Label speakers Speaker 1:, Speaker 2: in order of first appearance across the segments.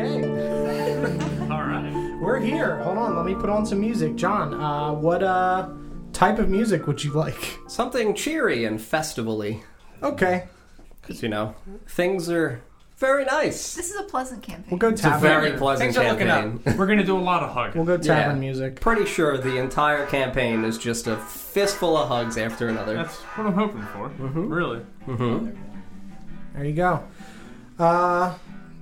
Speaker 1: we're here. Hold on, let me put on some music. John, uh, what uh, type of music would you like?
Speaker 2: Something cheery and festivally,
Speaker 1: Okay,
Speaker 2: because you know things are very nice.
Speaker 3: This is a pleasant campaign.
Speaker 1: we'll go
Speaker 2: It's a
Speaker 1: tavern.
Speaker 2: very pleasant
Speaker 4: Things are looking
Speaker 2: campaign.
Speaker 4: up. We're gonna do a lot of hugs.
Speaker 1: We'll go tavern
Speaker 2: Yeah.
Speaker 1: music.
Speaker 2: Pretty sure the entire campaign is just a fistful of hugs after another.
Speaker 4: That's what I'm hoping for. Really.
Speaker 1: There you go. Uh,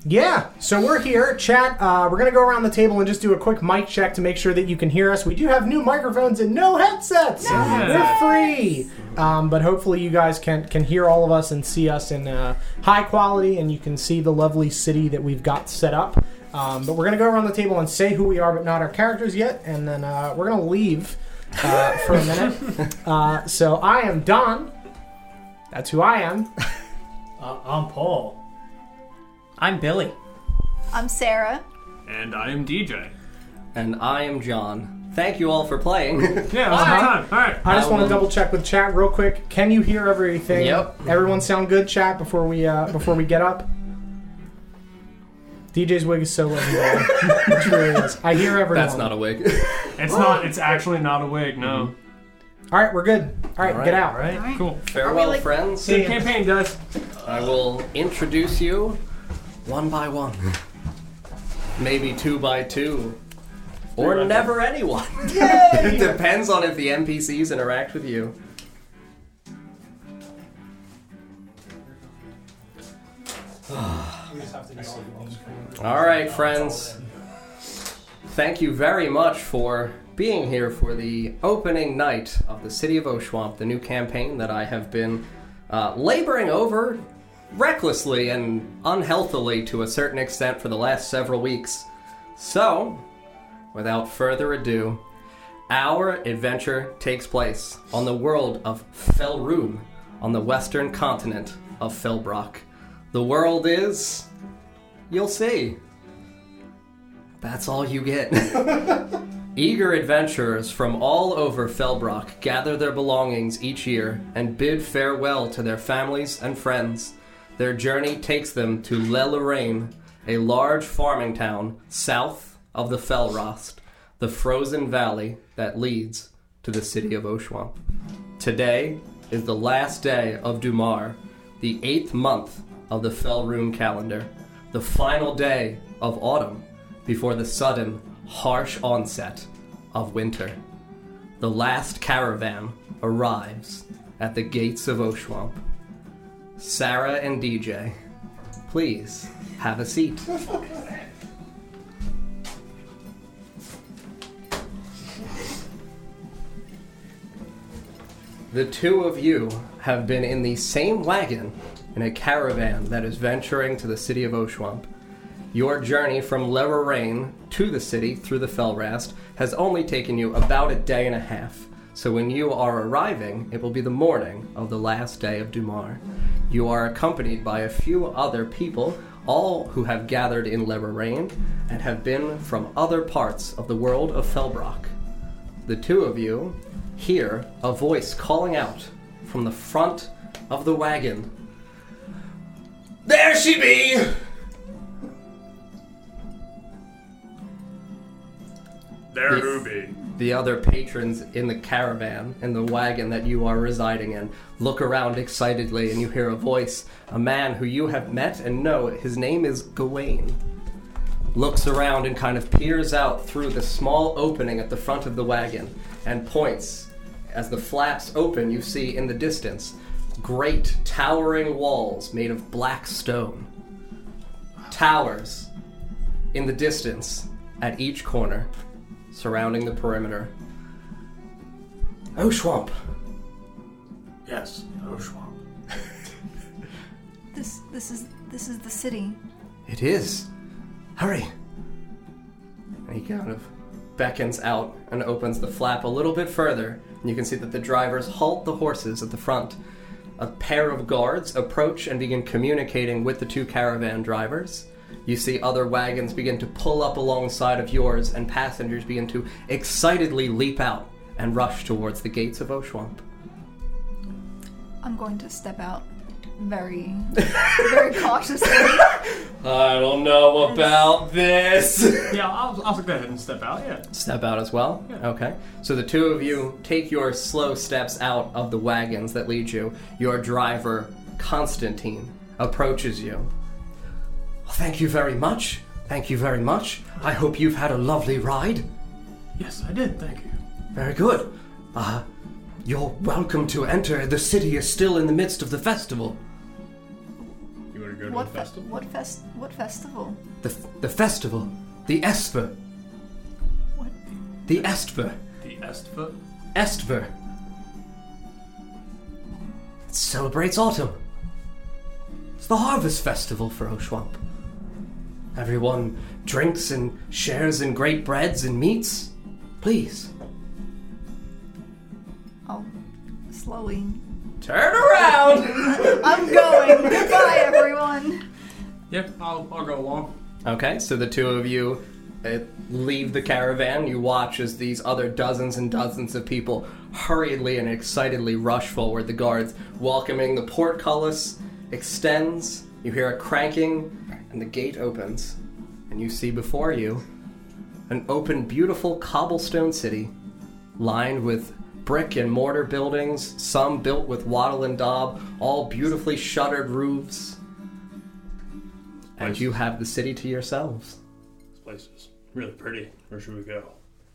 Speaker 1: yeah, so we're here. Chat, uh, we're going to go around the table and just do a quick mic check to make sure that you can hear us. We do have new microphones and no headsets.
Speaker 4: headsets.
Speaker 1: We're free. Um, but hopefully you guys can, can hear all of us and see us in uh, high quality and you can see the lovely city that we've got set up. Um, but we're going to go around the table and say who we are, but not our characters yet. And then uh, we're going to leave uh, for a minute. Uh, so I am Don. That's who I am.
Speaker 5: Uh, I'm Paul. I'm Billy.
Speaker 3: I'm Sarah.
Speaker 4: And I am DJ.
Speaker 2: And I am John. Thank you all for playing.
Speaker 4: Yeah, that's
Speaker 1: Uh-huh.
Speaker 4: the time. All right.
Speaker 1: I just want to
Speaker 2: Um,
Speaker 1: double check with chat real quick. Can you hear everything?
Speaker 2: Yep.
Speaker 1: Everyone sound good, chat, before we uh, before we get up. DJ's wig is so legendary. it truly is. I hear everyone.
Speaker 4: Oh.
Speaker 2: That's not a wig.
Speaker 4: It's not. It's actually not a wig. No.
Speaker 1: All right, we're good. All right,
Speaker 2: All right.
Speaker 1: get out.
Speaker 5: All right.
Speaker 4: Cool.
Speaker 2: Farewell,
Speaker 3: like-
Speaker 2: friends.
Speaker 4: Good campaign, guys.
Speaker 2: I will introduce you one by one. Maybe two by two. Or never anyone. it depends on if the NPCs interact with you. Alright, friends. Thank you very much for being here for the opening night of the City of Oshwamp, the new campaign that I have been uh, laboring over recklessly and unhealthily to a certain extent for the last several weeks. So, without further ado, our adventure takes place on the world of Felroom, on the western continent of Felbrock. The world is. You'll see. That's all you get. Eager adventurers from all over Felbrock gather their belongings each year and bid farewell to their families and friends. Their journey takes them to Le Lorraine, a large farming town south of the Felrost, the frozen valley that leads to the city of Oshwamp. Today is the last day of Dumar, the eighth month of the Fell Room calendar, the final day of autumn before the sudden, harsh onset of winter. The last caravan arrives at the gates of Oshwamp. Sarah and DJ, please have a seat. The two of you have been in the same wagon in a caravan that is venturing to the city of Oshwamp. Your journey from Le Lorraine to the city through the Felrast has only taken you about a day and a half. So when you are arriving, it will be the morning of the last day of Dumar. You are accompanied by a few other people, all who have gathered in Le Lorraine and have been from other parts of the world of Felbrock. The two of you hear a voice calling out from the front of the wagon. There she be!
Speaker 4: There,
Speaker 2: Yes.
Speaker 4: Ruby.
Speaker 2: the other patrons in the caravan in the wagon that you are residing in look around excitedly and you hear a voice a man who you have met and know his name is gawain looks around and kind of peers out through the small opening at the front of the wagon and points as the flaps open you see in the distance great towering walls made of black stone towers in the distance at each corner surrounding the perimeter. Oh, Schwamp.
Speaker 5: Yes.
Speaker 6: Oh,
Speaker 5: Oshwamp.
Speaker 3: This this is this is the city.
Speaker 2: It is. Hurry. And he kind of beckons out and opens the flap a little bit further, and you can see that the drivers halt the horses at the front. A pair of guards approach and begin communicating with the two caravan drivers. You see other wagons begin to pull up alongside of yours, and passengers begin to excitedly leap out and rush towards the gates of Oshwamp.
Speaker 3: I'm going to step out very, very cautiously.
Speaker 2: I don't know about this.
Speaker 7: Yeah, I'll, I'll go ahead and step out. Yeah.
Speaker 2: Step out as well? Okay. So the two of you take your slow steps out of the wagons that lead you. Your driver, Constantine, approaches you. Well, thank you very much. Thank you very much. I hope you've had a lovely ride.
Speaker 7: Yes, I did. Thank you.
Speaker 2: Very good. Uh, you're welcome to enter. The city is still in the midst of the festival.
Speaker 4: You want to go to
Speaker 3: what
Speaker 4: the
Speaker 3: fe-
Speaker 4: festival?
Speaker 3: What fest? What festival?
Speaker 2: The, the festival. The Esper.
Speaker 3: What?
Speaker 2: The Esper.
Speaker 7: The Estva.
Speaker 2: Estver. It celebrates autumn. It's the harvest festival for Oshwamp. Everyone drinks and shares in great breads and meats. Please.
Speaker 3: I'll Oh, slowly.
Speaker 2: Turn around!
Speaker 3: I'm going. Goodbye, everyone.
Speaker 7: Yep, I'll, I'll go along.
Speaker 2: Okay, so the two of you uh, leave the caravan. You watch as these other dozens and dozens of people hurriedly and excitedly rush forward. The guards welcoming the portcullis extends. You hear a cranking, and the gate opens. And you see before you an open, beautiful cobblestone city lined with brick and mortar buildings, some built with wattle and daub, all beautifully shuttered roofs. And you have the city to yourselves.
Speaker 4: This place is really pretty. Where should we go?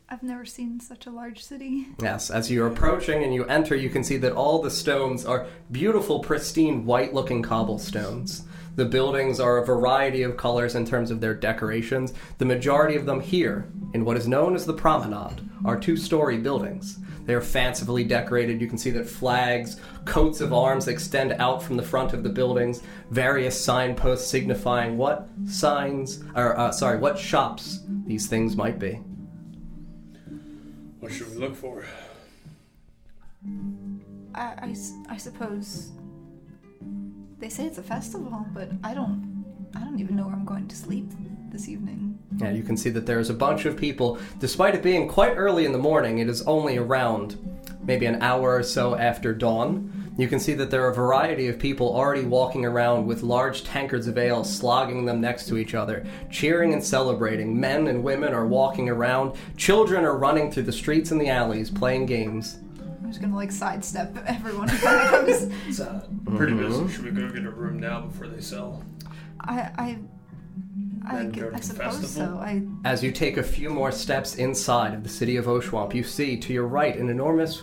Speaker 3: I've never seen such a large city.
Speaker 2: Yes, as you're approaching and you enter, you can see that all the stones are beautiful, pristine, white looking cobblestones. The buildings are a variety of colors in terms of their decorations. The majority of them here, in what is known as the promenade, are two story buildings. They are fancifully decorated. You can see that flags, coats of arms extend out from the front of the buildings, various signposts signifying what signs, or uh, sorry, what shops these things might be.
Speaker 4: What should we look for?
Speaker 3: I, I s- I suppose they say it's a festival, but I don't. I don't even know where I'm going to sleep this evening.
Speaker 2: Yeah, you can see that there's a bunch of people. Despite it being quite early in the morning, it is only around maybe an hour or so after dawn. You can see that there are a variety of people already walking around with large tankards of ale, slogging them next to each other, cheering and celebrating. Men and women are walking around. Children are running through the streets and the alleys, playing games.
Speaker 3: I'm just gonna like sidestep everyone who kinda comes.
Speaker 4: It's uh, pretty busy. Should we go get a room now before they sell?
Speaker 3: I, I, I,
Speaker 4: Then
Speaker 3: gu-
Speaker 4: go to
Speaker 3: I
Speaker 4: the
Speaker 3: suppose
Speaker 4: festival.
Speaker 3: so. I
Speaker 2: As you take a few more steps inside of the city of Oshwamp, you see to your right an enormous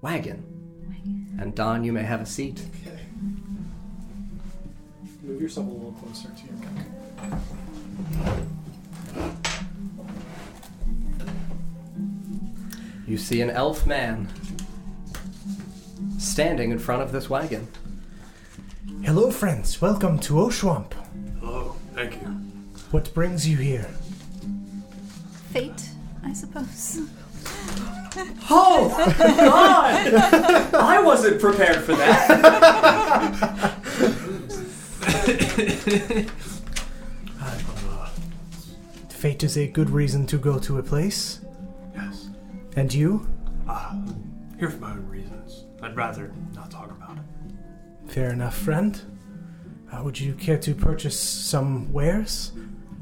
Speaker 2: wagon. And Don, you may have a seat.
Speaker 8: Okay. Move yourself a little closer to your mic.
Speaker 2: You see an elf man standing in front of this wagon.
Speaker 1: Hello, friends. Welcome to Oshwamp.
Speaker 4: Hello. Oh, Thank you.
Speaker 1: What brings you here?
Speaker 3: fate, I suppose.
Speaker 2: Oh God! I wasn't prepared for that.
Speaker 1: Fate is a good reason to go to a place.
Speaker 4: Yes.
Speaker 1: And you?
Speaker 4: Here for my own reasons. I'd rather not talk about it.
Speaker 1: Fair enough, friend. Uh, would you care to purchase some wares?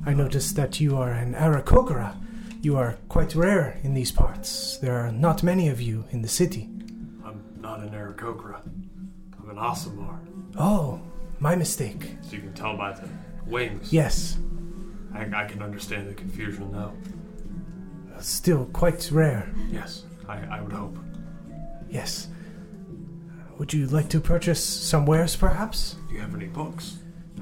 Speaker 1: I noticed that you are an Arakogora. You are quite rare in these parts. There are not many of you in the city.
Speaker 4: I'm not an Arakokra. I'm an Asimar.
Speaker 1: Oh, my mistake.
Speaker 4: So you can tell by the wings.
Speaker 1: Yes,
Speaker 4: I, I can understand the confusion now.
Speaker 1: still quite rare.
Speaker 4: Yes. I, I would hope.
Speaker 1: Yes. Would you like to purchase some wares, perhaps?
Speaker 4: Do you have any books?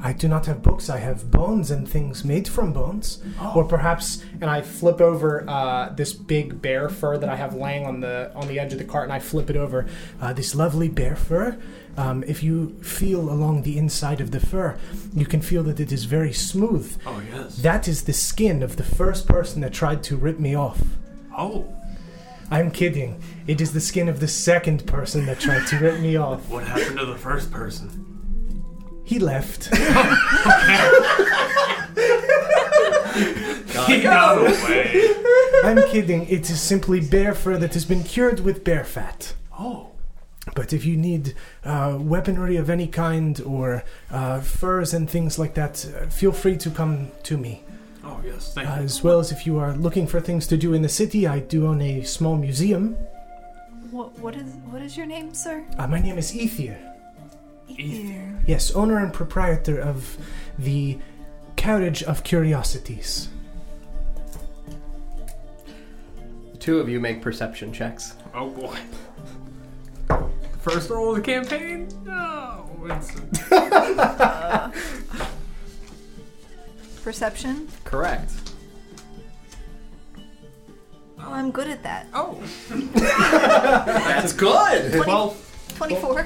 Speaker 1: I do not have books. I have bones and things made from bones. Or perhaps, and I flip over uh, this big bear fur that I have laying on the on the edge of the cart, and I flip it over. Uh, this lovely bear fur. Um, if you feel along the inside of the fur, you can feel that it is very smooth.
Speaker 4: Oh yes.
Speaker 1: That is the skin of the first person that tried to rip me off.
Speaker 4: oh.
Speaker 1: I'm kidding. It is the skin of the second person that tried to rip me off.
Speaker 4: What happened to the first person?
Speaker 1: He left.
Speaker 4: He got away.
Speaker 1: I'm kidding. It is simply bear fur that has been cured with bear fat.
Speaker 4: Oh.
Speaker 1: But if you need uh, weaponry of any kind or uh, furs and things like that, uh, feel free to come to me. Uh,
Speaker 6: Oh, yes, thank you.
Speaker 1: As well as if you are looking for things to do in the city, I do own a small museum.
Speaker 3: What what is what is your name, sir?
Speaker 1: Uh, my name is Ethier.
Speaker 3: Ether.
Speaker 1: Yes, owner and proprietor of the Carriage of Curiosities.
Speaker 2: The two of you make perception checks.
Speaker 9: Oh boy. First roll of the campaign? No. It's
Speaker 3: Perception?
Speaker 2: Correct.
Speaker 3: Oh, I'm good at that.
Speaker 9: Oh.
Speaker 2: That's good.
Speaker 3: 24.
Speaker 2: 12,
Speaker 9: for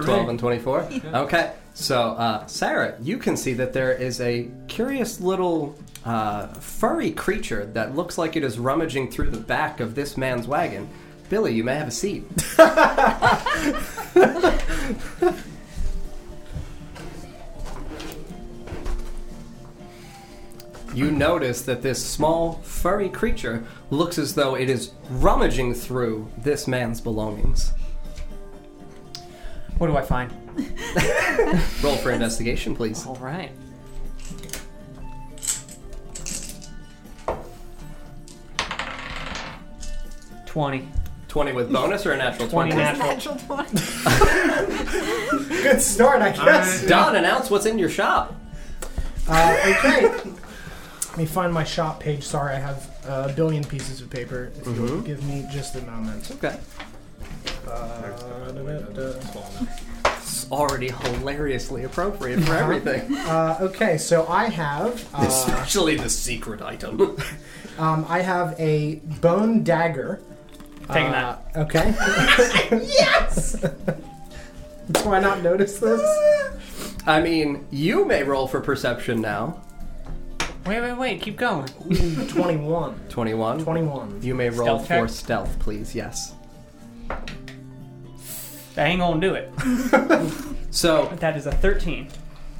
Speaker 9: me.
Speaker 2: 12 and 24. Okay. So, uh, Sarah, you can see that there is a curious little uh, furry creature that looks like it is rummaging through the back of this man's wagon. Billy, you may have a seat. you notice that this small furry creature looks as though it is rummaging through this man's belongings.
Speaker 10: What do I find?
Speaker 2: Roll for investigation, please.
Speaker 10: All right. Twenty.
Speaker 2: 20 with bonus or a natural 20?
Speaker 3: Natural 20.
Speaker 11: Good start, I guess.
Speaker 2: Don, announce what's in your shop.
Speaker 11: Uh, okay. Let me find my shop page. Sorry, I have a billion pieces of paper. If you'll give me just a moment.
Speaker 2: Okay.
Speaker 11: Uh, da-da-da.
Speaker 2: It's already hilariously appropriate for everything,
Speaker 11: Uh, okay, so I have uh,
Speaker 2: especially the secret item.
Speaker 11: um, I have a bone dagger.
Speaker 10: Taking
Speaker 11: Uh,
Speaker 10: that.
Speaker 11: okay. yes. Do I not notice this?
Speaker 2: I mean, you may roll for perception now.
Speaker 10: Wait, wait, wait. Keep going.
Speaker 11: 21.
Speaker 2: 21.
Speaker 11: 21.
Speaker 2: You may roll
Speaker 10: Stealth check?
Speaker 2: for stealth, please. Yes.
Speaker 10: I ain't gonna do it.
Speaker 2: So
Speaker 10: But that is a thirteen.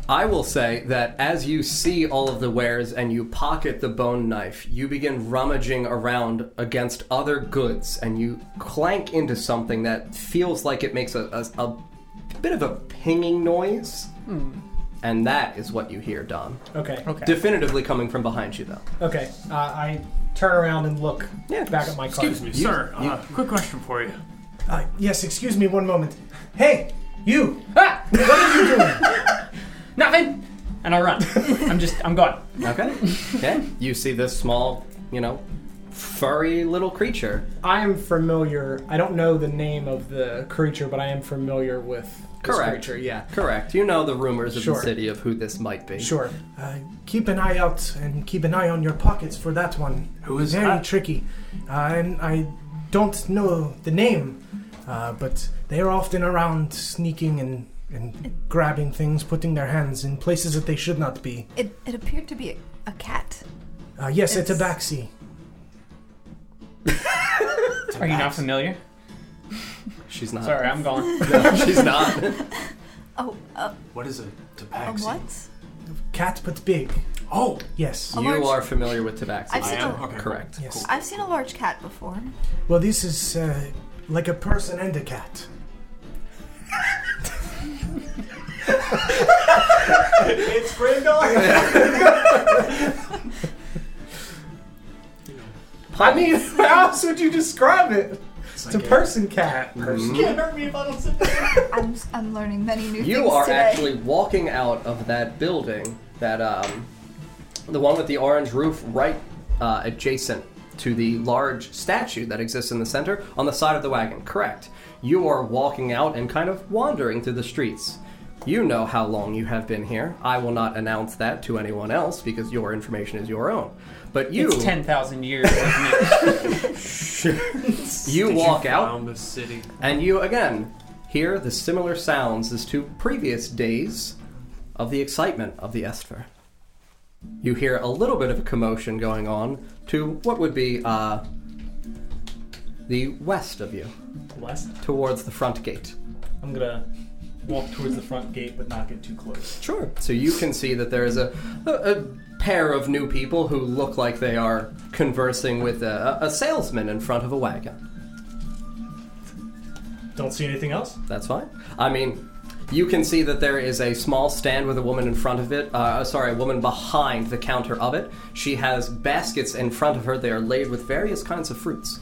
Speaker 2: I will say that as you see all of the wares and you pocket the bone knife, you begin rummaging around against other goods and you clank into something that feels like it makes a, a, a bit of a pinging noise. And that is what you hear, Don.
Speaker 11: Hmm. Okay.
Speaker 10: Okay.
Speaker 2: Definitively coming from behind you, though.
Speaker 11: Okay. Uh, I turn around and look
Speaker 2: Yeah.
Speaker 11: back at my card.
Speaker 6: Excuse me, sir.
Speaker 2: you-
Speaker 6: uh, quick question for you.
Speaker 1: Uh, yes, excuse me one moment. Hey, you!
Speaker 10: Ah! What are you doing? Nothing. And I run. I'm just. I'm gone.
Speaker 2: Okay. okay. You see this small, you know, furry little creature.
Speaker 11: I am familiar. I don't know the name of the creature, but I am familiar with this
Speaker 2: Correct.
Speaker 11: creature. Yeah.
Speaker 2: Correct. You know the rumors of
Speaker 11: Sure.
Speaker 2: the city of who this might be.
Speaker 11: Sure.
Speaker 1: Uh, keep an eye out and keep an eye on your pockets for that one.
Speaker 6: Who is
Speaker 1: Very
Speaker 6: that?
Speaker 1: tricky. Uh, and I don't know the name, uh, but they are often around sneaking and, and grabbing things, putting their hands in places that they should not be.
Speaker 3: It, it appeared to be a, a cat.
Speaker 1: Uh, yes, it's, a
Speaker 3: It's-
Speaker 1: Baxi.
Speaker 10: Are you not familiar?
Speaker 2: She's not.
Speaker 10: Sorry, I'm gone.
Speaker 2: No, she's not.
Speaker 3: Oh, a,
Speaker 6: What is it?
Speaker 3: a
Speaker 6: Tabaxi.
Speaker 3: what?
Speaker 1: Cat but big.
Speaker 6: Oh,
Speaker 1: Yes.
Speaker 3: A large-
Speaker 2: You are familiar with Tabaxi.
Speaker 3: I've seen
Speaker 6: am?
Speaker 3: a,
Speaker 6: Okay.
Speaker 2: Correct.
Speaker 1: Yes.
Speaker 3: I've seen a large cat before.
Speaker 1: Well, this is uh, like a person and a cat.
Speaker 11: It's Grimdog. I mean, how else would you describe it? It's, a person cat. Mm-hmm.
Speaker 2: Mhm.
Speaker 11: Can't hurt me if I don't say
Speaker 3: I'm, I'm learning many new
Speaker 2: You
Speaker 3: things
Speaker 2: are
Speaker 3: today.
Speaker 2: actually walking out of that building, that um, the one with the orange roof, right uh, adjacent to the large statue that exists in the center on the side of the wagon. Correct. You are walking out and kind of wandering through the streets. You know how long you have been here. I will not announce that to anyone else because your information is your own. But you,
Speaker 10: It's ten thousand years. Wasn't it?
Speaker 2: you walk out
Speaker 6: Found the city.
Speaker 2: And you again hear the similar sounds as to previous days of the excitement of the Esther. You hear a little bit of commotion going on to what would be uh, the west of you,
Speaker 5: West.
Speaker 2: towards the front gate.
Speaker 5: I'm gonna walk towards the front gate, but not get too close.
Speaker 2: Sure. So you can see that there is a, a, a pair of new people who look like they are conversing with a, a salesman in front of a wagon.
Speaker 5: Don't see anything else?
Speaker 2: That's fine. I mean, you can see that there is a small stand with a woman in front of it. Uh, sorry, a woman behind the counter of it. She has baskets in front of her. They are laid with various kinds of fruits.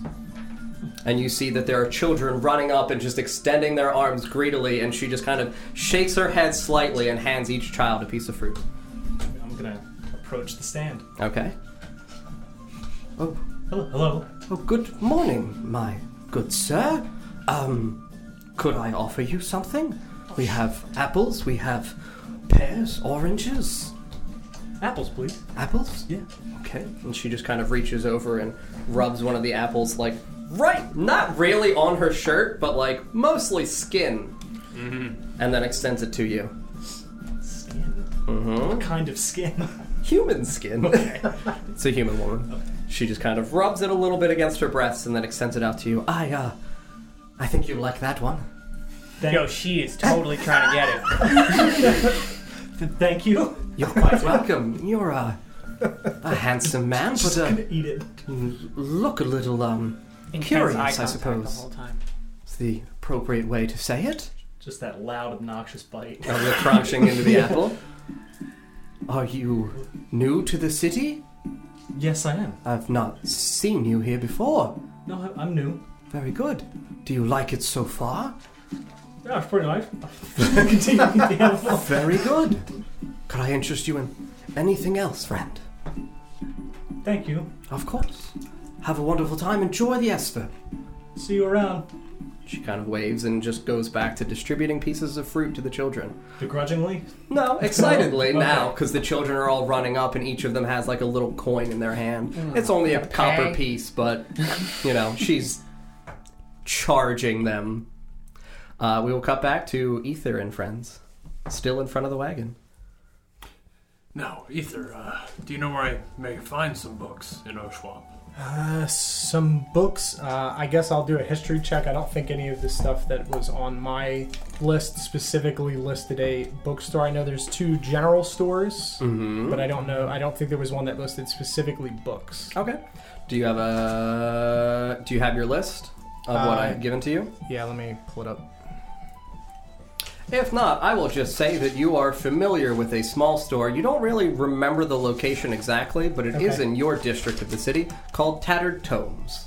Speaker 2: And you see that there are children running up and just extending their arms greedily, and she just kind of shakes her head slightly and hands each child a piece of fruit.
Speaker 5: I'm gonna approach the stand.
Speaker 2: Okay. Oh,
Speaker 5: Hello. Hello.
Speaker 2: oh good morning, my good sir. Um, could I offer you something? We have apples, we have pears, oranges.
Speaker 5: Apples, please.
Speaker 2: Apples?
Speaker 5: Yeah.
Speaker 2: Okay. And she just kind of reaches over and rubs one of the apples, like, right, not really on her shirt, but like mostly skin.
Speaker 5: Mm-hmm.
Speaker 2: And then extends it to you. Mm-hmm.
Speaker 5: Skin. What kind of skin?
Speaker 2: Human skin. it's a human woman. She just kind of rubs it a little bit against her breasts and then extends it out to you. I, uh, I think you like that one.
Speaker 5: Thank,
Speaker 10: Yo, she is totally trying to get it.
Speaker 5: thank you.
Speaker 2: You're quite welcome. You're a, a handsome man, but uh,
Speaker 5: gonna eat it.
Speaker 2: look a little, um,
Speaker 10: Intense
Speaker 2: Curious,
Speaker 10: eye
Speaker 2: I
Speaker 10: contact
Speaker 2: suppose.
Speaker 10: The whole time.
Speaker 2: is the appropriate way to say it.
Speaker 5: Just that loud, obnoxious bite.
Speaker 2: Now we're crunching into the apple. Are you new to the city?
Speaker 5: yes, I am.
Speaker 2: I've not seen you here before.
Speaker 5: No, I- I'm new.
Speaker 2: Very good. Do you like it so far?
Speaker 5: Yeah, it's pretty nice. Continue with the apple.
Speaker 2: Very good. Could I interest you in anything else, friend?
Speaker 5: Thank you.
Speaker 2: Of course. Have a wonderful time. Enjoy the Esper.
Speaker 5: See you around.
Speaker 2: She kind of waves and just goes back to distributing pieces of fruit to the children.
Speaker 5: Begrudgingly.
Speaker 2: No, excitedly
Speaker 5: Okay.
Speaker 2: now, because the children are all running up and each of them has like a little coin in their hand. It's only a copper piece, but you know, she's charging them. Uh, we will cut back to Ether and friends, still in front of the wagon.
Speaker 6: Now, Ether, uh, do you know where I may find some books in Oshwamp?
Speaker 11: Uh, some books. Uh, I guess I'll do a history check. I don't think any of the stuff that was on my list specifically listed a bookstore. I know there's two general stores, but I don't know. I don't think there was one that listed specifically books.
Speaker 2: Okay. Do you have a? Do you have your list of what
Speaker 11: Uh,
Speaker 2: I've given to you?
Speaker 11: Yeah, let me pull it up.
Speaker 2: If not, I will just say that you are familiar with a small store. You don't really remember the location exactly, but it is
Speaker 11: Okay.
Speaker 2: in your district of the city called Tattered Tomes.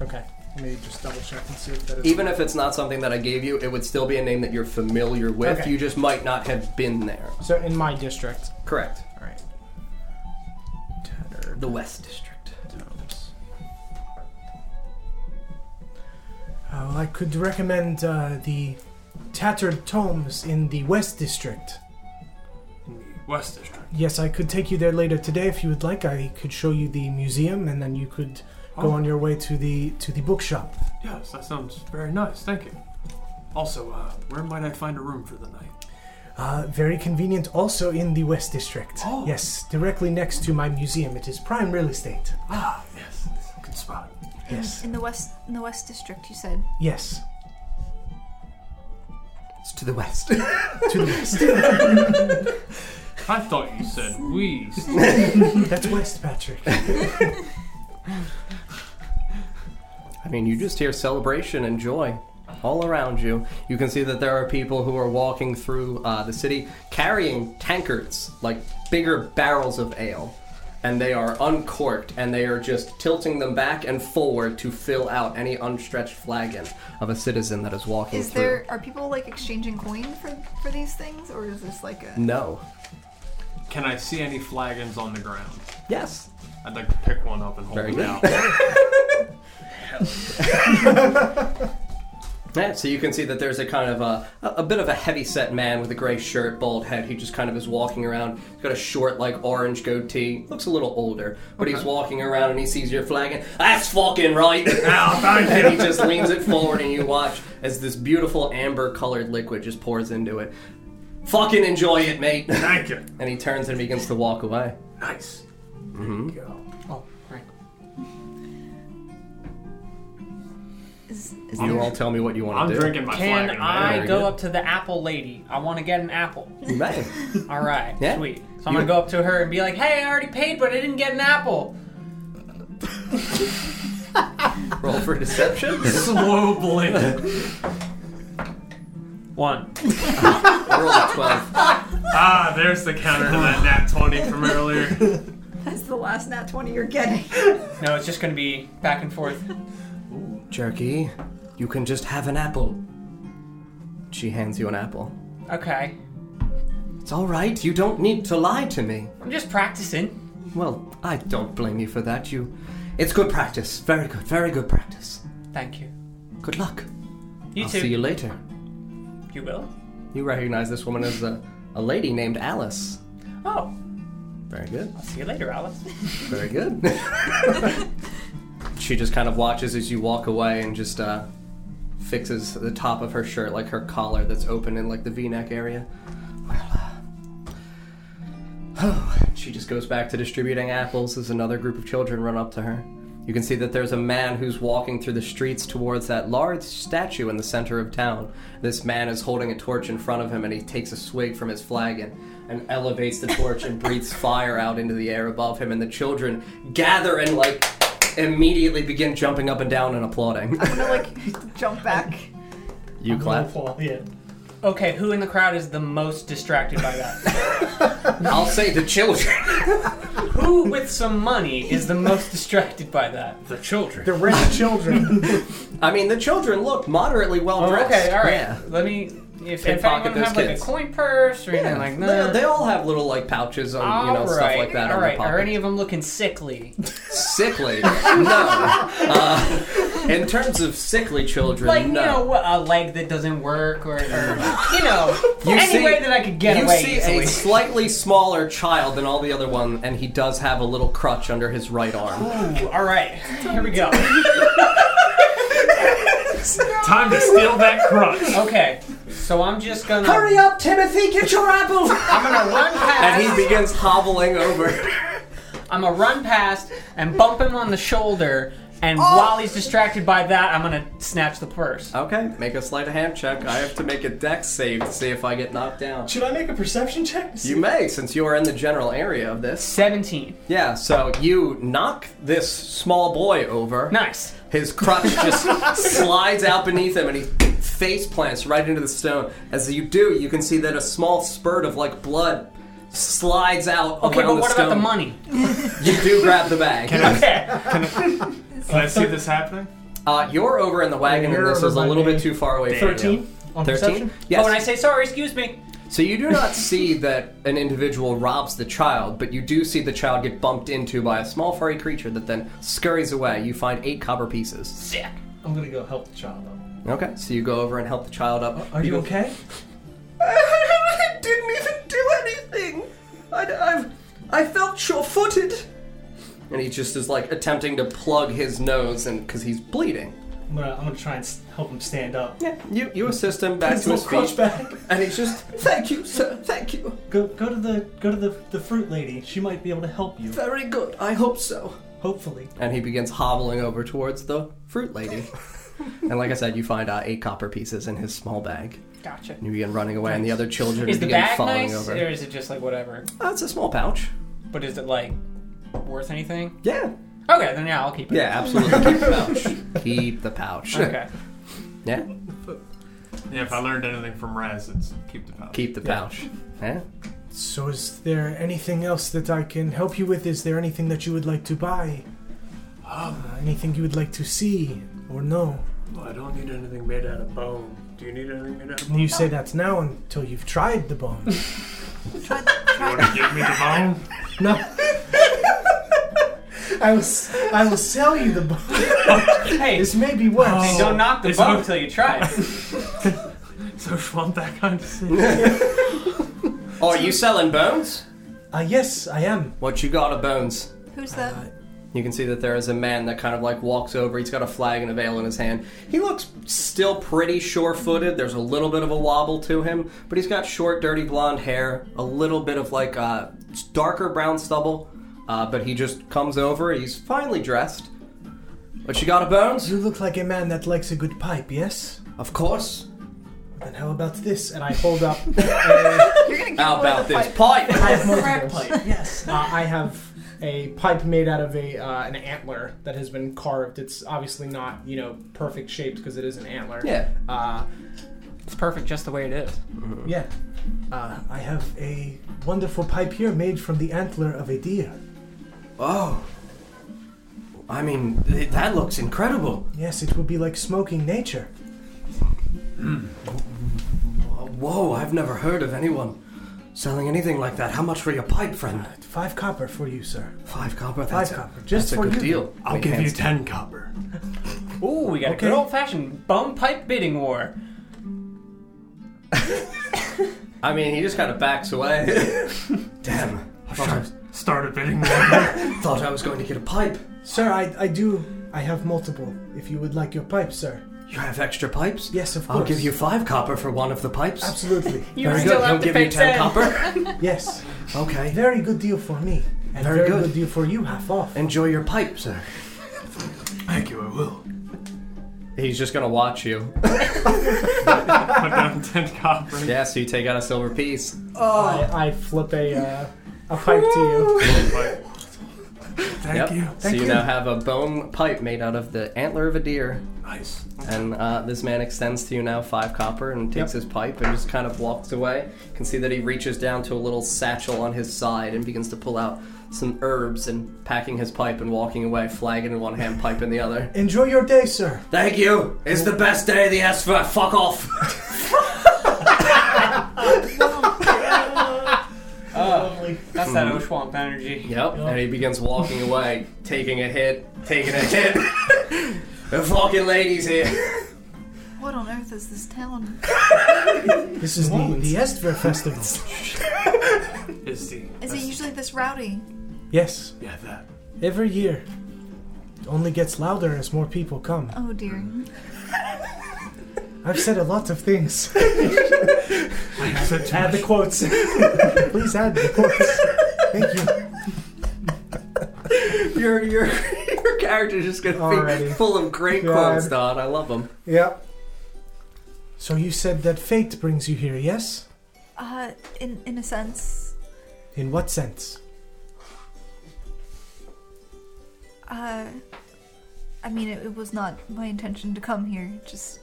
Speaker 11: Okay, let me just double check and see if that is.
Speaker 2: Even if it's not something that I gave you, it would still be a name that you're familiar with.
Speaker 11: Okay.
Speaker 2: You just might not have been there.
Speaker 11: so in my district.
Speaker 2: Correct.
Speaker 11: All right.
Speaker 2: The West District.
Speaker 1: Uh, well, I could recommend uh, the Tattered Tomes in the West District.
Speaker 6: In the West District.
Speaker 1: Yes, I could take you there later today if you would like. I could show you the museum, and then you could go
Speaker 6: Oh.
Speaker 1: on your way to the to the bookshop.
Speaker 6: Yes, that sounds very nice. Thank you. Also, uh, where might I find a room for the night?
Speaker 1: Uh, very convenient, also in the West District.
Speaker 6: Oh.
Speaker 1: Yes, directly next to my museum. It is prime real estate.
Speaker 6: Ah, yes. Good spot.
Speaker 1: Yes,
Speaker 3: In the west, in the west district, you said.
Speaker 1: yes.
Speaker 2: It's to the west.
Speaker 6: I thought you said we.
Speaker 1: That's West, Patrick.
Speaker 2: I mean, you just hear celebration and joy all around you. You can see that there are people who are walking through uh, the city carrying tankards, like bigger barrels of ale. And they are uncorked and they are just tilting them back and forward to fill out any unstretched flagon of a citizen that is walking
Speaker 3: Is
Speaker 2: through.
Speaker 3: there are people like exchanging coin for for these things, or is this like a?
Speaker 2: No.
Speaker 6: Can I see any flagons on the ground?
Speaker 2: Yes.
Speaker 6: I'd like to pick one up and hold
Speaker 2: Very
Speaker 6: it
Speaker 2: good.
Speaker 6: out.
Speaker 2: Yeah, so you can see that there's a kind of a, a bit of a heavy-set man with a gray shirt, bald head. He just kind of is walking around. He's got a short, like orange goatee. Looks a little older, but he's walking around and he sees your flagon. That's fucking right. and he just leans it forward, and you watch as this beautiful amber-colored liquid just pours into it. Fucking enjoy it, mate.
Speaker 6: Thank you.
Speaker 2: And he turns and begins to walk away. Mm-hmm.
Speaker 6: Nice. Oh,
Speaker 3: Is, is
Speaker 2: You
Speaker 3: there,
Speaker 2: all tell me what you want
Speaker 6: I'm
Speaker 2: to do.
Speaker 6: drinking my
Speaker 10: Can
Speaker 6: flagon.
Speaker 10: I
Speaker 2: Very
Speaker 10: go
Speaker 2: good.
Speaker 10: up to the apple lady? I want to get an apple.
Speaker 2: You may.
Speaker 10: All right,
Speaker 2: Yeah.
Speaker 10: sweet. So I'm
Speaker 2: You-
Speaker 10: gonna go up to her and be like, "Hey, I already paid, but I didn't get an apple."
Speaker 2: Roll for deception.
Speaker 6: Slow blink.
Speaker 10: One.
Speaker 2: Roll a twelve.
Speaker 6: ah, there's the counter to that nat 20 from earlier.
Speaker 3: That's the last nat 20 you're getting.
Speaker 10: No, it's just gonna be back and forth.
Speaker 2: Jerky, you can just have an apple. She hands you an apple.
Speaker 10: Okay.
Speaker 2: It's all right. You don't need to lie to me.
Speaker 10: I'm just practicing.
Speaker 2: Well, I don't blame you for that. You, it's good practice. Very good. Very good practice.
Speaker 10: Thank you.
Speaker 2: Good luck.
Speaker 10: You
Speaker 2: I'll
Speaker 10: too.
Speaker 2: see you later.
Speaker 10: You will?
Speaker 2: You recognize this woman as a, a lady named Alice.
Speaker 10: Oh,
Speaker 2: Very good.
Speaker 10: I'll see you later, Alice.
Speaker 2: Very good. she just kind of watches as you walk away and just uh, fixes the top of her shirt, like her collar that's open in like the V-neck area. Well, uh, she just goes back to distributing apples as another group of children run up to her. You can see that there's a man who's walking through the streets towards that large statue in the center of town. This man is holding a torch in front of him and he takes a swig from his flagon and elevates the torch and breathes fire out into the air above him and the children gather and like immediately begin jumping up and down and applauding.
Speaker 3: I'm gonna like jump back.
Speaker 2: you clap.
Speaker 5: Well, yeah.
Speaker 10: Okay, who in the crowd is the most distracted by that?
Speaker 2: I'll say the children.
Speaker 10: who with some money is the most distracted by that?
Speaker 6: The children.
Speaker 11: The rich children.
Speaker 2: I mean, the children look moderately well dressed.
Speaker 10: Oh, okay, all right.
Speaker 2: Yeah.
Speaker 10: Let me. If,
Speaker 2: And
Speaker 10: if
Speaker 2: pocket
Speaker 10: anyone
Speaker 2: those
Speaker 10: have like
Speaker 2: kids.
Speaker 10: a coin purse or anything
Speaker 2: Yeah,
Speaker 10: like
Speaker 2: they,
Speaker 10: that.
Speaker 2: they all have little like pouches on you know
Speaker 10: All
Speaker 2: stuff
Speaker 10: right,
Speaker 2: like that
Speaker 10: All
Speaker 2: on
Speaker 10: right.
Speaker 2: their
Speaker 10: Are any
Speaker 2: pockets.
Speaker 10: of them looking sickly?
Speaker 2: Sickly? no. Uh, in terms of sickly children,
Speaker 10: Like you
Speaker 2: no.
Speaker 10: know, what, a leg that doesn't work, or, or you know,
Speaker 2: You
Speaker 10: any
Speaker 2: see-
Speaker 10: way that I could get
Speaker 2: you
Speaker 10: away
Speaker 2: see
Speaker 10: easily.
Speaker 2: a slightly smaller child than all the other one, and he does have a little crutch under his right arm.
Speaker 10: Ooh, all right, here we go.
Speaker 6: Time to steal that crutch.
Speaker 10: Okay, so I'm just gonna
Speaker 2: up, Timothy! Get your apple!
Speaker 10: I'm gonna run past.
Speaker 2: and he begins hobbling over.
Speaker 10: I'm gonna run past and bump him on the shoulder.
Speaker 2: Oh.
Speaker 10: And while he's distracted by that, I'm gonna snatch the purse.
Speaker 2: Okay, make a sleight of hand check. I have to make a dex save to see if I get knocked down.
Speaker 5: Should I make a perception check? to see-
Speaker 2: You may, since you are in the general area of this.
Speaker 10: Seventeen.
Speaker 2: Yeah, so you knock this small boy over.
Speaker 10: Nice.
Speaker 2: His crutch just slides out beneath him and he face plants right into the stone. As you do, you can see that a small spurt of like blood slides out
Speaker 10: Okay,
Speaker 2: around
Speaker 10: but what
Speaker 2: the stone.
Speaker 10: about the money?
Speaker 2: You do grab the bag.
Speaker 10: Okay.
Speaker 6: Can I see this happening?
Speaker 2: Uh, you're over in the wagon and this is a little bit too far away. from you.
Speaker 11: 13 on
Speaker 2: 13?
Speaker 11: perception?
Speaker 2: Yes.
Speaker 10: Oh, and I say sorry. Excuse me.
Speaker 2: So you do not see that an individual robs the child, but you do see the child get bumped into by a small furry creature that then scurries away. You find eight copper pieces.
Speaker 10: Sick.
Speaker 5: I'm gonna go help the child up.
Speaker 2: Okay. So you go over and help the child up.
Speaker 5: Are you
Speaker 2: go-
Speaker 5: okay?
Speaker 2: I didn't even do anything. I, I, I felt sure-footed. And he just is like attempting to plug his nose, and because he's bleeding.
Speaker 5: I'm gonna, I'm gonna try and s- help him stand up.
Speaker 2: Yeah, you you assist him back
Speaker 5: His
Speaker 2: to his
Speaker 5: little crutch
Speaker 2: feet,
Speaker 5: back.
Speaker 2: and he's just thank you, sir, thank you,
Speaker 5: Go, go to the, go to the, the fruit lady. She might be able to help you.
Speaker 2: very good. I hope so.
Speaker 5: Hopefully.
Speaker 2: And he begins hobbling over towards the fruit lady. and like I said, you find uh, eight copper pieces in his small bag.
Speaker 10: Gotcha.
Speaker 2: And you begin running away, and the other children
Speaker 10: Is the
Speaker 2: begin
Speaker 10: bag
Speaker 2: falling
Speaker 10: nice,
Speaker 2: over.
Speaker 10: or is it just like whatever?
Speaker 2: Oh, it's a small pouch.
Speaker 10: But is it like worth anything?
Speaker 2: Yeah.
Speaker 10: Okay, then yeah, I'll keep it.
Speaker 2: Yeah, absolutely. Keep the pouch. Keep the pouch.
Speaker 10: Okay.
Speaker 2: Yeah.
Speaker 6: Yeah, if I learned anything from Raz, it's keep the power.
Speaker 2: Keep the pouch. Yeah.
Speaker 1: So, is there anything else that I can help you with? Is there anything that you would like to buy? Uh, anything you would like to see or know?
Speaker 6: I don't need anything made out of bone. Do you need anything made out of bone?
Speaker 1: You say that now until you've tried the bone.
Speaker 6: You want to give me the bone?
Speaker 1: no. I will, s- I will sell you the bone. Oh.
Speaker 10: Hey,
Speaker 1: This may be worse.
Speaker 10: hey, don't knock the
Speaker 6: It's
Speaker 10: bug
Speaker 6: not-
Speaker 10: until you try it.
Speaker 6: So Schwamp that kind of thing.
Speaker 2: Oh, are you selling bones?
Speaker 1: Uh, yes, I am.
Speaker 2: What you got of bones?
Speaker 3: Who's that?
Speaker 1: Uh,
Speaker 2: You can see that there is a man that kind of like walks over. He's got a flag and a veil in his hand. He looks still pretty sure footed. There's a little bit of a wobble to him, but he's got short, dirty blonde hair, a little bit of like uh, darker brown stubble. Uh, but he just comes over. He's finely dressed. What you got of bones?
Speaker 1: You look like a man that likes a good pipe, yes?
Speaker 2: Of course.
Speaker 1: Then how about this? And I hold up.
Speaker 3: You're gonna give
Speaker 2: How
Speaker 3: away
Speaker 2: about
Speaker 3: the
Speaker 2: this
Speaker 3: pipe.
Speaker 2: pipe?
Speaker 1: I have multiple. yes. Uh, I have
Speaker 11: a pipe made out of a uh, an antler that has been carved. It's obviously not you know perfect shaped because it is an antler.
Speaker 2: Yeah.
Speaker 11: Uh,
Speaker 10: It's perfect just the way it is.
Speaker 1: Yeah. Uh, I have a wonderful pipe here made from the antler of a deer.
Speaker 2: Oh. I mean, th- that looks incredible.
Speaker 1: Yes, it will be like smoking nature.
Speaker 2: Whoa, I've never heard of anyone selling anything like that. How much for your pipe, friend?
Speaker 1: Five copper for you, sir.
Speaker 2: Five copper. That's
Speaker 1: Five
Speaker 2: a,
Speaker 1: copper, just
Speaker 2: that's
Speaker 1: for
Speaker 2: a good
Speaker 1: you.
Speaker 2: deal.
Speaker 6: I'll
Speaker 2: Wait,
Speaker 6: give you
Speaker 2: hands-
Speaker 6: ten copper.
Speaker 10: Ooh, we got
Speaker 1: Okay.
Speaker 10: a good old fashioned bum pipe bidding war.
Speaker 2: I mean, he just kind of backs away. Damn. I thought I, was,
Speaker 6: Start a bidding war.
Speaker 2: thought I was going to get a pipe.
Speaker 1: Sir, I, I do. I have multiple. If you would like your pipe, sir.
Speaker 2: You have extra pipes?
Speaker 1: Yes, of
Speaker 2: I'll
Speaker 1: course.
Speaker 2: give you five copper for one of the pipes.
Speaker 1: Absolutely.
Speaker 10: You
Speaker 2: Very
Speaker 10: still
Speaker 2: good. He'll
Speaker 10: have to
Speaker 2: give
Speaker 10: pay
Speaker 2: you ten copper.
Speaker 1: yes.
Speaker 2: okay.
Speaker 1: Very good deal for me. And
Speaker 2: Very
Speaker 1: very
Speaker 2: good.
Speaker 1: good. deal for you, half off.
Speaker 2: Enjoy your pipe, sir.
Speaker 6: Thank you, I will.
Speaker 2: He's just gonna watch you.
Speaker 6: Put down ten copper.
Speaker 2: Yeah, so you take out a silver piece.
Speaker 1: Oh.
Speaker 11: I, I flip a uh, a pipe to you.
Speaker 6: But- Thank
Speaker 2: yep.
Speaker 6: you.
Speaker 2: so you, now have a bone pipe made out of the antler of a deer,
Speaker 6: Nice.
Speaker 2: and uh, this man extends to you now five copper and takes his pipe and just kind of walks away. You can see that he reaches down to a little satchel on his side and begins to pull out some herbs and packing his pipe and walking away, flagon in one hand, pipe in the other.
Speaker 1: Enjoy your day, sir.
Speaker 2: Thank you. It's the best day of the S for fuck off.
Speaker 10: That's that Oshwamp energy.
Speaker 2: Yep. And he begins walking away, taking a hit, taking a hit. the fucking ladies here.
Speaker 3: What on earth is this town?
Speaker 1: This is the, the Esther Festival.
Speaker 6: Is the
Speaker 3: Is it usually this rowdy?
Speaker 1: yes.
Speaker 6: yeah that?
Speaker 1: Every year. It only gets louder as more people come.
Speaker 3: Oh dear.
Speaker 1: Mm-hmm. I've said a lot of things.
Speaker 6: Wait, is that too
Speaker 11: Add the
Speaker 6: much?
Speaker 11: quotes.
Speaker 1: Please add the quotes. Thank you.
Speaker 2: Your your your character's just gonna be
Speaker 11: Already.
Speaker 2: full of great
Speaker 11: God.
Speaker 2: quotes, Don. I love them.
Speaker 11: yep.
Speaker 1: So you said that fate brings you here, yes?
Speaker 3: Uh, in in a sense,
Speaker 1: In what sense?
Speaker 3: uh, I mean, it, it was not my intention to come here. It just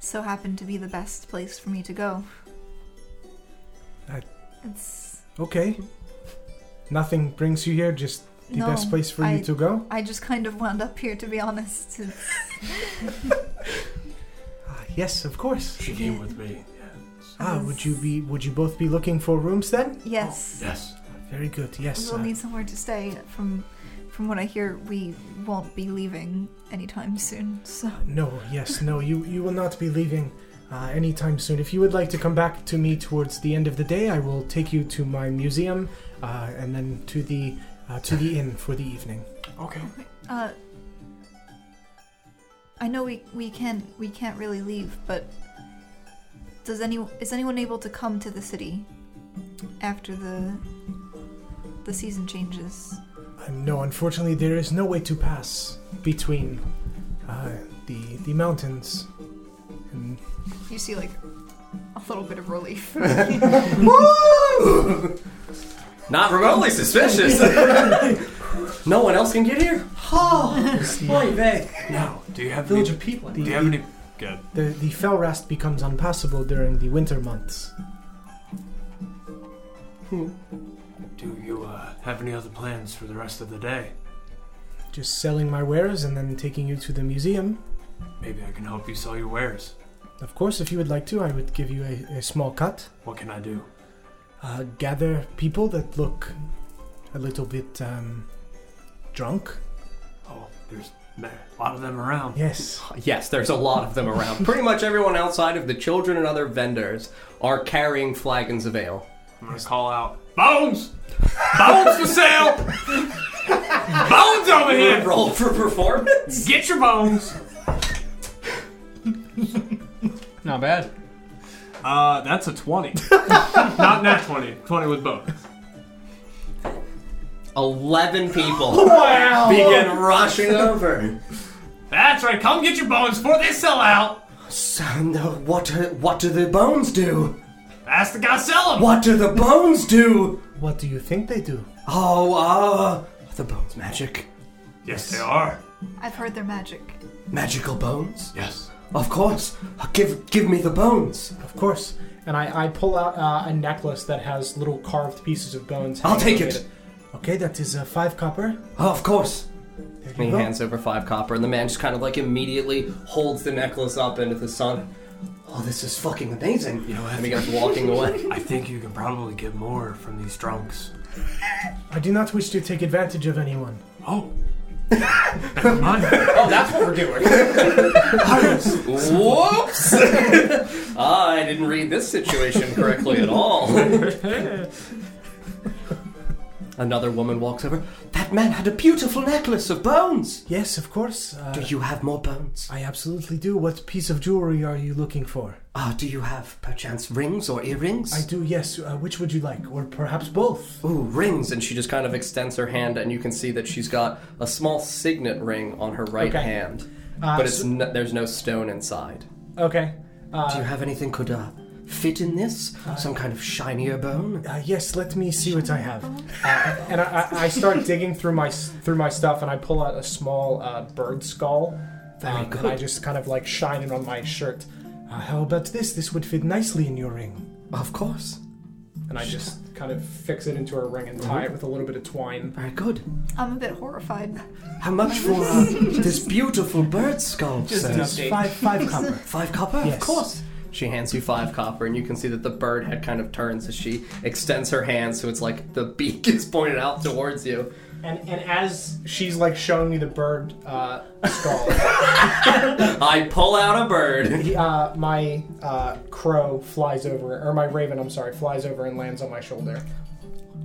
Speaker 3: so happened to be the best place for me to go.
Speaker 1: I-
Speaker 3: It's
Speaker 1: Okay. Nothing brings you here, just the
Speaker 3: no,
Speaker 1: best place for
Speaker 3: I,
Speaker 1: you to go?
Speaker 3: I just kind of wound up here, to be honest. It's-
Speaker 1: Ah, yes, of course.
Speaker 6: She came with me. Yeah.
Speaker 1: Ah, would you be would you both be looking for rooms then?
Speaker 3: yes,
Speaker 6: Yes.
Speaker 1: Very good. Yes.
Speaker 3: we'll
Speaker 1: uh,
Speaker 3: need somewhere to stay. From from what I hear, we won't be leaving anytime soon. So
Speaker 1: uh, no. Yes. No. You you will not be leaving uh, anytime soon. If you would like to come back to me towards the end of the day, I will take you to my museum uh, and then to the uh, to the inn for the evening.
Speaker 6: Okay.
Speaker 3: Uh, I know we we can't we can't really leave, but does any is anyone able to come to the city after the the season changes?
Speaker 1: Uh, no, unfortunately, there is no way to pass between uh, the the mountains. And
Speaker 3: You see, like a little bit of relief.
Speaker 2: Woo! Not remotely suspicious. no one else can get here. Oh, boy, they.
Speaker 6: Now, do you have
Speaker 1: Village
Speaker 6: any?
Speaker 1: of people.
Speaker 6: Do you have any? uh, Good.
Speaker 1: The the Felrast becomes unpassable during the winter months.
Speaker 6: Do you uh, have any other plans for the rest of the day?
Speaker 1: Just selling my wares and then taking you to the museum.
Speaker 6: Maybe I can help you sell your wares.
Speaker 1: Of course, if you would like to, I would give you a, a small cut.
Speaker 6: What can I do?
Speaker 1: Uh, gather people that look a little bit um, drunk.
Speaker 6: Oh, there's ma- a lot of them around.
Speaker 1: Yes.
Speaker 2: Yes, there's a lot of them around. Pretty much everyone outside of the children and other vendors are carrying flagons of ale.
Speaker 6: I'm gonna call out Bones! Bones for sale! bones over here!
Speaker 2: Roll for performance.
Speaker 6: Get your bones!
Speaker 10: Not bad.
Speaker 6: Uh, that's a 20. Not nat 20. 20 with bones.
Speaker 2: Eleven people begin rushing over.
Speaker 6: That's right, come get your bones before they sell out!
Speaker 2: Sound of- what? What do the bones do?
Speaker 6: Ask the guy sell them!
Speaker 2: What do the bones do?
Speaker 1: What do you think they do?
Speaker 2: Oh, ah, the bones magic,
Speaker 6: Yes, they are.
Speaker 3: I've heard they're magic.
Speaker 2: magical bones.
Speaker 6: Yes.
Speaker 2: Of course, give give me the bones.
Speaker 11: Of course. And I, I pull out uh, a necklace that has little carved pieces of bones.
Speaker 2: I'll
Speaker 11: hanging
Speaker 2: take
Speaker 11: off
Speaker 2: it.
Speaker 11: Okay, that is uh, five copper.
Speaker 2: Oh, Of course.
Speaker 11: There
Speaker 2: And
Speaker 11: you
Speaker 2: he
Speaker 11: go.
Speaker 2: hands over five copper, and the man just kind of like immediately holds the necklace up into the sun. Oh, this is fucking amazing.
Speaker 4: You know, I
Speaker 2: And he
Speaker 4: think,
Speaker 2: goes walking away.
Speaker 4: I think you can probably get more from these drunks.
Speaker 1: I do not wish to take advantage of anyone.
Speaker 4: Oh. Never mind.
Speaker 10: Oh, that's what we're doing.
Speaker 2: Whoops! Ah, I didn't read this situation correctly at all. Another woman walks over. That man had a beautiful necklace of bones.
Speaker 1: Yes, of course. Uh,
Speaker 2: Do you have more bones?
Speaker 1: I absolutely do. What piece of jewelry are you looking for?
Speaker 2: Ah, do you have perchance rings or earrings?
Speaker 1: I do, yes. Uh, which would you like? Or perhaps both?
Speaker 2: Ooh, rings. And she just kind of extends her hand, and you can see that she's got a small signet ring on her right
Speaker 11: Okay.
Speaker 2: hand.
Speaker 11: Uh,
Speaker 2: but it's
Speaker 11: so-
Speaker 2: n- there's no stone inside.
Speaker 11: Okay.
Speaker 2: do you have anything could uh, fit in this? Some kind of shinier bone?
Speaker 1: Uh, yes, let me see what I have.
Speaker 11: Uh, And I, I, I start digging through my s- through my stuff, and I pull out a small uh, bird skull.
Speaker 2: Very
Speaker 11: um,
Speaker 2: good.
Speaker 11: And I just kind of like shine it on my shirt,
Speaker 1: Uh, how about this? This would fit nicely in your ring.
Speaker 2: Of course.
Speaker 11: and I just kind of fix it into a ring and tie
Speaker 2: Mm-hmm.
Speaker 11: it with a little bit of twine.
Speaker 2: Very good.
Speaker 3: I'm a bit horrified.
Speaker 2: How much for uh, this beautiful bird skull, sir?
Speaker 5: Just an update.
Speaker 1: Five, five copper.
Speaker 2: Five copper? Of course. She hands you five copper, and you can see that the bird head kind of turns as she extends her hand, so it's like the beak is pointed out towards you.
Speaker 11: And and as she's like showing me the bird uh, skull,
Speaker 2: I pull out a bird.
Speaker 11: the, uh, my uh, crow flies over, or my raven, I'm sorry, flies over and lands on my shoulder.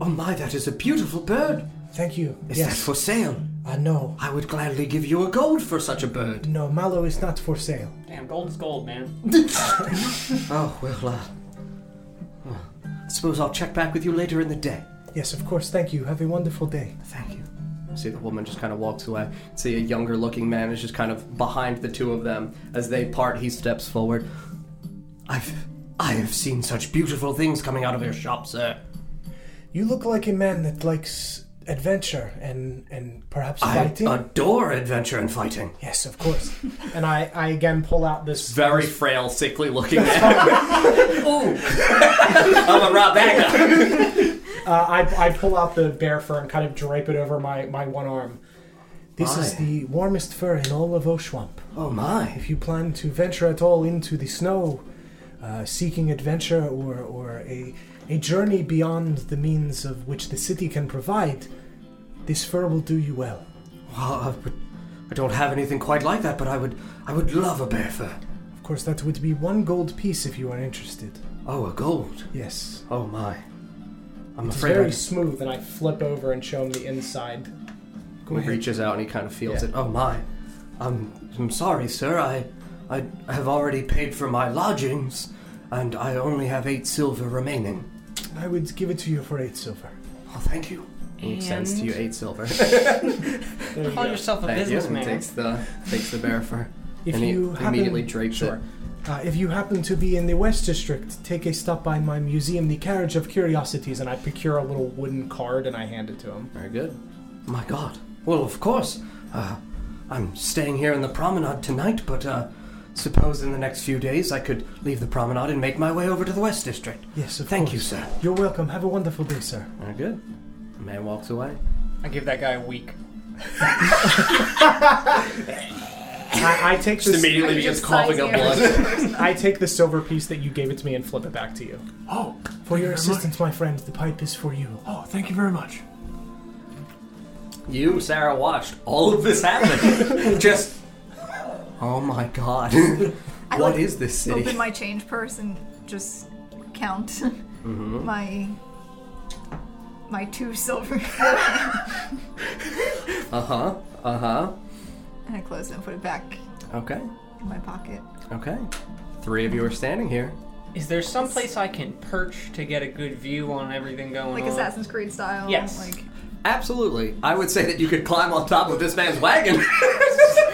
Speaker 2: Oh my, that is a beautiful bird.
Speaker 1: Thank you.
Speaker 2: Is that
Speaker 1: yes.
Speaker 2: for sale?
Speaker 1: Uh, no.
Speaker 2: I would gladly give you a gold for such a bird.
Speaker 1: No, Mallow is not for sale.
Speaker 10: Damn, gold is gold, man.
Speaker 2: Oh, well, uh. huh. I suppose I'll check back with you later in the day.
Speaker 1: Yes, of course. Thank you. Have a wonderful day.
Speaker 2: Thank you. See, the woman just kind of walks away. See, a younger looking man is just kind of behind the two of them. As they part, he steps forward. I've. I have seen such beautiful things coming out of your shop, sir.
Speaker 1: You look like a man that likes adventure and and perhaps
Speaker 2: I
Speaker 1: fighting.
Speaker 2: adore adventure and fighting.
Speaker 1: yes, of course.
Speaker 11: And I, I again pull out this
Speaker 2: Very frail, sickly looking man. I'm a rob that guy.
Speaker 11: Uh, I, I pull out the bear fur and kind of drape it over my, my one arm.
Speaker 1: This is
Speaker 2: Aye.
Speaker 1: the warmest fur in all of Oshwamp.
Speaker 2: Oh my.
Speaker 1: If you plan to venture at all into the snow, uh, seeking adventure or or a a journey beyond the means of which the city can provide, this fur will do you well.
Speaker 2: Well, I, would- I don't have anything quite like that, but I would. I would love a bear fur.
Speaker 1: Of course, that would be one gold piece if you are interested.
Speaker 2: Oh, a gold.
Speaker 1: Yes.
Speaker 2: Oh my. I'm
Speaker 11: It's
Speaker 2: afraid I
Speaker 11: very smooth, and I flip over and show him the inside.
Speaker 2: He reaches out and he kind of feels it. Oh my, I'm I'm sorry, sir. I I have already paid for my lodgings, and I only have eight silver remaining.
Speaker 1: I would give it to you for eight silver.
Speaker 2: Oh, thank you. He extends to you eight silver.
Speaker 10: Call yourself a
Speaker 2: thank you. And
Speaker 10: businessman.
Speaker 2: takes the takes the bear fur.
Speaker 1: If
Speaker 2: and he
Speaker 1: you happen-
Speaker 2: immediately drapes
Speaker 11: Sure.
Speaker 1: Uh, if you happen to be in the West District, take a stop by my museum, the Carriage of Curiosities,
Speaker 11: He's and I procure a little wooden card and I hand it to him.
Speaker 2: it. Very good. My God. Well, of course. Uh, I'm staying here in the promenade tonight, but uh, suppose in the next few days I could leave the promenade and make my way over to the West District.
Speaker 1: Yes, of
Speaker 2: Thank you,
Speaker 1: course.
Speaker 2: sir.
Speaker 1: You're welcome. Have a wonderful day, sir.
Speaker 2: Very good. The man walks away.
Speaker 10: I give that guy a week.
Speaker 11: I, I take
Speaker 2: Just
Speaker 11: this,
Speaker 2: immediately
Speaker 3: I
Speaker 2: begins
Speaker 3: just
Speaker 2: coughing up
Speaker 3: size
Speaker 2: blood.
Speaker 11: I take the silver piece that you gave it to me and flip it back to you.
Speaker 4: Oh.
Speaker 1: For your
Speaker 4: very
Speaker 1: assistance, my friend, the pipe is for you.
Speaker 4: much. Oh, thank you very much.
Speaker 2: You, Sarah, watched all of this happen. Just, oh my god,
Speaker 3: I
Speaker 2: what
Speaker 3: like-
Speaker 2: is this
Speaker 3: Open
Speaker 2: city?
Speaker 3: my change purse and just count my my two silver.
Speaker 2: Uh huh. Uh huh.
Speaker 3: and I close it and put it back
Speaker 2: Okay.
Speaker 3: in my pocket.
Speaker 2: Okay. Three of you are standing here.
Speaker 10: Is there some place I can perch to get a good view on everything going
Speaker 3: Like
Speaker 2: Mm-hmm.
Speaker 10: on?
Speaker 3: Assassin's Creed style.
Speaker 10: Yes.
Speaker 3: Like
Speaker 2: Absolutely. I would say that you could climb on top of this man's wagon.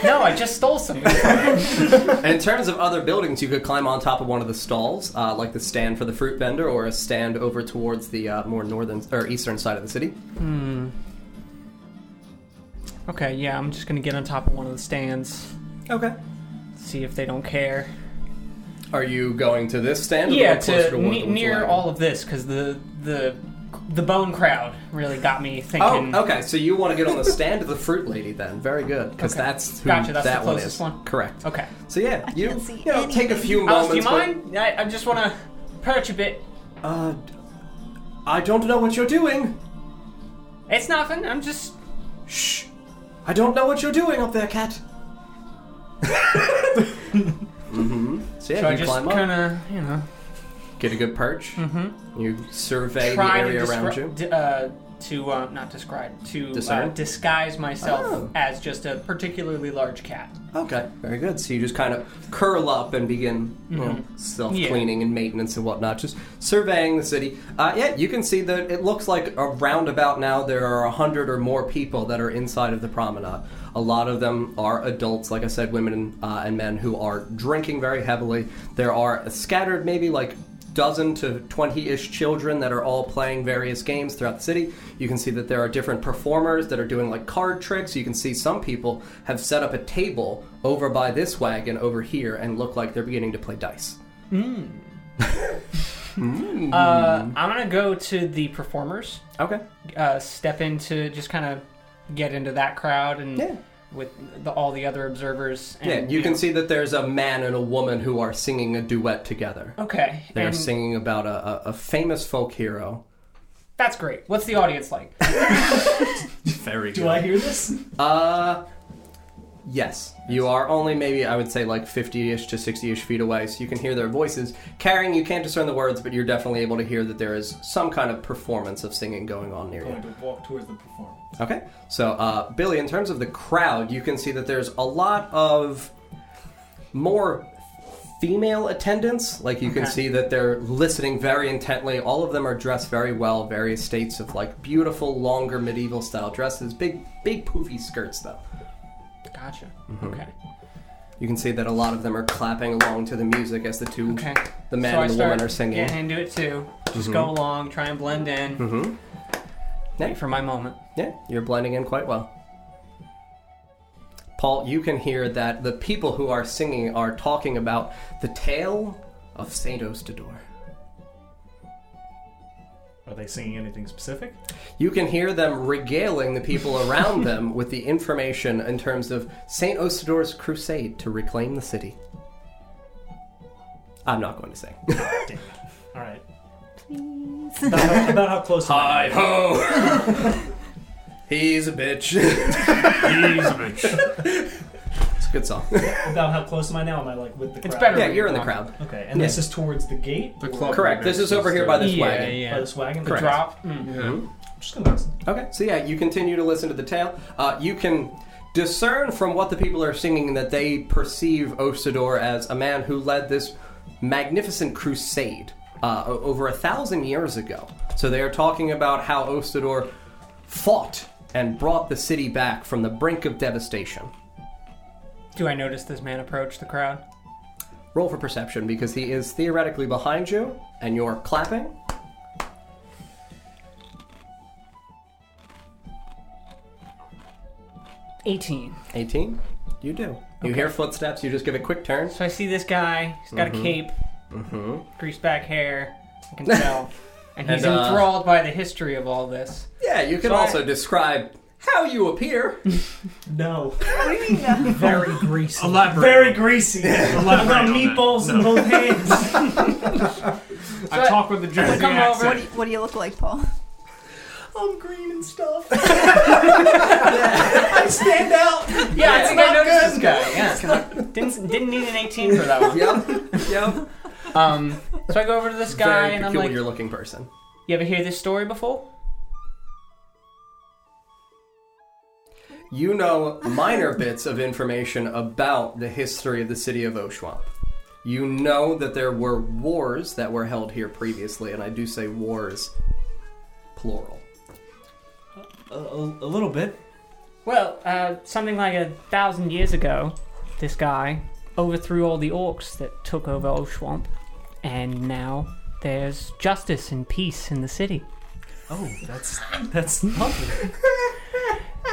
Speaker 10: No, I just stole something.
Speaker 2: and in terms of other buildings, you could climb on top of one of the stalls, uh, like the stand for the fruit vendor, or a stand over towards the uh, more northern or eastern side of the city.
Speaker 10: okay, yeah, I'm just gonna get on top of one of the stands,
Speaker 11: Okay.
Speaker 10: see if they don't care.
Speaker 2: Are you going to this stand? Or
Speaker 10: Yeah,
Speaker 2: going closer
Speaker 10: to
Speaker 2: one
Speaker 10: ne-
Speaker 2: towards the
Speaker 10: near
Speaker 2: wagon?
Speaker 10: all of this because the the the bone crowd really got me
Speaker 2: Oh,
Speaker 10: thinking.
Speaker 2: okay. So you want to get on the stand of the fruit lady then? Very good, because that's who
Speaker 10: Gotcha, that's
Speaker 2: that
Speaker 10: the
Speaker 2: one
Speaker 10: closest
Speaker 2: is.
Speaker 10: one.
Speaker 2: Correct.
Speaker 10: Okay.
Speaker 2: So yeah, you,
Speaker 3: can't see
Speaker 2: you know, take a
Speaker 3: anything.
Speaker 2: few
Speaker 10: Alice,
Speaker 2: moments.
Speaker 10: do you
Speaker 2: but-
Speaker 10: mind? I, I just want to perch a bit.
Speaker 2: Uh, I don't know what you're doing.
Speaker 10: It's nothing. I'm just.
Speaker 2: Shh. I don't know what you're doing up there, cat. mm-hmm. So yeah,
Speaker 10: So I
Speaker 2: you
Speaker 10: just
Speaker 2: climb up,
Speaker 10: kind of, you know,
Speaker 2: get a good perch. Mm-hmm. You survey the
Speaker 10: try to
Speaker 2: area around
Speaker 10: descri-
Speaker 2: you.
Speaker 10: d- uh, to uh, not describe to uh,
Speaker 2: Discern?
Speaker 10: disguise myself
Speaker 2: Oh.
Speaker 10: as just a particularly large cat.
Speaker 2: Okay, very good. So you just kind of curl up and begin you know,
Speaker 10: Mm-hmm.
Speaker 2: self-cleaning and maintenance and whatnot, just surveying the city. Uh, yeah, you can see that it looks like around about now there are a hundred or more people that are inside of the promenade. A lot of them are adults, like I said, women uh, and men who are drinking very heavily. There are scattered maybe like dozen to 20-ish children that are all playing various games throughout the city you can see that there are different performers that are doing like card tricks you can see some people have set up a table over by this wagon over here and look like they're beginning to play dice Mm-hmm.
Speaker 10: Uh, I'm gonna go to the performers.
Speaker 2: okay
Speaker 10: uh, step into just kind of get into that crowd and
Speaker 2: Yeah.
Speaker 10: with the, all the other observers. And,
Speaker 2: yeah you can
Speaker 10: know-
Speaker 2: see that there's a man and a woman who are singing a duet together
Speaker 10: Okay,
Speaker 2: they're
Speaker 10: and
Speaker 2: singing about a, a, a famous folk hero
Speaker 10: that's great. What's the audience like?
Speaker 2: very
Speaker 5: Do I hear this?
Speaker 2: Uh, yes. You are only maybe I would say like fifty-ish to sixty-ish feet away, so you can hear their voices. Carrying, you can't discern the words, but you're definitely able to hear that there is some kind of performance of singing going on near
Speaker 5: I'm
Speaker 2: you.
Speaker 5: going to walk towards the performer.
Speaker 2: Okay. So, uh, Billy, in terms of the crowd, you can see that there's a lot of more female attendance. Like, you can
Speaker 10: Okay.
Speaker 2: see that they're listening very intently. All of them are dressed very well, various states of like beautiful, longer medieval style dresses, big, big, poofy skirts, though.
Speaker 10: Gotcha.
Speaker 2: Mm-hmm.
Speaker 10: Okay.
Speaker 2: You can see that a lot of them are clapping along to the music as the two,
Speaker 10: Okay.
Speaker 2: the man
Speaker 10: so I
Speaker 2: and the
Speaker 10: start
Speaker 2: woman, are singing. Mm-hmm.
Speaker 10: Getting into it too. Just go along, try and blend in.
Speaker 2: Mhm.
Speaker 10: Wait for my moment.
Speaker 2: Yeah, you're blending in quite well. Paul, you can hear that the people who are singing are talking about the tale of Saint Ostador.
Speaker 5: Are they singing anything specific?
Speaker 2: You can hear them regaling the people around them with the information in terms of Saint Ostador's crusade to reclaim the city. I'm not going to say.
Speaker 5: All right. Please. About how, about how close. am
Speaker 2: Hi
Speaker 5: I?
Speaker 2: ho! He's a bitch. it's
Speaker 4: He's a bitch.
Speaker 2: a good song.
Speaker 5: About how close am I now? Am I like with the crowd?
Speaker 10: It's better.
Speaker 2: Yeah, you're in the crowd.
Speaker 5: Okay, and this is towards the gate. The
Speaker 6: club.
Speaker 2: Correct. This is over here by this
Speaker 10: yeah,
Speaker 2: wagon.
Speaker 10: yeah.
Speaker 5: By this wagon.
Speaker 10: The drop. Mm.
Speaker 5: I'm just gonna listen.
Speaker 2: Okay. So yeah, you continue to listen to the tale. Uh, you can discern from what the people are singing that they perceive Ostador as a man who led this magnificent crusade uh, o- over a thousand years ago. So they are talking about how Ostador fought and brought the city back from the brink of devastation.
Speaker 10: Do I notice this man approach the crowd?
Speaker 2: Roll for perception because he is theoretically behind you and you're clapping.
Speaker 10: Eighteen.
Speaker 2: 18. You do. You hear footsteps, you just give a quick turn.
Speaker 10: So I see this guy. He's
Speaker 2: Mm-hmm.
Speaker 10: got a cape, greased back hair. I can tell, and he's
Speaker 2: And, uh,
Speaker 10: enthralled by the history of all this.
Speaker 2: Yeah, you can
Speaker 10: So I-
Speaker 2: also describe how you appear.
Speaker 5: No.
Speaker 1: Very greasy.
Speaker 4: Elaborate.
Speaker 5: Very greasy. I've got
Speaker 4: Elaborate on that.
Speaker 5: meatballs in
Speaker 4: No.
Speaker 5: both hands.
Speaker 4: I talk with the Jersey
Speaker 10: come over.
Speaker 4: accent.
Speaker 3: What do, you, what do you look like, Paul?
Speaker 2: I'm green and stuff. I stand out.
Speaker 10: Yeah, I
Speaker 2: It's
Speaker 10: think I
Speaker 2: not
Speaker 10: noticed
Speaker 2: good.
Speaker 10: this guy. Yeah, 'cause I didn't didn't need an 18 for that one.
Speaker 2: Yep. Yep.
Speaker 10: Um, so I go over to this guy
Speaker 2: Very
Speaker 10: and I'm like,
Speaker 2: peculiar
Speaker 10: "You
Speaker 2: looking person.
Speaker 10: ever hear this story before?"
Speaker 2: You know minor bits of information about the history of the city of Oshwamp. You know that there were wars that were held here previously, and I do say wars plural.
Speaker 12: A, a- a little bit.
Speaker 13: Well, uh, something like a thousand years ago, this guy overthrew all the orcs that took over Old Swamp, and now there's justice and peace in the city.
Speaker 12: Oh, that's that's lovely.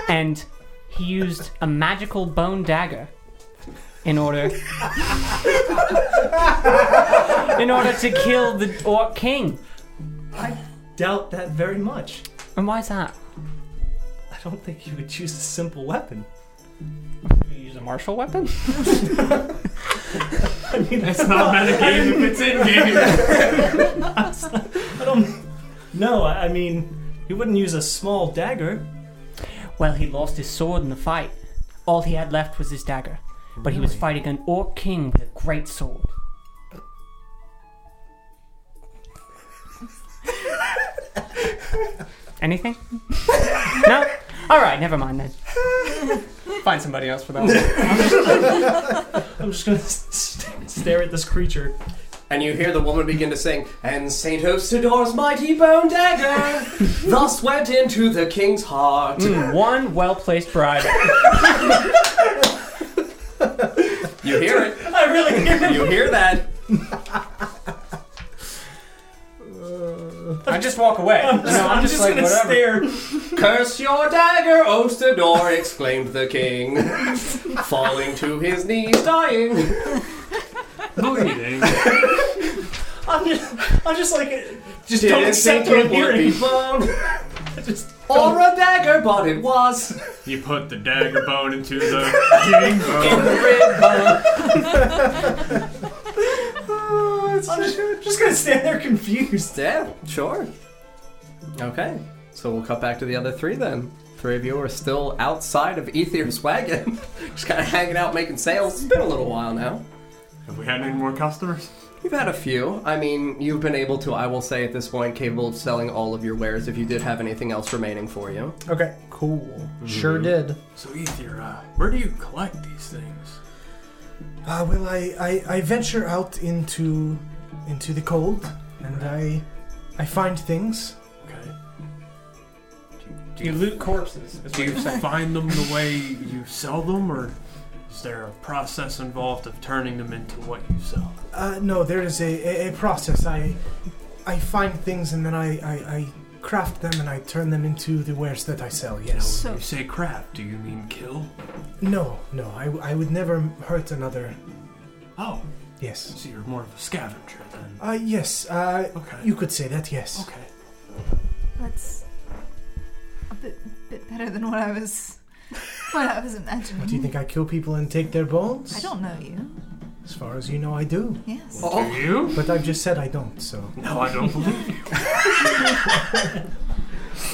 Speaker 13: And he used a magical bone dagger in order in order to kill the orc king.
Speaker 12: I doubt that very much.
Speaker 13: And why is that?
Speaker 12: I don't think you would choose a simple weapon.
Speaker 13: You use a martial weapon?
Speaker 12: I mean,
Speaker 4: It's not metagame if it's in-game.
Speaker 12: I don't. No, I I mean, he wouldn't use a small dagger.
Speaker 13: Well, he lost his sword in the fight. All he had left was his dagger. But he was fighting an orc king with a great sword. Anything? no? Alright, never mind then.
Speaker 10: Find somebody else for that one.
Speaker 12: I'm just gonna s- s- stare at this creature.
Speaker 2: And you hear the woman begin to sing, And Saint Hosidor's mighty bone dagger thus went into the king's heart.
Speaker 13: Hmm,
Speaker 10: Mm, one well placed bribe.
Speaker 2: You hear it.
Speaker 12: I really hear it.
Speaker 2: You hear that.
Speaker 10: I just walk away.
Speaker 12: I'm
Speaker 10: you know, Uh, I'm, just, like,
Speaker 12: gonna
Speaker 10: whatever.
Speaker 12: stare.
Speaker 2: Curse your dagger, Ostador, exclaimed the king, falling to his knees, dying.
Speaker 4: Bleeding.
Speaker 12: I'm just, I'm just like, just
Speaker 2: Didn't
Speaker 12: don't accept
Speaker 2: think
Speaker 12: what
Speaker 2: it
Speaker 12: I'm
Speaker 2: would
Speaker 12: hearing.
Speaker 2: be blown.
Speaker 12: Just
Speaker 2: Or a dagger, but it was.
Speaker 4: You put the dagger bone into the king bone.
Speaker 2: Oh,
Speaker 12: I'm just, just gonna stand there confused.
Speaker 2: Yeah, sure. Okay, so we'll cut back to the other three then. Three of you are still outside of Ethier's wagon, just kind of hanging out, making sales. It's been a little while now.
Speaker 4: Have we had any more customers?
Speaker 2: You've had a few. I mean, you've been able to, I will say at this point, capable of selling all of your wares if you did have anything else remaining for you.
Speaker 11: Okay, cool.
Speaker 10: Mm-hmm.
Speaker 11: Sure did.
Speaker 4: So Ether, uh, where do you collect these things?
Speaker 1: Uh, well, I, I, I venture out into into the cold, and I I find things.
Speaker 4: Okay.
Speaker 10: You loot corpses. Is what
Speaker 4: Do you
Speaker 10: you're saying.
Speaker 4: find them the way you sell them, or is there a process involved of turning them into what you sell?
Speaker 1: Uh, no, there is a, a, a process. I I find things, and then I, I, I craft them, and I turn them into the wares that I sell. Yes.
Speaker 4: When you say craft, do you mean kill?
Speaker 1: No, no, I, w- I would never hurt another.
Speaker 4: Oh,
Speaker 1: Yes.
Speaker 4: so you're more of a scavenger then.
Speaker 1: Uh, yes. Uh,
Speaker 4: Okay.
Speaker 1: you could say that. Yes.
Speaker 4: Okay.
Speaker 3: That's a bit bit better than what I was what I was imagining.
Speaker 1: What do you think? I kill people and take their bones?
Speaker 3: I don't know you.
Speaker 1: As far as you know, I do.
Speaker 3: Yes.
Speaker 2: Oh.
Speaker 4: Do you?
Speaker 1: But I've just said I don't. So.
Speaker 4: No, I don't believe you.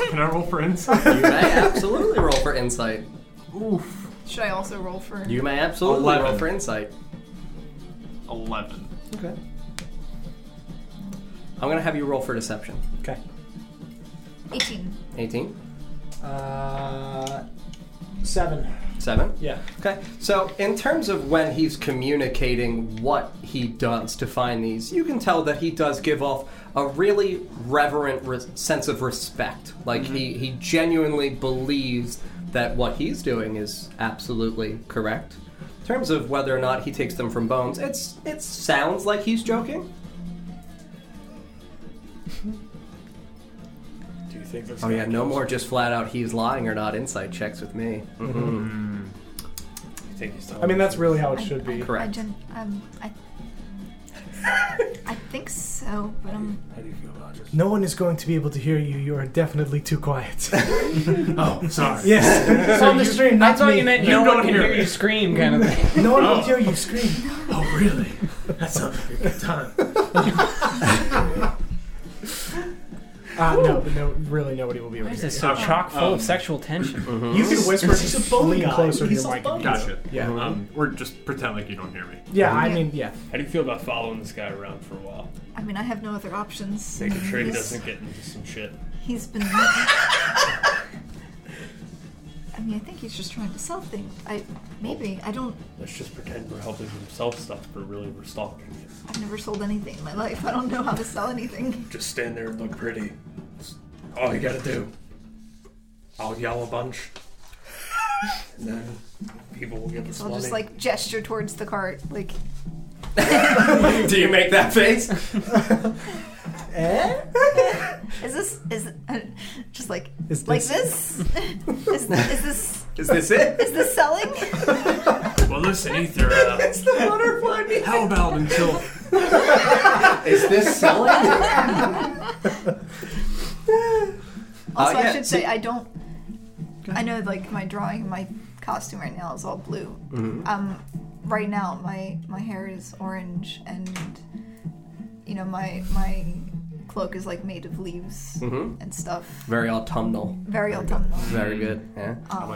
Speaker 4: Can I roll for insight?
Speaker 2: You may absolutely roll for insight.
Speaker 4: Oof.
Speaker 3: Should I also roll for
Speaker 2: You may absolutely roll
Speaker 4: Eleven.
Speaker 2: for insight.
Speaker 4: Eleven.
Speaker 2: Okay. I'm gonna have you roll for deception.
Speaker 11: Okay.
Speaker 3: 18?
Speaker 2: 18,
Speaker 11: Uh, seven.
Speaker 2: 7.
Speaker 11: Yeah.
Speaker 2: Okay. So, in terms of when he's communicating what he does to find these, you can tell that he does give off a really reverent res- sense of respect. Like, he, he genuinely believes that what he's doing is absolutely correct. In terms of whether or not he takes them from bones, it's it sounds like he's joking.
Speaker 5: Do you think this
Speaker 2: Oh yeah,
Speaker 5: guy
Speaker 2: no
Speaker 5: kills-
Speaker 2: more just flat out he's lying or not insight checks with me. Mm-hmm. Mm-mm.
Speaker 5: Do you think he's
Speaker 11: I mean, that's really how it
Speaker 3: I-
Speaker 11: should be.
Speaker 3: I, I,
Speaker 2: Correct.
Speaker 3: gen- um, I, I think so, but I'm.
Speaker 5: How do you feel about it?
Speaker 1: No one is going to be able to hear you. You are definitely too quiet.
Speaker 4: Oh, sorry.
Speaker 1: yes, it's on the stream.
Speaker 10: I
Speaker 1: Not
Speaker 10: thought
Speaker 1: me.
Speaker 10: you meant
Speaker 4: You
Speaker 10: no
Speaker 4: don't
Speaker 10: one can
Speaker 4: hear
Speaker 10: hear
Speaker 4: it.
Speaker 10: you scream, kind of thing.
Speaker 1: No one will hear you scream.
Speaker 4: Oh, really? That sounds like a good time.
Speaker 11: Uh, no, but no, really, nobody will be able
Speaker 10: Why is
Speaker 11: to.
Speaker 10: this
Speaker 11: hear
Speaker 10: so
Speaker 4: Okay.
Speaker 10: chock full of sexual tension?
Speaker 11: You You can whisper.
Speaker 12: He's a bone
Speaker 11: lean
Speaker 12: guy.
Speaker 11: closer to
Speaker 12: He's
Speaker 11: your
Speaker 12: a
Speaker 11: mic.
Speaker 12: bone
Speaker 4: Gotcha.
Speaker 11: Yeah.
Speaker 4: Um, or just pretend like you don't hear me.
Speaker 11: Yeah, I mean, yeah.
Speaker 5: How do you feel about following this guy around for a while?
Speaker 3: I mean, I have no other options.
Speaker 5: Making sure he
Speaker 3: He's-
Speaker 5: doesn't get into some shit.
Speaker 3: He's been. I mean, I think he's just trying to sell things. I maybe I don't.
Speaker 5: Let's just pretend we're helping him sell stuff, but really we're stalking him.
Speaker 3: I've never sold anything in my life. I don't know how to sell anything.
Speaker 5: Just stand there and look pretty. That's all you gotta do.
Speaker 6: I'll yell a bunch. and then people will
Speaker 3: I
Speaker 6: give
Speaker 3: guess
Speaker 6: us
Speaker 3: I'll
Speaker 6: money.
Speaker 3: just like gesture towards the cart, like
Speaker 2: Do you make that face?
Speaker 11: Eh?
Speaker 3: Is this is uh, just like
Speaker 11: Is
Speaker 3: like this? is, is this
Speaker 2: Is this it?
Speaker 3: is this selling?
Speaker 4: Well, listen, Ether. Uh,
Speaker 2: it's the butterfly.
Speaker 4: How about until
Speaker 2: Is this selling?
Speaker 3: Also,
Speaker 2: Uh, yeah,
Speaker 3: I should
Speaker 2: so-
Speaker 3: say I don't. I know like my drawing, my costume right now is all blue.
Speaker 2: Mhm.
Speaker 3: Um, right now my my hair is orange, and you know my my cloak is like made of leaves
Speaker 2: Mhm.
Speaker 3: and stuff.
Speaker 2: Very autumnal.
Speaker 3: Very autumnal.
Speaker 2: Very good. Yeah.
Speaker 3: Um,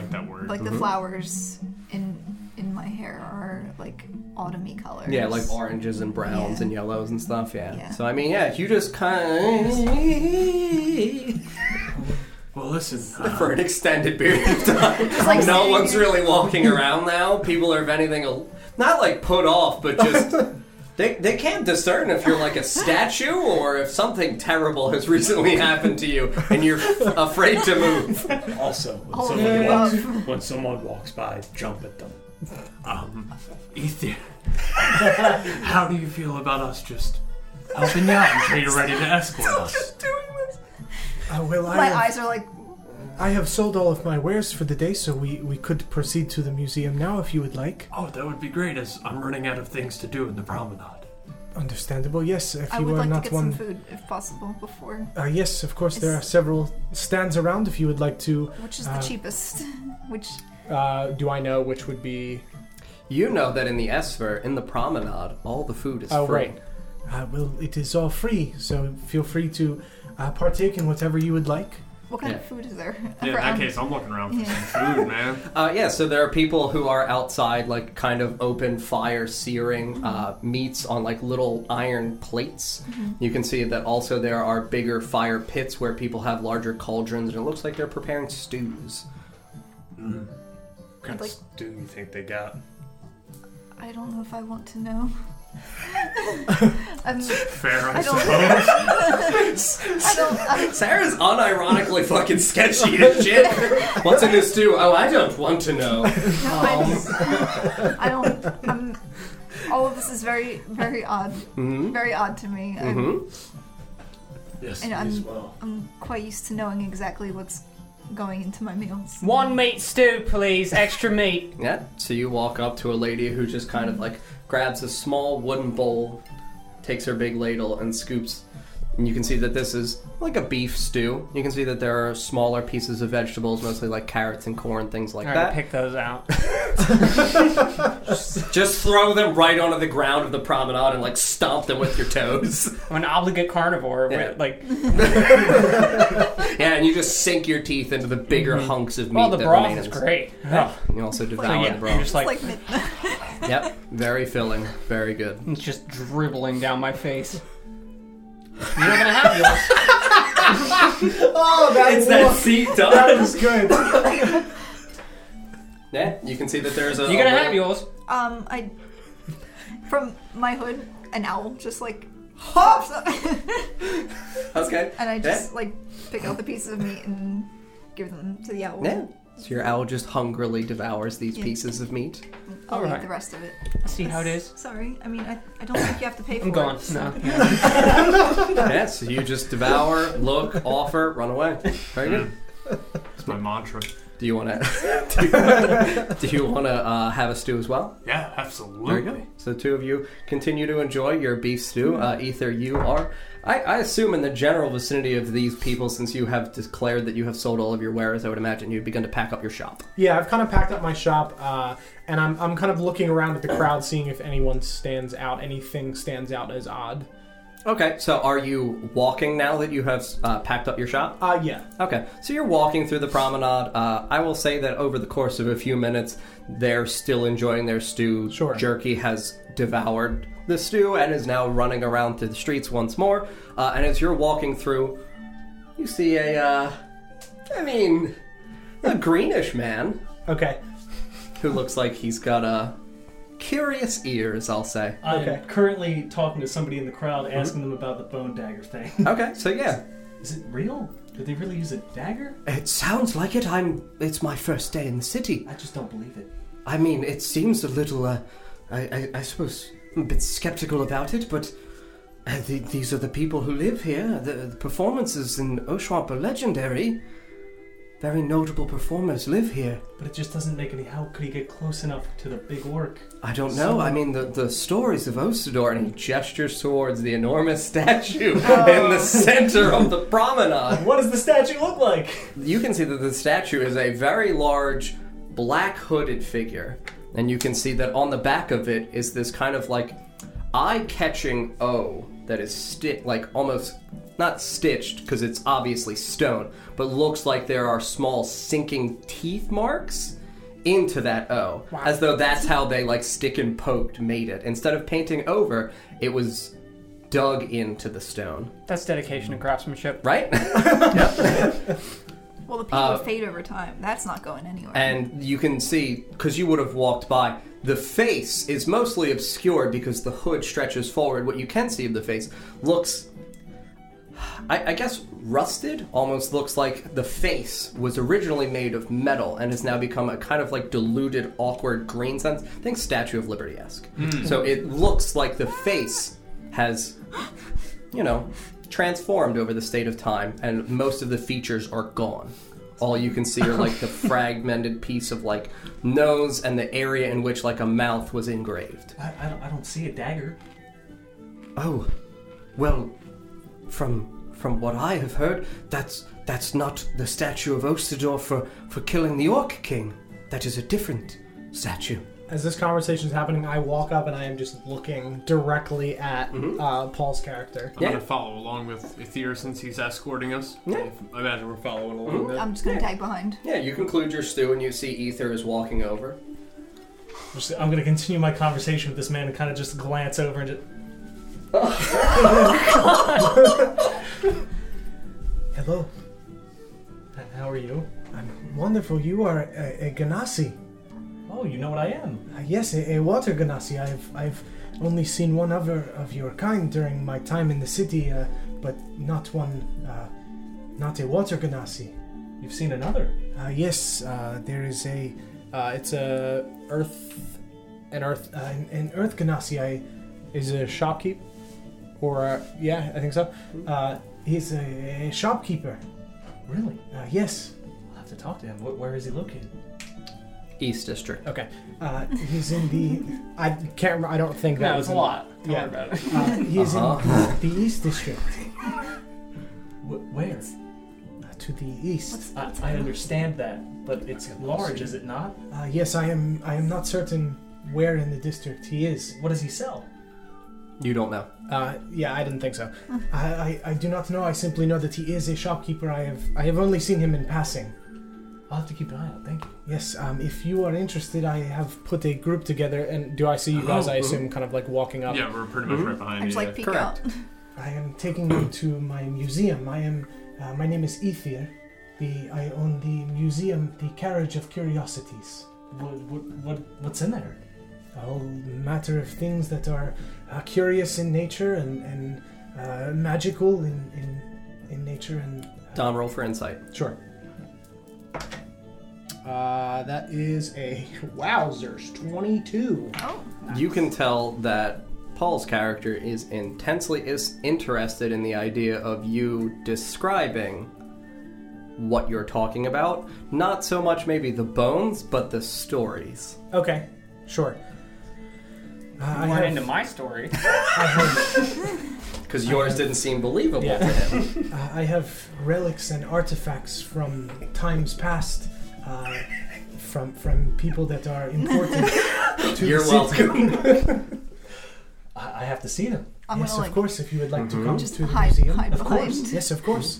Speaker 3: Like the
Speaker 2: Mhm.
Speaker 3: flowers in in my hair are like autumny colors.
Speaker 2: Yeah, like oranges and browns
Speaker 3: Yeah.
Speaker 2: and yellows and stuff. Yeah.
Speaker 3: Yeah.
Speaker 2: So I mean, yeah, you just kind of.
Speaker 4: Well, listen.
Speaker 2: For an extended period of time, no
Speaker 3: like sitting
Speaker 2: one's
Speaker 3: here.
Speaker 2: really walking around now. People are, if anything, a- not like put off, but just they they can't discern if you're like a statue or if something terrible has recently happened to you and you're afraid to move.
Speaker 6: Also, when,
Speaker 5: Oh.
Speaker 3: All
Speaker 6: someone
Speaker 3: the
Speaker 6: walks, when someone walks by, jump at them.
Speaker 4: um, Ether, how do you feel about us just helping you out until you're ready to escort us?
Speaker 1: Uh, well, I
Speaker 3: My
Speaker 1: have,
Speaker 3: eyes are like
Speaker 1: I have sold all of my wares for the day, so we, we could proceed to the museum now if you would like.
Speaker 4: Oh, that would be great, as I'm running out of things to do in the promenade.
Speaker 1: Understandable, yes. If
Speaker 3: I
Speaker 1: you
Speaker 3: would
Speaker 1: are
Speaker 3: like to
Speaker 1: not
Speaker 3: get
Speaker 1: one.
Speaker 3: some food if possible before.
Speaker 1: Uh, yes, of course, there are
Speaker 3: Is-
Speaker 1: several stands around if you would like to.
Speaker 3: Which is the
Speaker 1: uh,
Speaker 3: cheapest? Which
Speaker 11: Uh, do I know which would be?
Speaker 2: You know that in the Esfer, in the promenade, all the food is
Speaker 1: Oh,
Speaker 2: free.
Speaker 1: right. Uh, well, it is all free, so feel free to uh, partake in whatever you would like.
Speaker 3: what kind
Speaker 2: Yeah.
Speaker 3: of food is there?
Speaker 6: Yeah, in
Speaker 3: For,
Speaker 6: that
Speaker 3: um,
Speaker 6: case, I'm looking around for
Speaker 3: yeah.
Speaker 6: some food, man.
Speaker 2: Uh, yeah, so there are people who are outside, like kind of open fire, searing uh, meats on like little iron plates. You can see that also there are bigger fire pits where people have larger cauldrons, and it looks like they're preparing stews.
Speaker 6: What kind of stew you think they got?
Speaker 3: I don't know if I want to know. I'm,
Speaker 6: Fair, I,
Speaker 3: I don't-
Speaker 6: suppose.
Speaker 3: I don't. I'm,
Speaker 2: Sarah's unironically fucking sketchy as shit. What's in this stew? Oh, I don't want to know.
Speaker 3: no, I, I don't. I'm, all of this is very, very odd.
Speaker 2: Mhm.
Speaker 3: Very odd to me. I'm,
Speaker 2: Mm-hmm.
Speaker 4: Yes,
Speaker 3: And
Speaker 4: me
Speaker 3: I'm-
Speaker 4: as well.
Speaker 3: I'm quite used to knowing exactly what's going into my meals.
Speaker 13: One meat stew, please. Extra meat.
Speaker 2: Yeah. So you walk up to a lady who just kind of like grabs a small wooden bowl, takes her big ladle, and scoops. And you can see that this is like a beef stew. You can see that there are smaller pieces of vegetables, mostly like carrots and corn, things like
Speaker 13: All right,
Speaker 2: that.
Speaker 13: pick those out.
Speaker 2: Just throw them right onto the ground of the promenade and like stomp them with your toes.
Speaker 13: I'm an obligate carnivore.
Speaker 2: Yeah.
Speaker 13: with, like,
Speaker 2: yeah, and you just sink your teeth into the bigger hunks of meat.
Speaker 13: Mm-hmm. well, the
Speaker 2: that
Speaker 13: broth
Speaker 2: remain
Speaker 13: is
Speaker 2: inside.
Speaker 13: great. Oh,
Speaker 2: And You also devour
Speaker 13: so yeah,
Speaker 2: the
Speaker 13: I'm
Speaker 2: broth.
Speaker 13: just like,
Speaker 3: Like mid-
Speaker 2: Yep, very filling, very good.
Speaker 13: it's just dribbling down my face. You're not gonna have yours.
Speaker 11: Oh, that
Speaker 2: It's
Speaker 11: was
Speaker 2: that seat
Speaker 11: that
Speaker 2: done.
Speaker 11: was good.
Speaker 2: Yeah, you can see that there's a.
Speaker 13: You're gonna have yours.
Speaker 3: um, I from my hood, an owl just like hops up,
Speaker 2: Okay.
Speaker 3: and I
Speaker 2: Yeah.
Speaker 3: just like pick out the pieces of meat and give them to the owl.
Speaker 2: Yeah. So your owl just hungrily devours these
Speaker 3: Yeah.
Speaker 2: pieces of meat.
Speaker 3: I'll
Speaker 13: All
Speaker 3: eat
Speaker 13: right.
Speaker 3: the rest of it.
Speaker 13: See how it is.
Speaker 3: Sorry, I mean I, I don't think you have to pay for
Speaker 13: I'm
Speaker 3: it.
Speaker 13: gone.
Speaker 3: so-
Speaker 13: No. yeah.
Speaker 2: yeah, so you just devour, look, offer, run away. Very good.
Speaker 6: That's my mantra.
Speaker 2: Do you want to? Do you want to uh, have a stew as well?
Speaker 6: Yeah,
Speaker 2: Very
Speaker 6: absolutely.
Speaker 2: good. So the two of you continue to enjoy your beef stew. Uh, Ether, you are. I, I assume in the general vicinity of these people, since you have declared that you have sold all of your wares, I would imagine you've begun to pack up your shop.
Speaker 11: Yeah, I've kind of packed up my shop, uh, and I'm, I'm kind of looking around at the crowd, seeing if anyone stands out, anything stands out as odd.
Speaker 2: Okay. So are you walking now that you have uh, packed up your shop?
Speaker 11: Uh, yeah.
Speaker 2: Okay, so you're walking through the promenade. Uh, I will say that over the course of a few minutes, they're still enjoying their stew.
Speaker 11: Sure.
Speaker 2: Jerky has devoured the stew and is now running around through the streets once more. Uh, and as you're walking through, you see a, uh, I mean, a greenish man
Speaker 11: Okay.
Speaker 2: who looks like he's got uh, curious ears, I'll say.
Speaker 5: I
Speaker 11: Okay.
Speaker 6: Mm-hmm.
Speaker 5: am currently talking to somebody in the crowd, asking them about the bone dagger thing.
Speaker 2: Okay, so yeah.
Speaker 5: Is it real? Did they really use a dagger?
Speaker 2: It sounds like it. I'm. It's my first day in the city.
Speaker 5: I just don't believe it.
Speaker 2: I mean, it seems a little. Uh, I, I, I suppose I'm a bit skeptical about it, but uh, the, these are the people who live here. The, the performances in Oshwamp are legendary. Very notable performers live here.
Speaker 5: But it just doesn't make any. How could he get close enough to the big orc?
Speaker 2: I don't know. I mean, the, the stories of Ostador, and he gestures towards the enormous statue in the center of the promenade.
Speaker 5: What does the statue look like?
Speaker 2: You can see that the statue is a very large, black hooded figure. And you can see that on the back of it is this kind of like eye catching O that is sti- like almost not stitched because it's obviously stone, but looks like there are small sinking teeth marks into that O, as though that's how they like stick and poked made it. Instead of painting over, it was dug into the stone,
Speaker 13: That's dedication and craftsmanship.
Speaker 2: right?
Speaker 3: Well, the people
Speaker 2: Uh,
Speaker 3: fade over time. That's not going anywhere.
Speaker 2: and you can see because you would have walked by. The face is mostly obscured because the hood stretches forward. What you can see of the face looks I, I guess rusted almost looks like the face was originally made of metal and has now become a kind of like diluted, awkward green sense. Think Statue of Liberty esque.
Speaker 4: Mm.
Speaker 2: So it looks like the face has, you know, transformed over the state of time, and most of the features are gone. All you can see are like the fragmented piece of like nose and the area in which like a mouth was engraved.
Speaker 5: I, I, don't, I don't see a dagger.
Speaker 2: Oh, well, from from what I have heard, that's that's not the statue of Ostador for for killing the Orc King. That is a different statue.
Speaker 11: As this conversation is happening, I walk up and I am just looking directly at uh, Paul's character.
Speaker 4: I'm gonna follow along with Ether since he's escorting us. I imagine we're following along.
Speaker 2: Mhm.
Speaker 4: there.
Speaker 3: I'm just gonna tag behind.
Speaker 2: Yeah, you conclude your stew and you see Ether is walking over.
Speaker 5: I'm just- I'm gonna continue my conversation with this man and kind of just glance over and just.
Speaker 1: Hello.
Speaker 5: "H- How are you?
Speaker 1: I'm wonderful. You are a, a Ganassi.
Speaker 5: Oh, you know what I am.
Speaker 1: Uh, yes, a, a water Ganassi. I've I've only seen one other of your kind during my time in the city, uh, but not one, uh, not a water Ganassi.
Speaker 5: You've seen another.
Speaker 1: Uh, yes, uh, there is a.
Speaker 11: Uh, it's a earth, an earth,
Speaker 1: Uh, an, an Earth Ganassi. I
Speaker 11: is a shopkeep, or a, yeah, I think so.
Speaker 1: uh, he's a, a shopkeeper.
Speaker 5: Really?
Speaker 1: Uh, yes.
Speaker 5: I'll have to talk to him. Wh- Where is he located?
Speaker 2: East District.
Speaker 11: Okay.
Speaker 1: Uh, he's in the.
Speaker 11: I can't. remember. I don't think
Speaker 1: No,
Speaker 11: that
Speaker 1: it's
Speaker 11: was
Speaker 1: a
Speaker 11: in-
Speaker 1: lot.
Speaker 13: Don't
Speaker 11: yeah.
Speaker 13: worry about it.
Speaker 1: Uh, he's
Speaker 2: Uh-huh.
Speaker 1: in the East District.
Speaker 5: Wh- where?
Speaker 1: Uh, to the east.
Speaker 5: I, I understand that, but it's large, is it not?
Speaker 1: Uh, yes, I am. I am not certain where in the district he is.
Speaker 5: What does he sell?
Speaker 2: You don't know.
Speaker 11: Uh, yeah, I didn't think so.
Speaker 1: I, I, I do not know. I simply know that he is a shopkeeper. I have I have only seen him in passing.
Speaker 5: I'll have to keep an eye out. Thank you.
Speaker 1: Yes. Um. If you are interested, I have put
Speaker 11: The group together, and do I see you guys? I assume kind of like walking up.
Speaker 4: Yeah, we're pretty
Speaker 2: Mm-hmm.
Speaker 4: much right behind
Speaker 3: I
Speaker 4: you.
Speaker 3: just like
Speaker 4: yeah.
Speaker 3: peek out.
Speaker 1: I am taking you to my museum. I am. Uh, my name is Ethier. The I own the museum, the Carriage of Curiosities.
Speaker 5: What, what, what, what's in there?
Speaker 1: A whole matter of things that are uh, curious in nature and and uh, magical in, in in nature and
Speaker 2: Dom, roll for insight.
Speaker 11: Sure. Uh, that is a wowzers twenty-two.
Speaker 3: Oh,
Speaker 2: You can tell that Paul's character is intensely is interested in the idea of you describing what you're talking about. Not so much maybe the bones, but the stories.
Speaker 11: Okay, sure.
Speaker 1: uh, I
Speaker 13: Went
Speaker 1: have-
Speaker 13: into my story.
Speaker 2: Because yours didn't seem believable
Speaker 11: Yeah.
Speaker 2: to him.
Speaker 1: Uh, I have relics and artifacts from times past, uh, from from people that are important. to
Speaker 2: You're
Speaker 1: the city.
Speaker 2: welcome.
Speaker 5: I, I have to see them.
Speaker 3: I'm
Speaker 1: Yes,
Speaker 3: gonna
Speaker 1: of
Speaker 3: like
Speaker 1: course. If you would like
Speaker 5: Mm-hmm.
Speaker 1: to come
Speaker 3: just
Speaker 1: to the
Speaker 3: hide,
Speaker 1: museum,
Speaker 3: hide
Speaker 1: of
Speaker 3: behind.
Speaker 1: course. Yes, of course.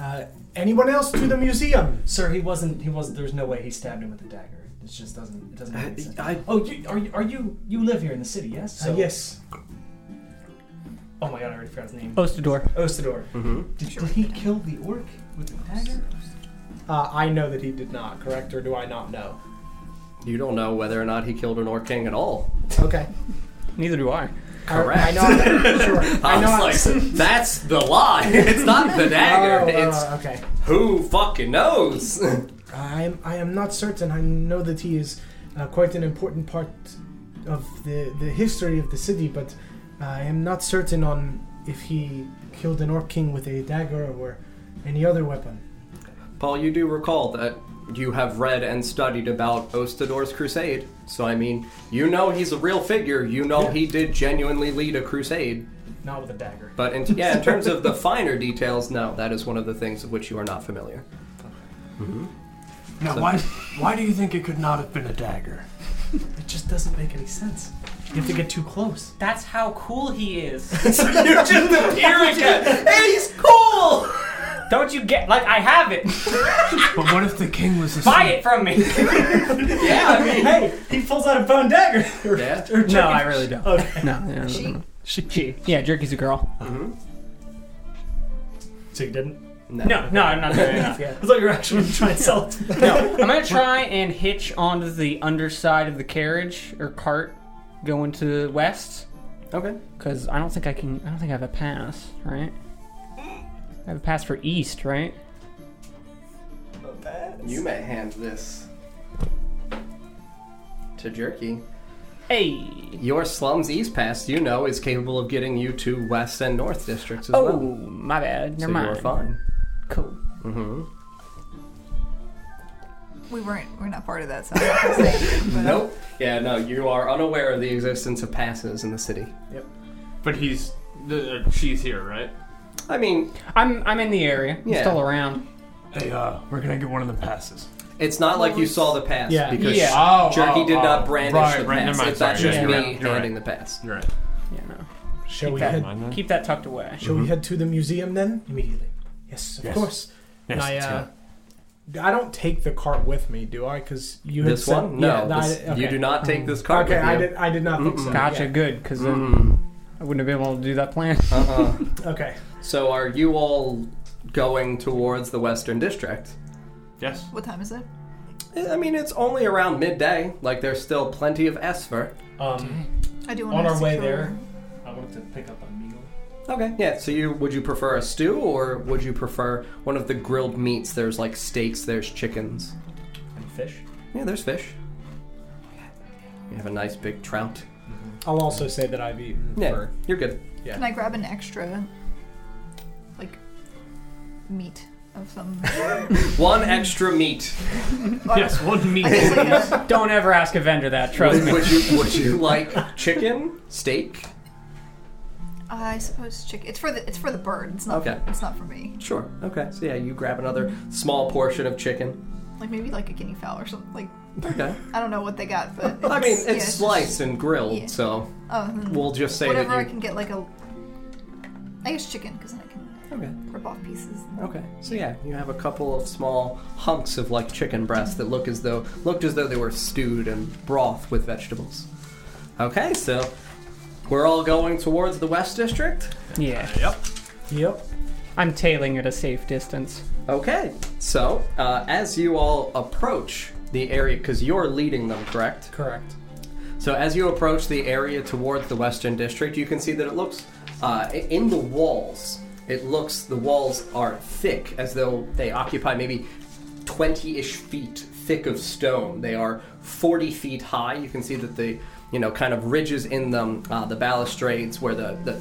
Speaker 1: Uh, anyone else to the museum?
Speaker 5: Sir, he wasn't. He was. There's no way he stabbed him with a dagger. It just doesn't. It doesn't make any sense.
Speaker 2: I,
Speaker 5: Oh, you, are you? Are you? You live here in the city, yes?
Speaker 1: Uh, yes.
Speaker 5: Oh my god, I already forgot his name.
Speaker 13: Ostador.
Speaker 5: Ostador.
Speaker 2: Mhm.
Speaker 5: Did, did he kill the orc with a dagger?
Speaker 11: Uh, I know that he did not, correct, or do I not know?
Speaker 1: Uh,
Speaker 2: You don't know whether or not he killed an orc king at all.
Speaker 11: Okay.
Speaker 13: Neither do I.
Speaker 2: Correct.
Speaker 11: I know. I'm, sure. I know.
Speaker 2: I was
Speaker 11: I'm-
Speaker 2: like, that's the lie. It's not the dagger.
Speaker 11: Oh, uh,
Speaker 2: it's
Speaker 11: okay.
Speaker 2: who fucking knows.
Speaker 1: I am, I am not certain. I know that he is uh, quite an important part of the, the history of the city, but I am not certain on if he killed an orc king with a dagger or any other weapon.
Speaker 2: Paul, you do recall that you have read and studied about Ostador's crusade. So I mean, you know he's a real figure. You know he did genuinely lead a crusade.
Speaker 5: Not with a dagger.
Speaker 2: But in, yeah, in terms of the finer details, no, that is one of the things of which you are not familiar. Mm-hmm.
Speaker 4: Now, why, why do you think it could not have been a dagger?
Speaker 5: It just doesn't make any sense. You have to get too close.
Speaker 10: That's how cool he is.
Speaker 5: You're just a
Speaker 10: again. And he's cool. Don't you get? Like I have it.
Speaker 4: But what if the king was asleep?
Speaker 10: Buy it from me.
Speaker 2: yeah, I mean,
Speaker 5: hey, he pulls out a bone dagger.
Speaker 2: Yeah.
Speaker 10: No, I really don't.
Speaker 5: Okay.
Speaker 10: No, no, no,
Speaker 3: She-
Speaker 10: no. She, Yeah, Jerky's a girl.
Speaker 5: So you didn't.
Speaker 2: No.
Speaker 10: No, no, I'm not doing that.
Speaker 5: I thought you were actually trying to sell it.
Speaker 10: No, I'm gonna try and hitch onto the underside of the carriage or cart going to west
Speaker 2: Okay.
Speaker 10: because I don't think I can. I don't think I have a pass, right? I have a pass for east, right?
Speaker 2: You may hand this to Jerky.
Speaker 10: Hey.
Speaker 2: Your slums east pass, you know, is capable of getting you to west and north districts as
Speaker 10: Oh,
Speaker 2: well.
Speaker 10: my bad.
Speaker 2: so
Speaker 10: Never mind.
Speaker 2: you're fine.
Speaker 10: Cool.
Speaker 2: Mm-hmm.
Speaker 3: We weren't. We're not part of that, so I'm not gonna say. anything, but-
Speaker 2: Nope. Yeah, no, you are unaware of the existence of passes in the city.
Speaker 6: But he's. Uh, she's here, right?
Speaker 2: I mean,
Speaker 10: I'm I'm in the area. I'm
Speaker 2: Yeah.
Speaker 10: still around.
Speaker 4: Hey, uh, we're gonna get one of the passes.
Speaker 2: it's not like you saw the pass
Speaker 11: Yeah.
Speaker 2: because
Speaker 10: Yeah.
Speaker 4: Oh,
Speaker 2: Jerky
Speaker 4: oh,
Speaker 2: did not
Speaker 4: oh.
Speaker 2: brandish
Speaker 4: Right,
Speaker 2: the
Speaker 4: right,
Speaker 2: pass.
Speaker 4: never mind,
Speaker 2: It's not
Speaker 4: sorry,
Speaker 2: just
Speaker 4: yeah,
Speaker 2: me
Speaker 4: you're right, you're
Speaker 2: handing the pass.
Speaker 4: You're right.
Speaker 10: Yeah, no.
Speaker 1: Shall
Speaker 10: Keep
Speaker 1: we
Speaker 10: that,
Speaker 1: head?
Speaker 4: Mind that?
Speaker 10: keep that tucked away.
Speaker 1: Shall
Speaker 2: Mm-hmm.
Speaker 1: we head to the museum then?
Speaker 5: Immediately.
Speaker 1: Yes, of
Speaker 4: Yes.
Speaker 1: course.
Speaker 4: Yes,
Speaker 11: I,
Speaker 4: it's
Speaker 11: uh,
Speaker 4: here.
Speaker 11: I don't take the cart with me, do I? Because you had
Speaker 2: This
Speaker 11: said,
Speaker 2: one? No.
Speaker 11: Yeah,
Speaker 2: this-
Speaker 11: I, okay. Mm.
Speaker 2: You do not take this card
Speaker 11: Okay,
Speaker 2: with you.
Speaker 11: I did. I did not think so.
Speaker 2: Mm-mm.
Speaker 10: Gotcha,
Speaker 11: Yeah.
Speaker 10: good, because
Speaker 2: Mm.
Speaker 10: I wouldn't have been able to do that plan.
Speaker 2: Uh-uh.
Speaker 11: Okay.
Speaker 2: so are you all going towards the western district?
Speaker 4: Yes.
Speaker 3: What time is it?
Speaker 2: I mean, it's only around midday. Like, there's still plenty of Esper.
Speaker 5: Um,
Speaker 3: I do want
Speaker 5: on
Speaker 3: to
Speaker 5: our way
Speaker 3: secure-
Speaker 5: there, I wanted to pick up a meal.
Speaker 2: Okay. Yeah. So, you would you prefer a stew, or would you prefer one of the grilled meats? There's like steaks. There's chickens.
Speaker 5: And fish.
Speaker 2: Yeah. There's fish. You have a nice big trout.
Speaker 11: I'll also say that I've eaten.
Speaker 2: Yeah.
Speaker 11: for-
Speaker 2: You're good.
Speaker 3: Can I grab an extra, like, meat of some? I
Speaker 2: One extra meat.
Speaker 4: Yes, one meat.
Speaker 3: guess like a,
Speaker 10: Don't ever ask a vendor that, trust
Speaker 2: Would,
Speaker 10: me.
Speaker 2: would you would you like chicken, steak?
Speaker 3: I suppose chicken. It's for the. It's for the bird. It's not.
Speaker 2: Okay.
Speaker 3: It's not for me.
Speaker 2: Sure. Okay. So yeah, you grab another small portion of chicken.
Speaker 3: Like maybe like a guinea fowl or something. Like
Speaker 2: Okay.
Speaker 3: I don't know what they got, but
Speaker 2: I mean, it's
Speaker 3: yeah, just-
Speaker 2: sliced and grilled,
Speaker 3: yeah.
Speaker 2: so
Speaker 3: Oh, hmm.
Speaker 2: we'll just say
Speaker 3: whatever I
Speaker 2: that you.
Speaker 3: can get, like a. I guess chicken, because I can
Speaker 2: Okay.
Speaker 3: rip off pieces.
Speaker 2: Okay. So yeah, you have a couple of small hunks of like chicken breast that look as though looked as though they were stewed and broth with vegetables. Okay, so we're all going towards the West District.
Speaker 10: Yeah.
Speaker 11: Yep.
Speaker 10: I'm tailing at a safe distance.
Speaker 2: Okay. So uh, as you all approach the area, because you're leading them, correct?
Speaker 11: Correct.
Speaker 2: So as you approach the area towards the Western District, you can see that it looks uh, i- in the walls. It looks the walls are thick, as though they occupy maybe 20-ish feet thick of stone. They are 40 feet high. You can see that the you know kind of ridges in them, uh, the balustrades where the, the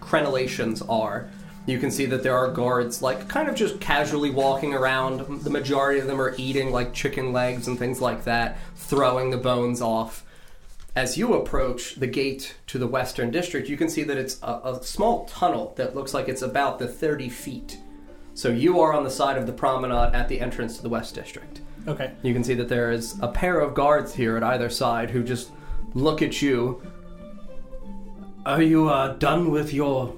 Speaker 2: crenellations are. You can see that there are guards, like, kind of just casually walking around. The majority of them are eating, like, chicken legs and things like that, throwing the bones off. As you approach the gate to the Western District, you can see that it's a, a small tunnel that looks like it's about the 30 feet. So you are on the side of the promenade at the entrance to the West District.
Speaker 11: Okay.
Speaker 2: You can see that there is a pair of guards here at either side who just look at you. Are you uh, done with your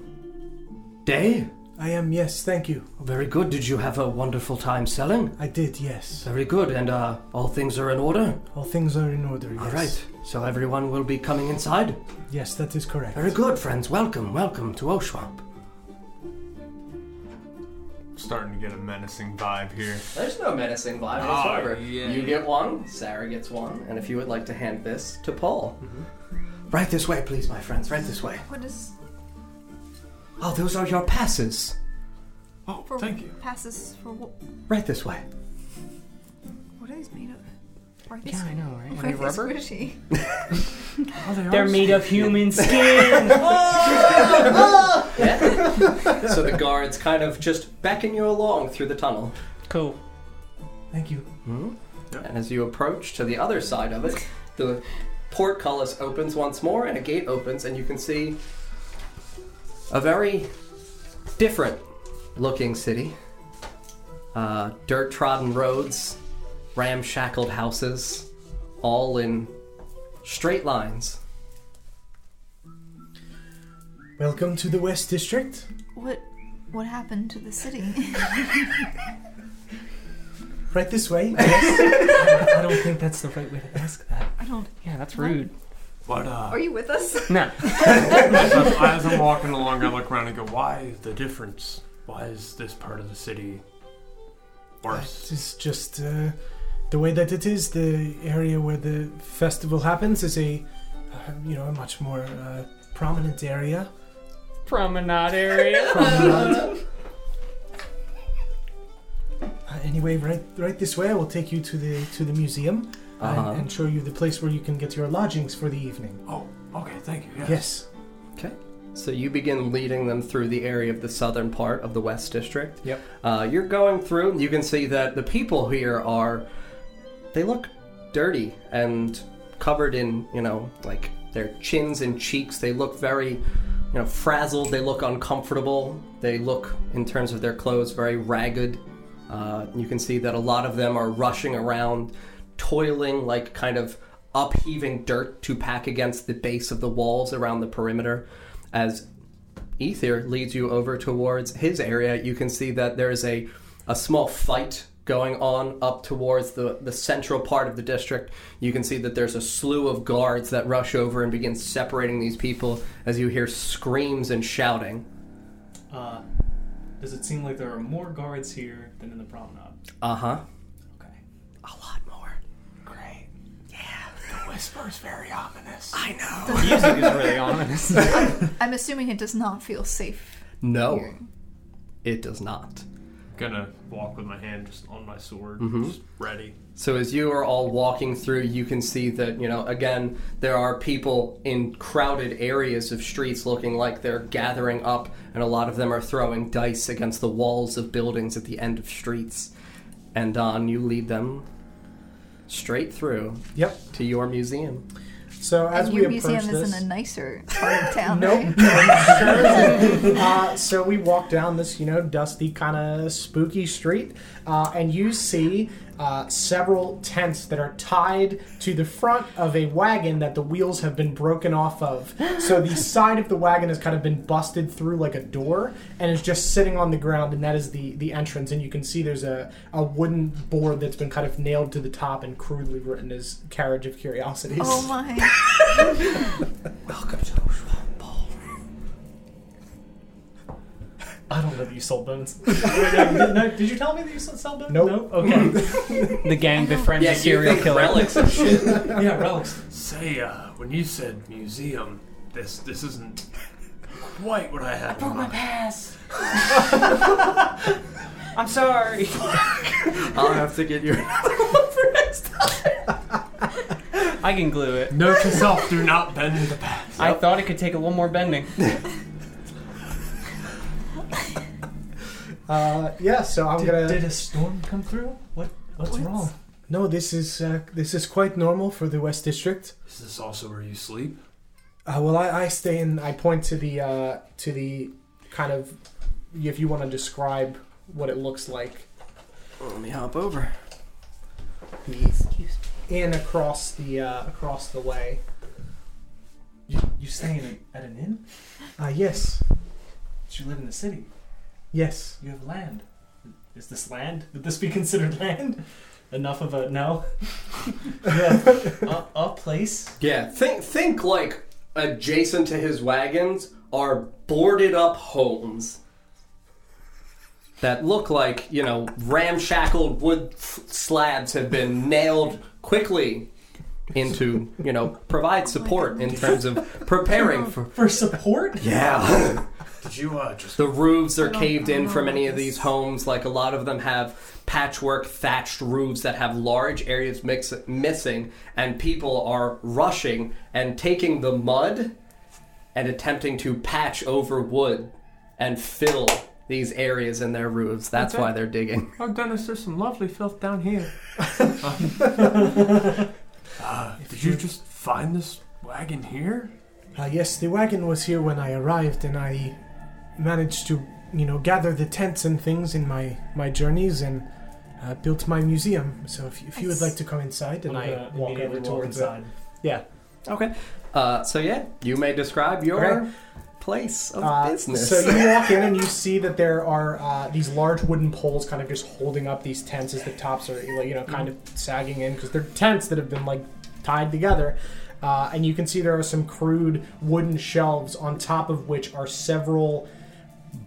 Speaker 2: day?
Speaker 1: I am. Yes, thank you.
Speaker 2: Very good. Did you have a wonderful time selling?
Speaker 1: I did. Yes,
Speaker 2: Very good. And uh, all things are in order?
Speaker 1: all things are in order. Yes.
Speaker 2: All right. So everyone will be coming inside?
Speaker 1: Yes, that is correct.
Speaker 2: Very good, friends. Welcome, welcome to Oshwamp.
Speaker 6: Starting to get a menacing vibe here.
Speaker 2: There's no menacing vibe
Speaker 6: Oh,
Speaker 2: whatsoever.
Speaker 6: yeah.
Speaker 2: You get one, Sarah gets one, and if you would like to hand this to Paul. Mm-hmm. Right this way, please, my friends. Right this way.
Speaker 3: What is
Speaker 2: Oh, those are your passes. Oh,
Speaker 3: for
Speaker 2: thank you.
Speaker 3: passes for what?
Speaker 2: Right this way.
Speaker 3: What are these made of? Are they
Speaker 13: Yeah, I know, right?
Speaker 3: Are
Speaker 13: Are they
Speaker 3: they
Speaker 13: rubber?
Speaker 3: squishy?
Speaker 4: Oh,
Speaker 13: They're made of human skin.
Speaker 2: Yeah. so the guards kind of just beckon you along through the tunnel.
Speaker 13: Cool.
Speaker 2: Thank you. And as you approach to the other side of it, the portcullis opens once more and a gate opens, and you can see a very different looking city. Uh, dirt trodden roads, ramshackled houses, all in straight lines.
Speaker 1: Welcome to the West District.
Speaker 3: What? What happened to the city?
Speaker 1: Right this way. Yes.
Speaker 10: I don't think that's the right way to ask that.
Speaker 3: I don't.
Speaker 10: Yeah, that's
Speaker 3: What?
Speaker 10: rude.
Speaker 4: What, uh.
Speaker 3: Are you with us?
Speaker 10: No.
Speaker 4: as, I'm, as I'm walking along, I look around and go, why is the difference? Why is this part of the city worse?
Speaker 1: It's just uh, the way that it is. The area where the festival happens is a, uh, you know, a much more uh, prominent area.
Speaker 13: Promenade area.
Speaker 1: Promenade. Uh, anyway, right, right this way. I will take you to the to the museum uh,
Speaker 2: Uh-huh.
Speaker 1: and show you the place where you can get your lodgings for the evening.
Speaker 4: Oh, okay, thank you. Yes.
Speaker 1: Yes.
Speaker 2: Okay. So you begin leading them through the area of the southern part of the West District.
Speaker 11: Yep.
Speaker 2: Uh, you're going through. You can see that the people here are. They look dirty and covered in, you know, like their chins and cheeks. They look very, you know, frazzled. They look uncomfortable. They look, in terms of their clothes, very ragged. Uh, you can see that a lot of them are rushing around, toiling, like kind of upheaving dirt to pack against the base of the walls around the perimeter. As Ether leads you over towards his area, you can see that there is a, a small fight going on up towards the, the central part of the district. You can see that there's a slew of guards that rush over and begin separating these people as you hear screams and shouting.
Speaker 5: Uh, does it seem like there are more guards here than in the promenade?
Speaker 2: Uh huh.
Speaker 4: The whisper's very ominous.
Speaker 2: I know.
Speaker 10: Music is really ominous.
Speaker 3: I'm assuming it does not feel safe.
Speaker 2: No, it does not.
Speaker 4: Gonna walk with my hand just on my sword,
Speaker 10: Mm-hmm.
Speaker 2: Mhm.
Speaker 4: just ready.
Speaker 2: So as you are all walking through, you can see that, you know, again, there are people in crowded areas of streets looking like they're gathering up, and a lot of them are throwing dice against the walls of buildings at the end of streets. And Don, you lead them straight through.
Speaker 11: Yep.
Speaker 2: To your museum.
Speaker 11: So as
Speaker 3: and
Speaker 11: we
Speaker 3: your
Speaker 11: approach
Speaker 3: museum
Speaker 11: this,
Speaker 3: is in a nicer part of town,
Speaker 11: Nope.
Speaker 3: right?
Speaker 11: uh, so we walk down this, you know, dusty, kind of spooky street, uh, and you see uh, several tents that are tied to the front of a wagon that the wheels have been broken off of. So the side of the wagon has kind of been busted through like a door and is just sitting on the ground, and that is the, the entrance. And you can see there's a, a wooden board that's been kind of nailed to the top and crudely written as Carriage of Curiosities.
Speaker 3: Oh my.
Speaker 2: Welcome to the
Speaker 5: I don't know that you sold bones. Wait, no, no, did you tell me that you sold sell bones?
Speaker 11: Nope.
Speaker 5: No? Okay.
Speaker 10: the gang befriends
Speaker 2: Yeah,
Speaker 10: a
Speaker 2: you
Speaker 10: serial
Speaker 2: think
Speaker 10: killer.
Speaker 2: relics and shit.
Speaker 5: yeah, relics.
Speaker 4: Say, uh, when you said museum, this this isn't quite what I had. in
Speaker 10: Broke my
Speaker 4: mind.
Speaker 10: pass. I'm sorry.
Speaker 2: I'll have to get you.
Speaker 10: I can glue it.
Speaker 4: Note to self: do not bend the pass.
Speaker 10: I thought it could take a one more bending.
Speaker 11: Uh, yeah, so I'm
Speaker 5: Did,
Speaker 11: gonna.
Speaker 5: did a storm come through? What? What's wrong?
Speaker 1: No, this is uh, this is quite normal for the West District.
Speaker 4: Is this also where you sleep?
Speaker 11: Uh, well, I, I stay in. I point to the uh, to the kind of if you want to describe what it looks like.
Speaker 2: Let me hop over.
Speaker 11: The
Speaker 3: Excuse me.
Speaker 11: inn across the uh, across the way.
Speaker 5: You, you staying at an inn?
Speaker 11: Uh, yes,
Speaker 5: But you live in the city.
Speaker 11: yes.
Speaker 5: You have land. Is this land? Would this be considered land? Enough of a no. you have a, a place.
Speaker 2: Yeah, think think like adjacent to his wagons are boarded up homes that look like you know ramshackled wood f- slabs have been nailed quickly into you know provide support in terms of preparing for
Speaker 5: for support.
Speaker 2: Yeah.
Speaker 4: Did you uh, just
Speaker 2: the roofs
Speaker 4: I
Speaker 2: are
Speaker 4: don't-
Speaker 2: caved
Speaker 4: I don't
Speaker 2: in for
Speaker 4: know
Speaker 2: many
Speaker 4: about
Speaker 2: of these homes. Like a lot of them have patchwork thatched roofs that have large areas mix- missing, and people are rushing and taking the mud and attempting to patch over wood and fill these areas in their roofs. That's
Speaker 4: Okay.
Speaker 2: why they're digging.
Speaker 4: Oh, Dennis, there's some lovely filth down here. uh, did you just find this wagon here?
Speaker 1: Uh, yes, the wagon was here when I arrived, and I managed to, you know, gather the tents and things in my my journeys and uh, built my museum. So if, if you would like to come inside, and
Speaker 11: I'm
Speaker 1: I
Speaker 11: gonna
Speaker 1: walk
Speaker 11: immediately walk
Speaker 1: over towards
Speaker 11: inside. Yeah.
Speaker 2: Okay. Uh, so yeah, you may describe your
Speaker 11: Okay.
Speaker 2: place of
Speaker 11: Uh,
Speaker 2: business.
Speaker 11: So you walk in and you see that there are uh, these large wooden poles, kind of just holding up these tents as the tops are, you know, kind of sagging in because they're tents that have been like tied together. Uh, and you can see there are some crude wooden shelves on top of which are several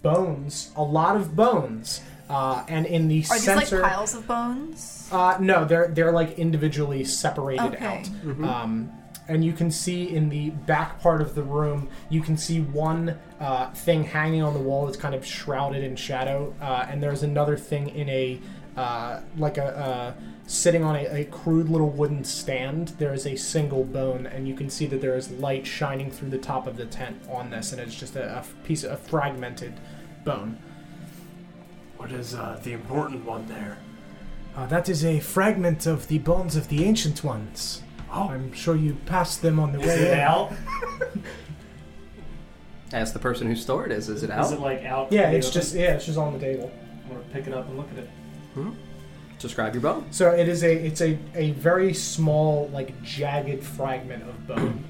Speaker 11: bones, a lot of bones. Uh, and in the
Speaker 3: Are these like
Speaker 11: center,
Speaker 3: piles of bones?
Speaker 11: uh, no, they're they're like individually separated
Speaker 3: Okay.
Speaker 11: out.
Speaker 3: Mhm.
Speaker 11: Um, and you can see in the back part of the room, you can see one uh, thing hanging on the wall that's kind of shrouded in shadow, uh, and there's another thing in a uh, like a uh, sitting on a, a crude little wooden stand. There is a single bone, and you can see that there is light shining through the top of the tent on this, and it's just a, a piece, a fragmented bone.
Speaker 4: What is uh, the important one there?
Speaker 1: Uh, that is a fragment of the bones of the ancient ones.
Speaker 4: Oh.
Speaker 1: I'm sure you passed them on the
Speaker 5: Is
Speaker 1: way
Speaker 5: it
Speaker 1: in.
Speaker 5: out?
Speaker 2: Ask the person who store it is. Is it out?
Speaker 5: Is it like out?
Speaker 11: Yeah,
Speaker 5: in the
Speaker 11: it's
Speaker 5: open?
Speaker 11: just yeah, it's just on the table.
Speaker 5: I'm gonna pick it up and look at it.
Speaker 2: Describe your bone.
Speaker 11: So it is a it's a, a very small like jagged fragment of bone.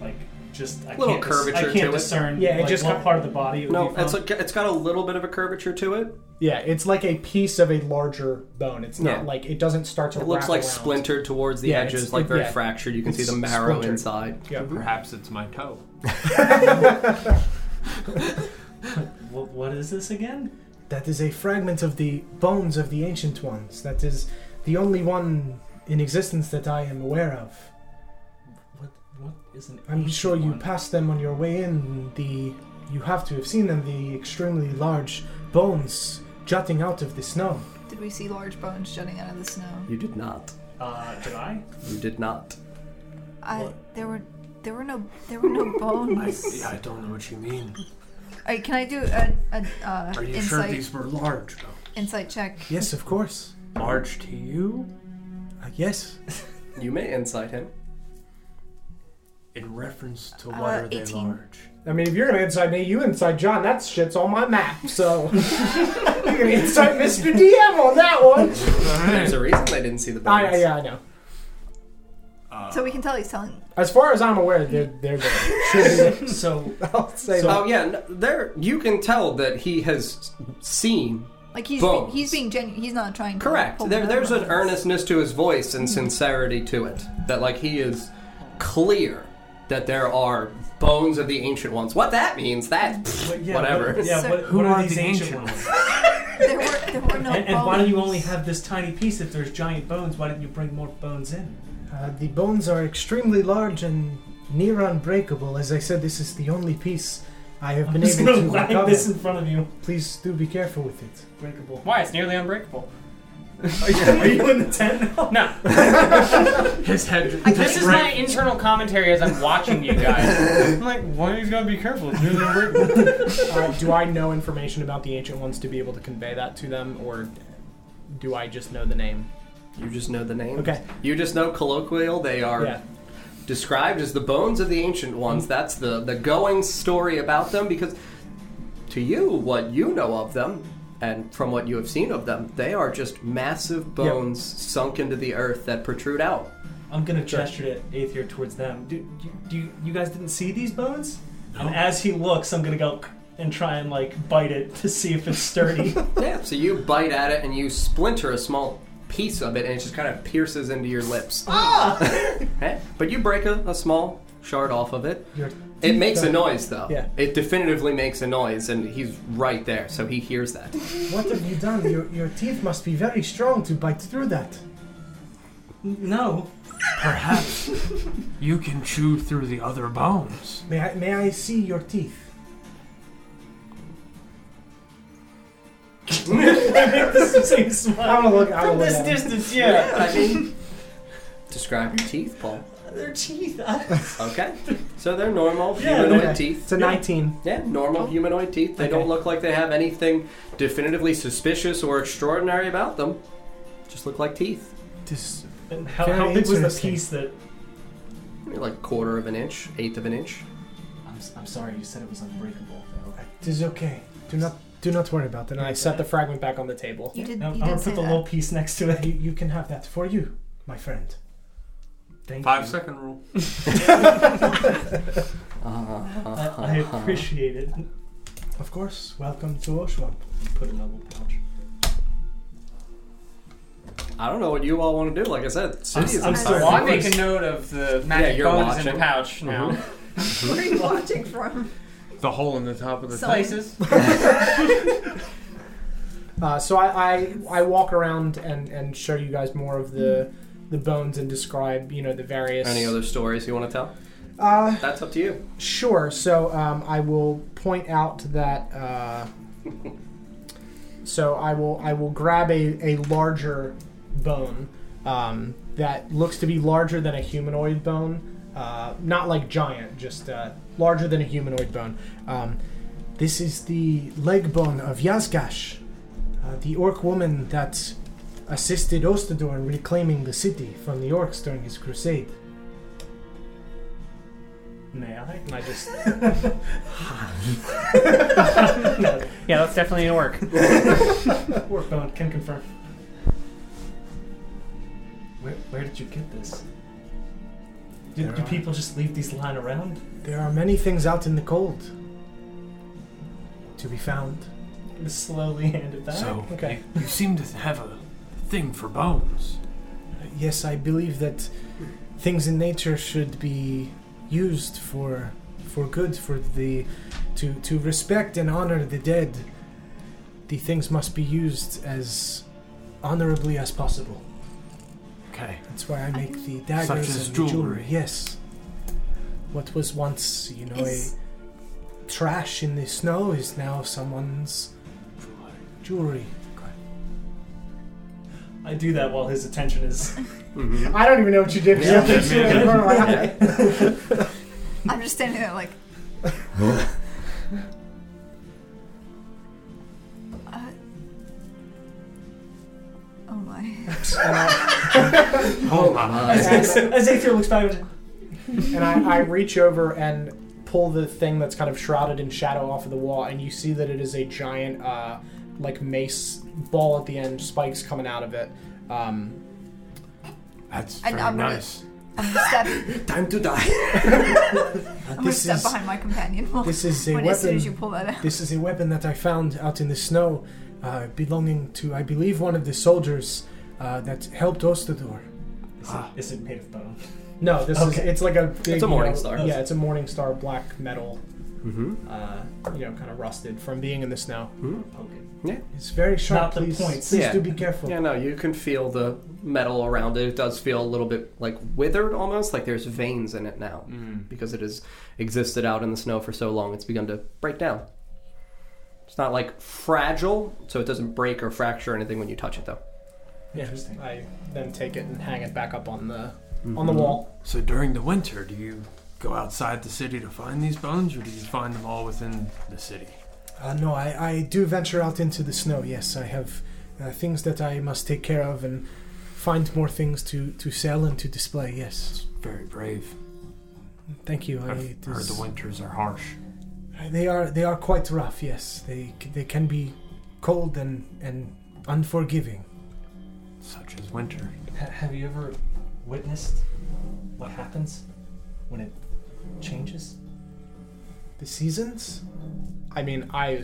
Speaker 5: Like just I
Speaker 2: little
Speaker 5: can't dis-
Speaker 2: curvature
Speaker 5: I can't
Speaker 2: to
Speaker 5: discern.
Speaker 2: it.
Speaker 11: Yeah, it
Speaker 5: like,
Speaker 11: just
Speaker 5: what
Speaker 11: kin-
Speaker 5: part of the body. It would
Speaker 2: No,
Speaker 5: be from.
Speaker 2: it's like, it's got a little bit of a curvature to it.
Speaker 11: Yeah, it's like a piece of a larger bone. It's not
Speaker 2: Yeah.
Speaker 11: like it doesn't start to.
Speaker 2: It looks
Speaker 11: wrap
Speaker 2: like
Speaker 11: around.
Speaker 2: splintered towards the
Speaker 11: Yeah,
Speaker 2: edges,
Speaker 11: it's-
Speaker 2: like very
Speaker 11: yeah.
Speaker 2: fractured. You can see
Speaker 11: It's
Speaker 2: the marrow
Speaker 11: splintered.
Speaker 2: inside.
Speaker 11: Yeah.
Speaker 4: Perhaps it's my toe.
Speaker 5: What, what is this again?
Speaker 1: That is a fragment of the bones of the ancient ones. That is the only one in existence that I am aware of.
Speaker 5: What what is an?
Speaker 1: I'm
Speaker 5: ancient
Speaker 1: sure you
Speaker 5: one?
Speaker 1: passed them on your way in. The you have to have seen them. The extremely large bones jutting out of the snow.
Speaker 3: Did we see large bones jutting out of the snow?
Speaker 2: You did not.
Speaker 5: Uh, did I?
Speaker 2: You did not.
Speaker 3: I there were there were no there were no bones.
Speaker 4: Yeah, I don't know what you mean.
Speaker 3: Alright, can I do a, a uh,
Speaker 4: Are you sure
Speaker 3: insight
Speaker 4: these were large? though?
Speaker 3: insight check?
Speaker 1: Yes, of course.
Speaker 4: Large to you?
Speaker 1: Uh, yes.
Speaker 2: You may insight him.
Speaker 4: In reference to what
Speaker 3: Uh,
Speaker 4: are they
Speaker 3: 18.
Speaker 4: large?
Speaker 11: I mean, if you're gonna inside me, you inside John. That shit's on my map. So you're gonna inside Mr. DM on that one.
Speaker 2: There's a reason they didn't see the bones.
Speaker 11: I, I- Ah, yeah, I know.
Speaker 2: Uh,
Speaker 3: so we can tell he's telling.
Speaker 11: As far as I'm aware, they're they're good. Should be.
Speaker 5: So
Speaker 11: I'll say
Speaker 2: oh yeah, no, there. You can tell that he has seen.
Speaker 3: Like he's
Speaker 2: Bones.
Speaker 3: he's being genuine. He's not trying. to
Speaker 2: Correct.
Speaker 11: Oh,
Speaker 3: pull
Speaker 2: There,
Speaker 3: me
Speaker 2: there's
Speaker 3: over.
Speaker 2: an earnestness to his voice and sincerity to it. That like he is clear that there are bones of the ancient ones. What that means? That
Speaker 5: But yeah,
Speaker 2: whatever.
Speaker 5: What, yeah.
Speaker 3: So-
Speaker 5: What,
Speaker 4: Who
Speaker 5: what are,
Speaker 4: are
Speaker 5: these
Speaker 4: the
Speaker 5: ancient,
Speaker 4: ancient
Speaker 5: ones?
Speaker 3: There were there were no bones.
Speaker 5: and, and why do you only have this tiny piece if there's giant bones? Why didn't you bring more bones in?
Speaker 1: Uh, the bones are extremely large and near unbreakable. As I said, this is the only piece I have
Speaker 5: I'm
Speaker 1: been
Speaker 5: just
Speaker 1: able
Speaker 5: gonna
Speaker 1: to
Speaker 5: whack
Speaker 1: recover.
Speaker 5: this in front of you.
Speaker 1: Please do be careful with it.
Speaker 5: Breakable.
Speaker 10: Why? It's nearly unbreakable.
Speaker 5: Are you in the
Speaker 11: Uh,
Speaker 5: tent now?
Speaker 10: No.
Speaker 4: His head.
Speaker 10: Oh. This is my internal commentary as I'm watching you guys. I'm like, why are you gonna be careful? It's nearly unbreakable.
Speaker 11: Uh, do I know information about the ancient ones to be able to convey that to them, or do I just know the name?
Speaker 2: You just know the name.
Speaker 11: Okay.
Speaker 2: You just know colloquial. They are
Speaker 11: Yeah.
Speaker 2: described as the bones of the ancient ones. That's the the going story about them because to you, what you know of them and from what you have seen of them, they are just massive bones sunk into the earth that protrude out.
Speaker 5: I'm gonna gesture to Aether towards them. Do, do, do you, you guys didn't see these bones? And as he looks, I'm gonna go and try and like bite it to see if it's sturdy.
Speaker 2: Yeah. So you bite at it and you splinter a small piece of it, and it just kind of pierces into your lips. Okay? But you break a, a small shard off of it.
Speaker 1: Your
Speaker 2: It
Speaker 1: teeth
Speaker 2: makes a
Speaker 1: are-
Speaker 2: noise, though.
Speaker 11: Yeah.
Speaker 2: It definitively makes a noise, and he's right there, so he hears that.
Speaker 1: What have you done? Your, your teeth must be very strong to bite through that.
Speaker 5: no.
Speaker 4: Perhaps you can chew through the other bones.
Speaker 1: May I, may I see your teeth?
Speaker 5: this is a smile.
Speaker 11: I'm gonna look. I'm gonna
Speaker 5: From
Speaker 11: look
Speaker 5: this
Speaker 11: at him.
Speaker 5: distance, yeah.
Speaker 2: I mean, describe your teeth, Paul.
Speaker 5: Their teeth. I-
Speaker 2: Okay. So they're normal
Speaker 11: Yeah,
Speaker 2: humanoid
Speaker 11: okay.
Speaker 2: teeth.
Speaker 11: It's a 19.
Speaker 2: Yeah, normal humanoid teeth. They don't look like they have anything definitively suspicious or extraordinary about them. Just look like teeth.
Speaker 1: This
Speaker 5: And how,
Speaker 1: Very
Speaker 5: how big was the
Speaker 1: interesting.
Speaker 5: piece that?
Speaker 2: Maybe like quarter of an inch, eighth of an inch.
Speaker 5: I'm, s- I'm sorry, you said it was unbreakable. Okay.
Speaker 1: It is okay. Do not do not worry about it.
Speaker 11: And I set the fragment back on the table.
Speaker 3: You did.
Speaker 5: No, I'm
Speaker 3: you
Speaker 5: gonna
Speaker 3: did
Speaker 5: put
Speaker 3: say
Speaker 5: the
Speaker 3: that.
Speaker 5: little piece next to it.
Speaker 1: You, you can have that for you, my friend.
Speaker 5: Thank
Speaker 4: Five
Speaker 5: you.
Speaker 4: second rule.
Speaker 5: I, I appreciate it.
Speaker 1: Of course. Welcome to Oshwamp.
Speaker 5: Put another pouch.
Speaker 2: I don't know what you all want to do. Like I said,
Speaker 5: I'm-
Speaker 2: city is
Speaker 5: I'm
Speaker 2: in
Speaker 5: still
Speaker 2: fire.
Speaker 10: Well, I make
Speaker 5: course.
Speaker 10: a note of the
Speaker 2: Yeah,
Speaker 10: magic
Speaker 2: you're
Speaker 10: bones
Speaker 2: watching. Mm-hmm.
Speaker 10: in the pouch now.
Speaker 3: Where are you watching from?
Speaker 4: The hole in the top of the
Speaker 3: Some-
Speaker 10: Places.
Speaker 11: Uh, so I, I I walk around and, and show you guys more of the the bones and describe you know the various.
Speaker 2: Any other stories you want to tell?
Speaker 11: Uh,
Speaker 2: That's up to you.
Speaker 11: Sure. So um, I will point out that. Uh, so I will I will grab a, a larger bone um, that looks to be larger than a humanoid bone, uh, not like giant, just uh, larger than a humanoid bone. Um,
Speaker 1: This is the leg bone of Yazgash, uh, the orc woman that assisted Ostador in reclaiming the city from the orcs during his crusade.
Speaker 5: May I?
Speaker 11: and I just
Speaker 13: Yeah, that's definitely an orc.
Speaker 5: Work bone can confirm. Where, where did you get this? Do,
Speaker 1: There
Speaker 5: do
Speaker 1: are-
Speaker 5: people just leave these lying around?
Speaker 1: There are many things out in the cold to be found.
Speaker 5: Just slowly hand it back.
Speaker 4: So
Speaker 11: Okay.
Speaker 4: you, you seem to have a thing for bones.
Speaker 1: Yes, I believe that things in nature should be used for for good, for the to to respect and honor the dead. The things must be used as honorably as possible.
Speaker 4: Okay.
Speaker 1: That's why I make the daggers
Speaker 4: Such as
Speaker 1: and the
Speaker 4: jewelry.
Speaker 1: Yes. What was once, you know,
Speaker 3: Is-
Speaker 1: a trash in the snow is now someone's jewelry.
Speaker 5: I do that while his attention is.
Speaker 11: I don't even know what you did.
Speaker 2: Yeah,
Speaker 3: I'm just standing there like. Uh, oh my.
Speaker 4: Oh my.
Speaker 5: as as Aether looks back, I'm
Speaker 11: and I, I reach over and pull the thing that's kind of shrouded in shadow off of the wall, and you see that it is a giant, uh, like mace ball at the end, spikes coming out of it. Um,
Speaker 4: That's
Speaker 3: I-
Speaker 4: very
Speaker 3: I'm gonna-
Speaker 4: nice.
Speaker 3: I'm gonna step.
Speaker 2: Time to die.
Speaker 3: I'm gonna
Speaker 1: This
Speaker 3: step
Speaker 1: is-
Speaker 3: behind my companion. Well,
Speaker 1: This is a
Speaker 3: when,
Speaker 1: weapon.
Speaker 3: as soon as you pull that out.
Speaker 1: This is a weapon that I found out in the snow, uh, belonging to, I believe, one of the soldiers uh, that helped Ostador.
Speaker 5: Is it, is it made of bone?
Speaker 11: no, this is
Speaker 5: Okay.
Speaker 11: it's like a big,
Speaker 2: It's a Morning
Speaker 11: you know,
Speaker 2: Star.
Speaker 11: Yeah, it's a morning star black metal,
Speaker 2: Mm-hmm.
Speaker 11: uh, you know, kind of rusted from being in the snow.
Speaker 5: Poke it.
Speaker 1: It's very
Speaker 5: Not
Speaker 1: sharp.
Speaker 5: the
Speaker 1: Please,
Speaker 5: points.
Speaker 1: please
Speaker 2: Yeah.
Speaker 1: do be careful.
Speaker 2: Yeah, no, you can feel the metal around it. It does feel a little bit like withered almost, like there's veins in it now because it has existed out in the snow for so long. It's begun to break down. It's not like fragile, so it doesn't break or fracture anything when you touch it, though.
Speaker 5: Interesting.
Speaker 11: I then take it and hang it back up on the
Speaker 1: Mm-hmm.
Speaker 11: on the wall.
Speaker 4: So during the winter, do you go outside the city to find these bones, or do you find them all within the city?
Speaker 1: Uh, no, I, I do venture out into the snow. Yes, I have uh, things that I must take care of and find more things to, to sell and to display. Yes,
Speaker 4: Very brave.
Speaker 1: thank you. I,
Speaker 4: I've
Speaker 1: it
Speaker 4: heard
Speaker 1: is-
Speaker 4: the winters are harsh.
Speaker 1: They are they are quite rough. Yes, they c- they can be cold and and unforgiving.
Speaker 4: Such as winter.
Speaker 5: Ha- have you ever witnessed what happens when it changes?
Speaker 1: The seasons.
Speaker 11: I mean, I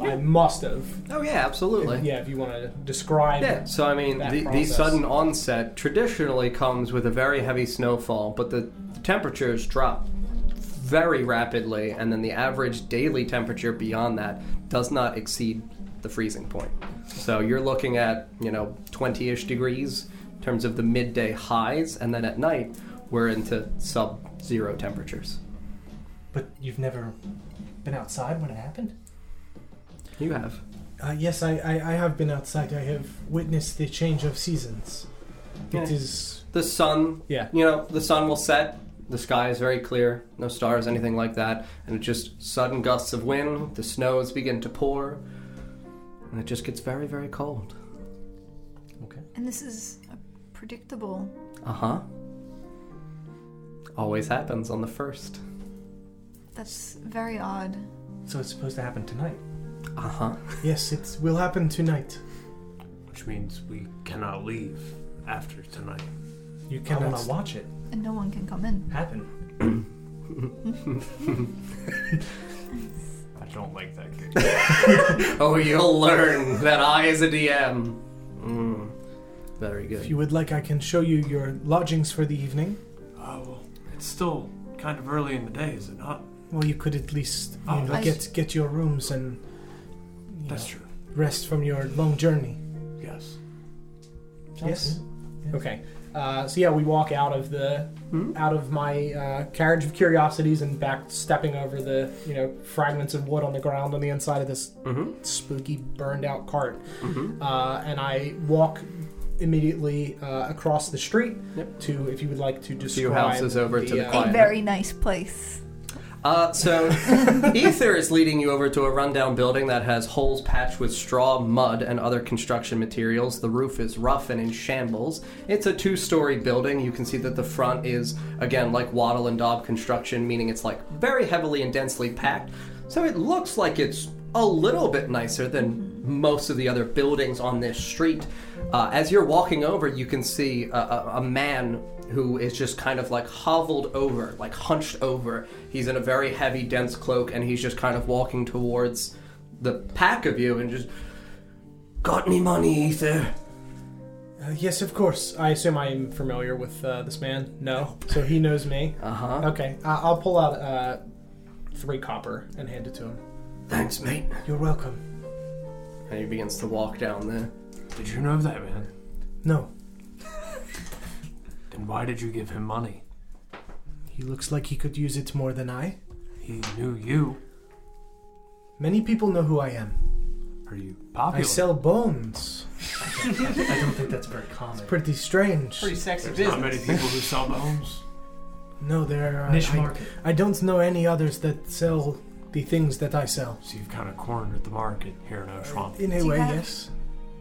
Speaker 11: I must have.
Speaker 2: Oh, yeah, absolutely.
Speaker 11: Yeah, if you want to describe.
Speaker 2: Yeah, so I mean,
Speaker 11: That
Speaker 2: the, the
Speaker 11: process.
Speaker 2: sudden onset traditionally comes with a very heavy snowfall, but the temperatures drop very rapidly, and then the average daily temperature beyond that does not exceed the freezing point. So you're looking at, you know, 20 ish degrees in terms of the midday highs, and then at night we're into sub-zero temperatures.
Speaker 5: But you've never been outside when it happened?
Speaker 2: You have.
Speaker 1: Uh, yes, I, I, I have been outside. I have witnessed the change of seasons. It is
Speaker 2: the sun.
Speaker 1: Yeah.
Speaker 2: You know, the sun will set. The sky is very clear, no stars, anything like that, and it's just sudden gusts of wind. The snows begin to pour, and it just gets very, very cold.
Speaker 3: And this is uh, predictable.
Speaker 2: Uh huh. Always happens on the first.
Speaker 3: That's very odd.
Speaker 5: So it's supposed to happen tonight.
Speaker 2: Uh huh.
Speaker 1: Yes, it will happen tonight.
Speaker 4: Which means we cannot leave after tonight.
Speaker 5: You cannot watch it
Speaker 3: And no one can come in.
Speaker 5: happen.
Speaker 4: I don't like that game.
Speaker 2: Oh, you'll learn that I, as a DM, mm, very good.
Speaker 1: If you would like, I can show you your lodgings for the evening.
Speaker 4: Oh, well, it's still kind of early in the day, is it not?
Speaker 1: Well, you could at least you
Speaker 4: Oh,
Speaker 1: know,
Speaker 4: that's-
Speaker 1: get get your rooms and you
Speaker 4: That's
Speaker 1: know,
Speaker 4: true.
Speaker 1: rest from your long journey.
Speaker 4: Yes.
Speaker 11: Yes. Okay. Uh, so yeah, we walk out of the
Speaker 2: Hmm?
Speaker 11: out of my uh, carriage of curiosities and back stepping over the you know fragments of wood on the ground on the inside of this
Speaker 2: Mm-hmm.
Speaker 11: spooky burned out cart, uh, and I walk immediately uh, across the street to if you would like to describe
Speaker 2: houses over to the
Speaker 11: uh,
Speaker 2: quiet.
Speaker 3: A very nice place.
Speaker 2: Uh, so, Ether is leading you over to a rundown building that has holes patched with straw, mud, and other construction materials. The roof is rough and in shambles. It's a two story building. You can see that the front is, again, like Waddle and Daub construction, meaning it's like very heavily and densely packed. So, it looks like it's a little bit nicer than most of the other buildings on this street. Uh, as you're walking over, you can see a, a, a man who is just kind of like hoveled over, like hunched over. He's in a very heavy, dense cloak, and he's just kind of walking towards the pack of you and just. Got any money, Ether?
Speaker 11: Uh, yes, of course. I assume I'm familiar with uh, this man. No, so he knows me.
Speaker 2: Uh huh.
Speaker 11: Okay, I- I'll pull out uh, three copper and hand it to him.
Speaker 2: Thanks, mate.
Speaker 1: You're welcome.
Speaker 2: And he begins to walk down there.
Speaker 4: Did you know that, man?
Speaker 1: No,
Speaker 4: Then why did you give him money?
Speaker 1: he looks like he could use it more than I.
Speaker 4: He knew you.
Speaker 1: Many people know who I am.
Speaker 4: Are you
Speaker 1: I
Speaker 4: popular?
Speaker 1: sell bones.
Speaker 5: I don't think that's very common.
Speaker 1: Pretty strange.
Speaker 10: Pretty sexy
Speaker 4: There's
Speaker 10: business.
Speaker 4: not many people who sell bones.
Speaker 1: No, there are.
Speaker 5: Niche
Speaker 1: I,
Speaker 5: market.
Speaker 1: I don't know any others that sell the things that I sell.
Speaker 4: So you've kind of cornered the market here in Oshwamp.
Speaker 1: In a
Speaker 3: Do you
Speaker 1: way,
Speaker 3: have-
Speaker 1: yes.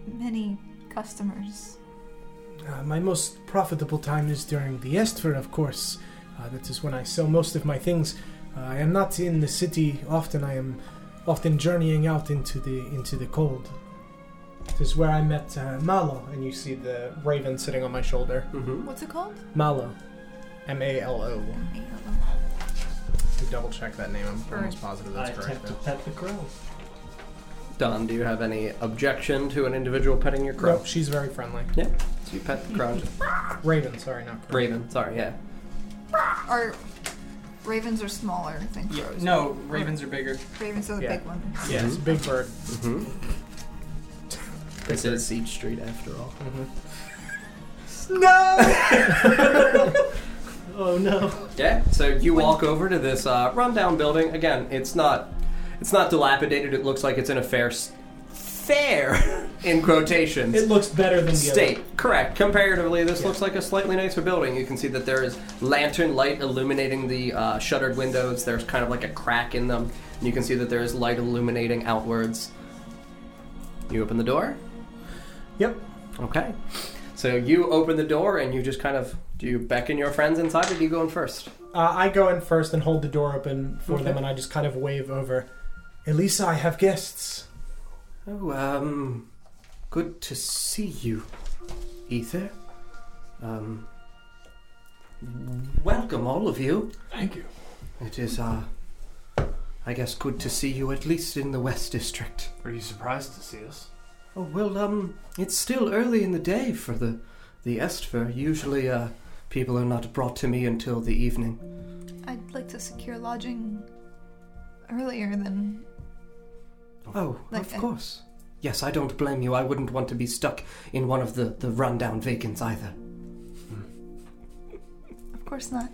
Speaker 3: Many customers.
Speaker 1: Uh, my most profitable time is during the Esther, of course. Uh, that is when I sell most of my things. Uh, I am not in the city often. I am often journeying out into the into the cold. It is where I met uh, Malo.
Speaker 11: And you see the raven sitting on my shoulder.
Speaker 2: Mm-hmm.
Speaker 3: What's it called?
Speaker 11: Malo. M A L O.
Speaker 3: I
Speaker 11: We double check that name. I'm almost positive
Speaker 5: I
Speaker 11: that's correct.
Speaker 5: attempt to pet the crow.
Speaker 2: Don, do you have any objection to an individual petting your
Speaker 11: Crow.
Speaker 2: crow?
Speaker 11: she's very friendly.
Speaker 2: Yeah. So you pet the crow.
Speaker 11: Raven, sorry, not crow.
Speaker 2: Raven, sorry, yeah.
Speaker 3: don't know. Are ravens are smaller than
Speaker 10: Yeah,
Speaker 3: crows?
Speaker 10: no, ravens are bigger.
Speaker 3: Ravens are the
Speaker 11: Yeah.
Speaker 3: big ones.
Speaker 11: Yeah, it's a big bird.
Speaker 2: Mm-hmm. This is Siege Street after all.
Speaker 5: Oh no.
Speaker 2: Yeah. So you walk over to this uh, rundown building. Again, it's not it's not dilapidated. It looks like it's in a fair s- fair in quotations.
Speaker 5: It looks better than the
Speaker 2: State, correct. Comparatively, this looks like a slightly nicer building. You can see that there is lantern light illuminating the uh, shuttered windows. There's kind of like a crack in them, and you can see that there is light illuminating outwards. You open the door.
Speaker 11: Yep.
Speaker 2: Okay. So you open the door and you just kind of do you beckon your friends inside, or do you go in first?
Speaker 11: Uh, I go in first and hold the door open for them,
Speaker 2: Okay.
Speaker 11: and I just kind of wave over.
Speaker 1: Elisa, I have guests.
Speaker 2: Oh, um, good to see you, Ether. Um, welcome all of you.
Speaker 4: Thank you.
Speaker 2: It is, uh, I guess good to see you at least in the West District.
Speaker 4: Are you surprised to see us?
Speaker 2: Oh, well, um, it's still early in the day for the, the Estfer. Usually, uh, people are not brought to me until the evening.
Speaker 3: I'd like to secure lodging earlier than
Speaker 2: Oh,
Speaker 3: Like,
Speaker 2: of
Speaker 3: uh,
Speaker 2: course. Yes, I don't blame you. I wouldn't want to be stuck in one of the, the rundown vacants either.
Speaker 3: Of course not.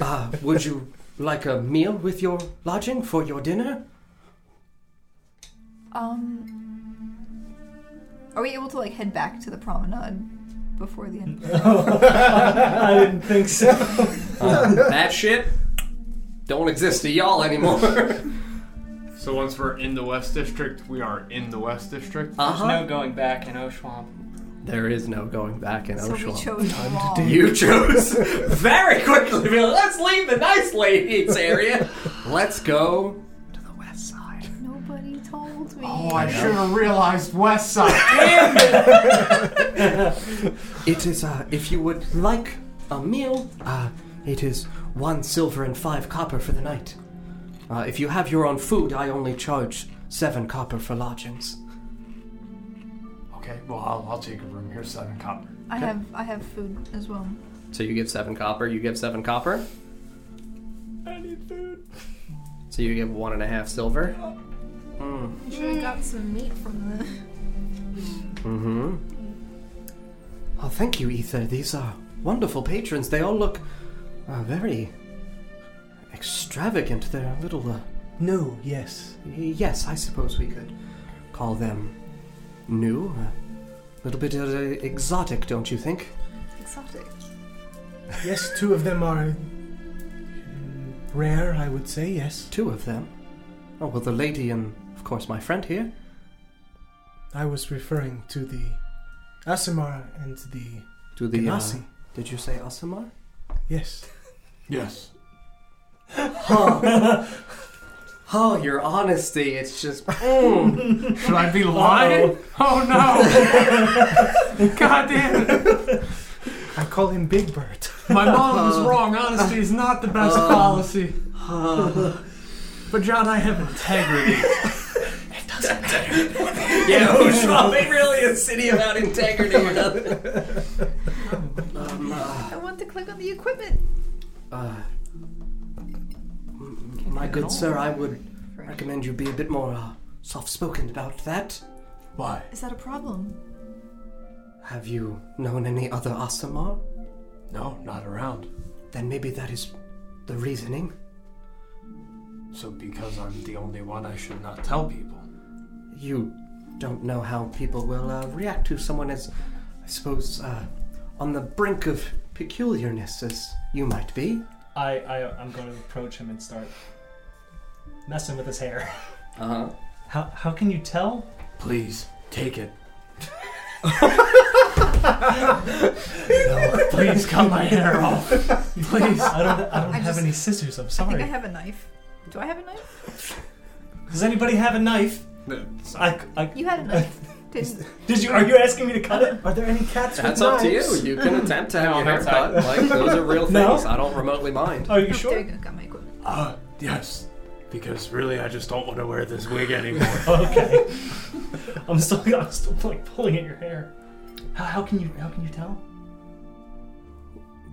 Speaker 2: Ah, would you like a meal with your lodging for your dinner?
Speaker 3: um. Are we able to like head back to the promenade before the end?
Speaker 5: I didn't think so.
Speaker 2: Uh, that shit don't exist to y'all anymore.
Speaker 6: So once we're in the West District, we are in the West District.
Speaker 2: Uh-huh.
Speaker 10: There's no going back in Oshwamp.
Speaker 2: There is no going back in
Speaker 3: So we
Speaker 2: Oshawa.
Speaker 3: chose the wall.
Speaker 2: You chose very quickly. Be like, Let's leave the nice ladies area. Let's go.
Speaker 3: Nobody told me.
Speaker 4: Oh, I should have realized West Side. Damn it!
Speaker 2: It is, uh, if you would like a meal, uh, it is one silver and five copper for the night. Uh, if you have your own food, I only charge seven copper for lodgings.
Speaker 4: Okay, well, I'll, I'll take a room. Here's seven copper.
Speaker 3: I have I have food as well.
Speaker 2: So you give seven copper, you give seven copper.
Speaker 5: I need food.
Speaker 2: So you give one and a half silver. Mm.
Speaker 3: You should have got some meat from the.
Speaker 2: Mm-hmm. Oh, thank you, Ether. These are wonderful patrons. They all look uh, very extravagant. They're a little. Uh,
Speaker 11: No, yes.
Speaker 2: yes, I suppose we could call them new. A little bit uh, exotic, don't you think?
Speaker 3: Exotic.
Speaker 1: Yes, two of them are rare, I would say, yes.
Speaker 2: Two of them. Oh, well, the lady and, of course, my friend here.
Speaker 1: I was referring to the Asimara and the.
Speaker 2: To the. Uh,
Speaker 1: Ganassi.
Speaker 2: did you say Asamar?
Speaker 1: Yes.
Speaker 4: Yes.
Speaker 2: Oh, your honesty. It's just. hmm.
Speaker 4: Should I be lying? Oh no! God damn it!
Speaker 1: I call him Big Bird.
Speaker 4: My mom was wrong. Honesty is not the best policy. But John, I have integrity.
Speaker 2: Yeah, Ushwap ain't really a city about integrity or nothing. Um, uh,
Speaker 3: I want to click on the equipment.
Speaker 2: uh, my good sir, I would recommend you be a bit more uh, soft spoken about that.
Speaker 4: Why?
Speaker 3: Is that a problem?
Speaker 2: Have you known any other Asamar?
Speaker 4: No, not around.
Speaker 2: Then maybe that is the reasoning.
Speaker 4: So because I'm the only one, I should not tell people.
Speaker 2: You don't know how people will uh, react to someone as, I suppose, uh, on the brink of peculiarness as you might be.
Speaker 5: I, I I'm going to approach him and start messing with his hair.
Speaker 2: Uh huh.
Speaker 5: How how can you tell?
Speaker 4: Please take it. no, please cut my hair off. Please.
Speaker 5: I don't I don't
Speaker 3: I
Speaker 5: have
Speaker 3: just-
Speaker 5: any scissors. I'm
Speaker 3: I think I
Speaker 5: sorry.
Speaker 3: have a knife. Do I have a knife?
Speaker 5: Does anybody have a knife? I, I
Speaker 3: You had a knife. Didn't Oh,
Speaker 5: did you? Are you asking me to cut it?
Speaker 11: Are there any cats
Speaker 2: That's
Speaker 11: with
Speaker 2: up to
Speaker 11: knives?
Speaker 2: you. You can attempt to have
Speaker 10: No,
Speaker 2: your hair
Speaker 10: that's
Speaker 2: cut. Like those are real
Speaker 5: No?
Speaker 2: things. I don't remotely mind.
Speaker 5: Are you
Speaker 3: Oh, there
Speaker 5: sure?
Speaker 3: you go, got my equipment.
Speaker 4: Uh, yes. Because really, I just don't want to wear this wig anymore.
Speaker 5: Okay. I'm still I'm still like pulling at your hair. How, how can you how can you tell?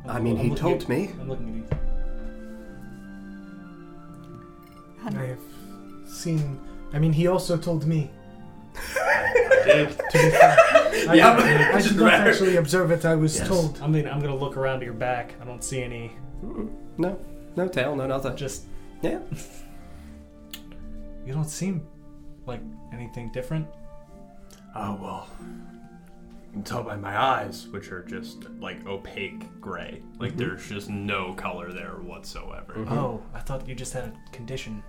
Speaker 2: I mean,
Speaker 5: I'm
Speaker 2: he
Speaker 5: looking
Speaker 2: told
Speaker 5: at-
Speaker 2: me.
Speaker 5: I'm looking at
Speaker 1: I
Speaker 3: Hunter.
Speaker 1: have seen. I mean, he also told me.
Speaker 4: Dave,
Speaker 1: I,
Speaker 2: Yeah, but-
Speaker 1: I did not actually observe it. I was
Speaker 4: Yes.
Speaker 1: told.
Speaker 5: these. I mean, I'm gonna look around at your back. I don't see any.
Speaker 2: No, no tail, no nothing.
Speaker 5: Just
Speaker 2: Yeah.
Speaker 5: you don't seem like anything different.
Speaker 4: Oh well. You can tell by my eyes,
Speaker 6: Which are just like opaque gray. Like there's just no color there whatsoever.
Speaker 1: Mm-hmm.
Speaker 5: Oh, I thought you just had a condition.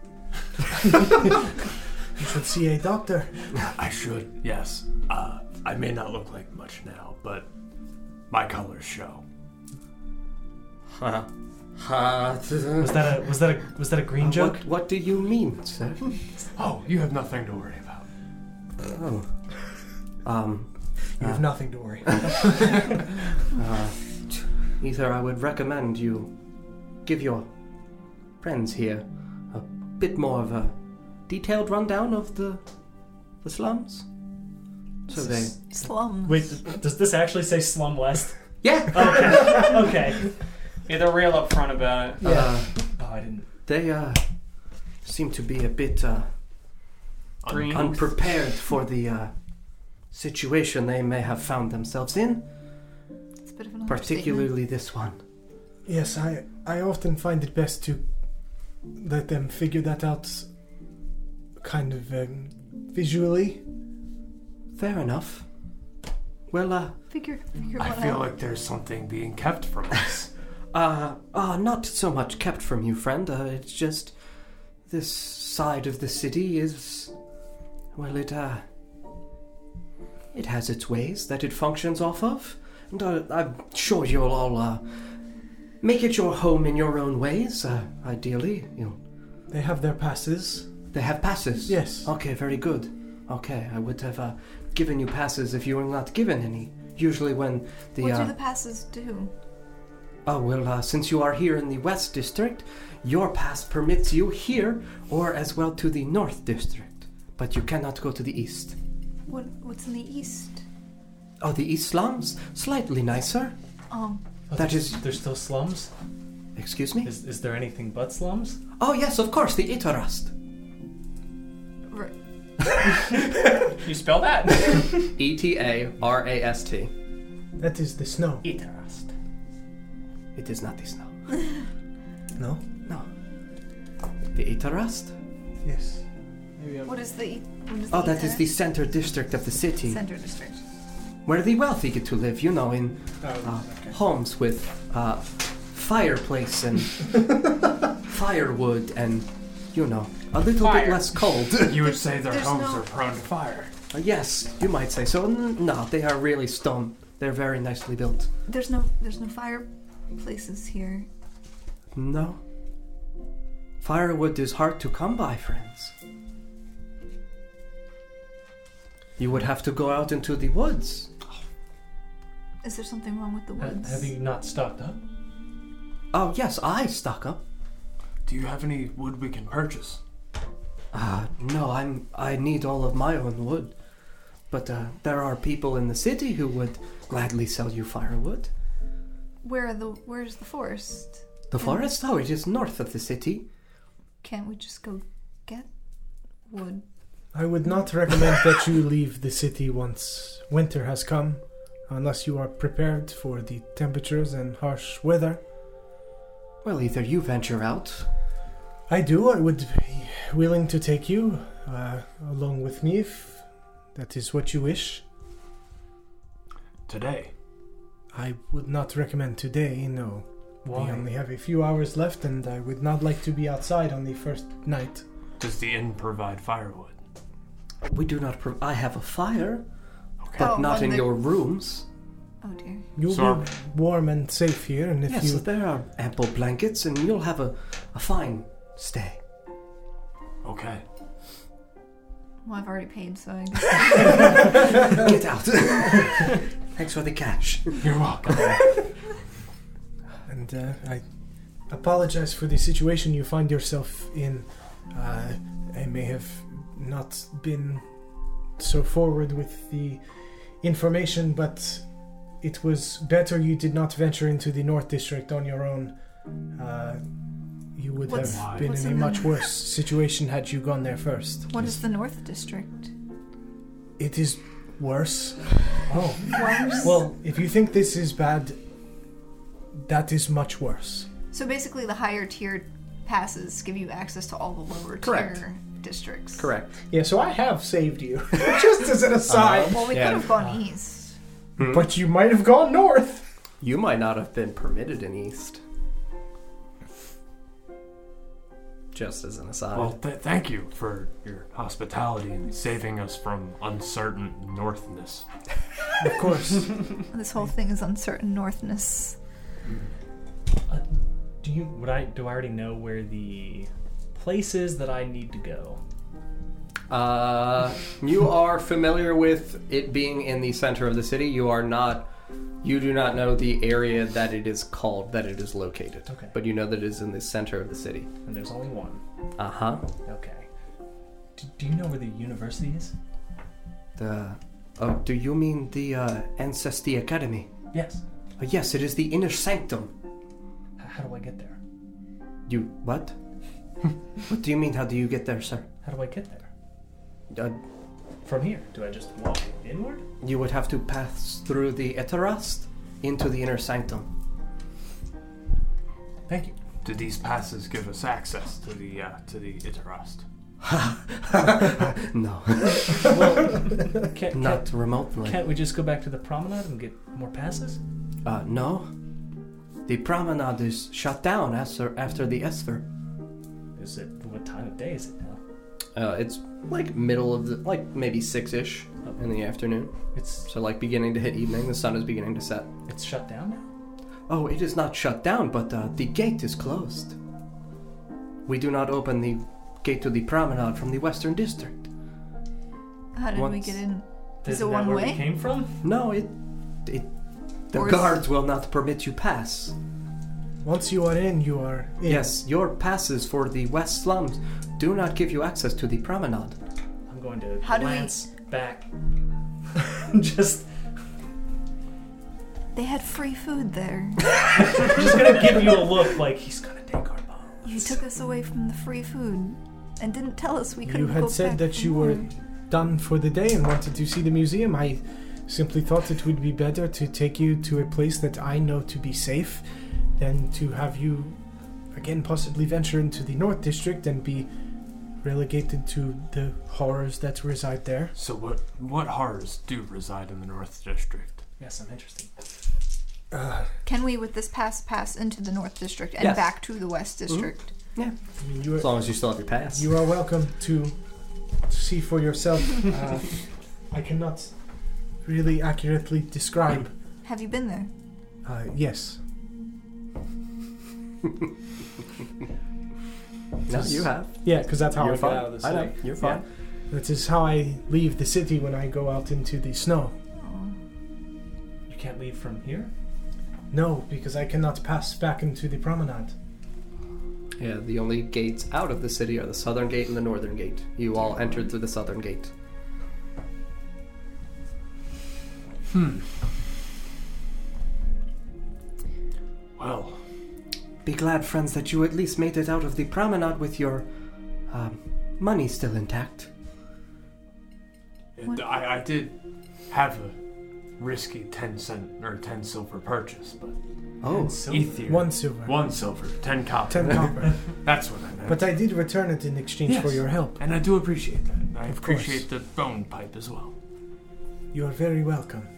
Speaker 1: You should see a doctor.
Speaker 4: I should. Yes. Uh, I may not look like much now, but my colors show.
Speaker 2: Huh. Huh.
Speaker 5: Was that a was that a was that a green joke?
Speaker 2: Uh, What, what do you mean, sir?
Speaker 4: Oh, you have nothing to worry about.
Speaker 2: Oh. Um,
Speaker 1: You have nothing to worry.
Speaker 2: Ether, I would recommend you give your friends here a bit more of a detailed rundown of the the slums. So they.
Speaker 3: Slum.
Speaker 5: Wait, th- does this actually say Slum West?
Speaker 2: Yeah!
Speaker 5: Okay.
Speaker 10: Yeah, they're real upfront about it.
Speaker 2: Uh,
Speaker 5: Oh, I didn't.
Speaker 2: They uh seem to be a bit uh
Speaker 10: Dreams.
Speaker 2: unprepared for the uh, situation they may have found themselves in,
Speaker 3: It's a bit of an understatement.
Speaker 2: particularly this one.
Speaker 1: Yes, I I often find it best to let them figure that out, kind of um, visually.
Speaker 2: Fair enough. Well, uh,
Speaker 3: Figure, figure
Speaker 4: I
Speaker 3: what
Speaker 4: feel
Speaker 3: out.
Speaker 4: like there's something being kept from us.
Speaker 2: Uh, uh, not so much kept from you, friend. Uh, it's just this side of the city is, well, it uh, it has its ways that it functions off of, and uh, I'm sure you'll all uh, make it your home in your own ways. Uh, ideally, you'll.
Speaker 1: They have their passes.
Speaker 2: They have passes.
Speaker 1: Yes.
Speaker 2: Okay, very good. Okay, I would have uh, given you passes if you were not given any. Usually, when the
Speaker 3: what
Speaker 2: uh,
Speaker 3: do the passes do?
Speaker 2: Oh, well, uh, since you are here in the West District, your pass permits you here or as well to the North District. But you cannot go to the East.
Speaker 3: What, what's in the east?
Speaker 2: Oh, the East slums? Slightly nicer.
Speaker 3: Oh,
Speaker 2: That is.
Speaker 5: There's still slums?
Speaker 2: Excuse me?
Speaker 5: Is, is there anything but slums?
Speaker 2: Oh, yes, of course, the Itarast.
Speaker 3: r-
Speaker 10: You spell that?
Speaker 2: E T A R A S T.
Speaker 1: That is the snow.
Speaker 10: Interest.
Speaker 2: It is not the snow.
Speaker 1: No.
Speaker 2: No. The Itarast?
Speaker 1: Yes.
Speaker 3: what is the? e, What is
Speaker 2: Oh,
Speaker 3: the
Speaker 2: that is the
Speaker 3: east
Speaker 2: center district of the
Speaker 3: end?
Speaker 2: city,
Speaker 3: center district.
Speaker 2: where the wealthy get to live, you know, in uh, homes with uh, fireplace and firewood and you know a little bit
Speaker 10: Fire.
Speaker 2: less cold.
Speaker 4: you would say their
Speaker 3: There's
Speaker 4: homes
Speaker 3: no-
Speaker 4: are prone to fire.
Speaker 2: Uh, yes, you might say so. N- No, they are really stone. They're very nicely built.
Speaker 3: There's no, there's no fireplaces here.
Speaker 2: No. Firewood is hard to come by, friends. You would have to go out into the woods.
Speaker 3: Is there something wrong with the
Speaker 5: Ha-
Speaker 3: woods?
Speaker 5: Have you not stocked up?
Speaker 2: Oh, yes, I stock up.
Speaker 4: Do you have any wood we can purchase?
Speaker 2: Uh, no, I'm. I need all of my own wood, but uh, there are people in the city who would gladly sell you firewood.
Speaker 3: Where are the? Where's the forest?
Speaker 2: The
Speaker 3: Yeah.
Speaker 2: forest, oh, it is north of the city.
Speaker 3: Can't we just go get wood?
Speaker 1: I would not recommend that you leave the city once winter has come, unless you are prepared for the temperatures and harsh weather.
Speaker 2: Well, either you venture out.
Speaker 1: I do. I would be willing to take you uh, along with me if that is what you wish.
Speaker 4: Today.
Speaker 1: I would not recommend today, no.
Speaker 4: Why?
Speaker 1: We only have a few hours left, and I would not like to be outside on the first night.
Speaker 4: Does the inn provide firewood?
Speaker 2: We do not. Pro- I have a fire, but
Speaker 3: Oh,
Speaker 2: not
Speaker 3: one
Speaker 2: in
Speaker 3: that-
Speaker 2: your rooms.
Speaker 3: Oh dear.
Speaker 1: You'll
Speaker 4: So-
Speaker 1: be warm and safe here, and if
Speaker 2: yes,
Speaker 1: you
Speaker 2: there are ample blankets, and you'll have a, a fine stay.
Speaker 4: Okay.
Speaker 3: Well, I've already paid, so I guess
Speaker 2: Get out. Thanks for the cash.
Speaker 4: You're welcome.
Speaker 1: and uh, I apologize for the situation you find yourself in. Uh, I may have not been so forward with the information, but it was better you did not venture into the North District on your own. Uh, you would
Speaker 3: What's-
Speaker 1: have been
Speaker 3: what's
Speaker 1: in a
Speaker 3: in
Speaker 1: much
Speaker 3: the-
Speaker 1: worse situation had you gone there first.
Speaker 3: what is the North District?
Speaker 1: It is worse.
Speaker 5: Oh,
Speaker 3: Worse.
Speaker 1: Well, if you think this is bad, that is much worse.
Speaker 3: so basically, the higher tier passes give you access to all the lower
Speaker 2: Correct.
Speaker 3: tier districts.
Speaker 2: Correct.
Speaker 11: Yeah, so I have saved you. Just as an aside.
Speaker 3: Well, we
Speaker 2: Yeah.
Speaker 3: could have gone east.
Speaker 1: Uh-huh.
Speaker 11: But you might have gone north.
Speaker 2: You might not have been permitted in East. Just as an aside.
Speaker 4: Well, th- thank you for your hospitality and saving us from uncertain northness.
Speaker 1: Of course.
Speaker 3: This whole thing is uncertain northness.
Speaker 5: do you? Would I? Do I already know where the place is that I need to go?
Speaker 2: Uh, you are familiar with it being in the center of the city. You are not. You do not know the area that it is called, that it is located.
Speaker 5: Okay.
Speaker 2: But you know that it is in the center of the city.
Speaker 5: And there's only one.
Speaker 2: Uh huh.
Speaker 5: Okay. Do, do you know where the university is?
Speaker 2: The. Oh, do you mean the uh, Ancestry Academy?
Speaker 5: Yes.
Speaker 2: Uh, yes, it is the inner sanctum.
Speaker 5: H- how do I get there?
Speaker 2: You. What? what do you mean? How do you get there, sir?
Speaker 5: How do I get there?
Speaker 2: Uh,
Speaker 5: From here, do I just walk inward?
Speaker 2: you would have to pass through the Eterast into the inner sanctum.
Speaker 4: Thank you. Do these passes give us access to the uh, to the Iterust?
Speaker 2: no.
Speaker 5: well, can,
Speaker 2: Not
Speaker 5: can,
Speaker 2: remotely.
Speaker 5: Can't we just go back to the promenade and get more passes?
Speaker 2: Uh, no. The promenade is shut down after, after the Esper.
Speaker 5: Is it what time of day is it now?
Speaker 2: Uh, it's like middle of the, like maybe six ish in the afternoon.
Speaker 5: It's
Speaker 2: so like beginning to hit evening. The sun is beginning to set.
Speaker 5: It's shut down now.
Speaker 2: Oh, it is not shut down, but uh, the gate is closed. We do not open the gate to the promenade from the Western District.
Speaker 3: How did we
Speaker 2: Once-
Speaker 3: get in? Is
Speaker 5: Isn't
Speaker 3: it
Speaker 5: that
Speaker 3: one
Speaker 5: where
Speaker 3: way?
Speaker 5: we came from?
Speaker 2: No, it, it, the
Speaker 3: Or is-
Speaker 2: guards will not permit you pass.
Speaker 1: Once you are in, you are in.
Speaker 2: Yes, your passes for the West Slums do not give you access to the promenade.
Speaker 5: I'm going to
Speaker 3: How do we-
Speaker 5: glance back. just,
Speaker 3: They had free food there.
Speaker 5: just gonna give you a look like he's gonna take our bomb.
Speaker 3: you took us away from the free food and didn't tell us we couldn't
Speaker 1: You
Speaker 3: go
Speaker 1: had said
Speaker 3: back
Speaker 1: that
Speaker 3: for
Speaker 1: you were
Speaker 3: more.
Speaker 1: done for the day and wanted to see the museum. I simply thought it would be better to take you to a place that I know to be safe than to have you again possibly venture into the North District and be relegated to the horrors that reside there.
Speaker 4: So what what horrors do reside in the North District?
Speaker 5: Yes, I'm interested.
Speaker 3: Can we, with this pass, pass into the North District and
Speaker 2: Yes. Mm-hmm.
Speaker 3: back to the West District?
Speaker 1: I mean, you are,
Speaker 2: As long as you still have your pass.
Speaker 1: you are welcome to see for yourself. Uh, I cannot really accurately describe.
Speaker 3: Have you been there?
Speaker 1: Uh, yes.
Speaker 2: no, you have.
Speaker 1: Yeah, because that's how
Speaker 2: You're
Speaker 1: I
Speaker 2: fine.
Speaker 1: got out of the
Speaker 2: I
Speaker 1: city.
Speaker 2: know. You're fine.
Speaker 1: That is how I leave the city when I go out into the snow.
Speaker 5: You can't leave from here.
Speaker 1: No, because I cannot pass back into the promenade.
Speaker 2: Yeah, the only gates out of the city are the southern gate and the northern gate. You all entered through the southern gate.
Speaker 4: Well,
Speaker 2: Be glad, friends, that you at least made it out of the promenade with your um, money still intact.
Speaker 4: it, I, I did have a risky ten cent or ten silver purchase, but
Speaker 2: Oh,
Speaker 4: Ether.
Speaker 1: One silver.
Speaker 4: One silver. Ten copper.
Speaker 1: Ten copper.
Speaker 4: That's what I meant.
Speaker 1: But I did return it in exchange for
Speaker 4: Yes.
Speaker 1: your help.
Speaker 4: And I do appreciate that. And I
Speaker 1: Of course.
Speaker 4: appreciate the bone pipe as well.
Speaker 1: You are very welcome.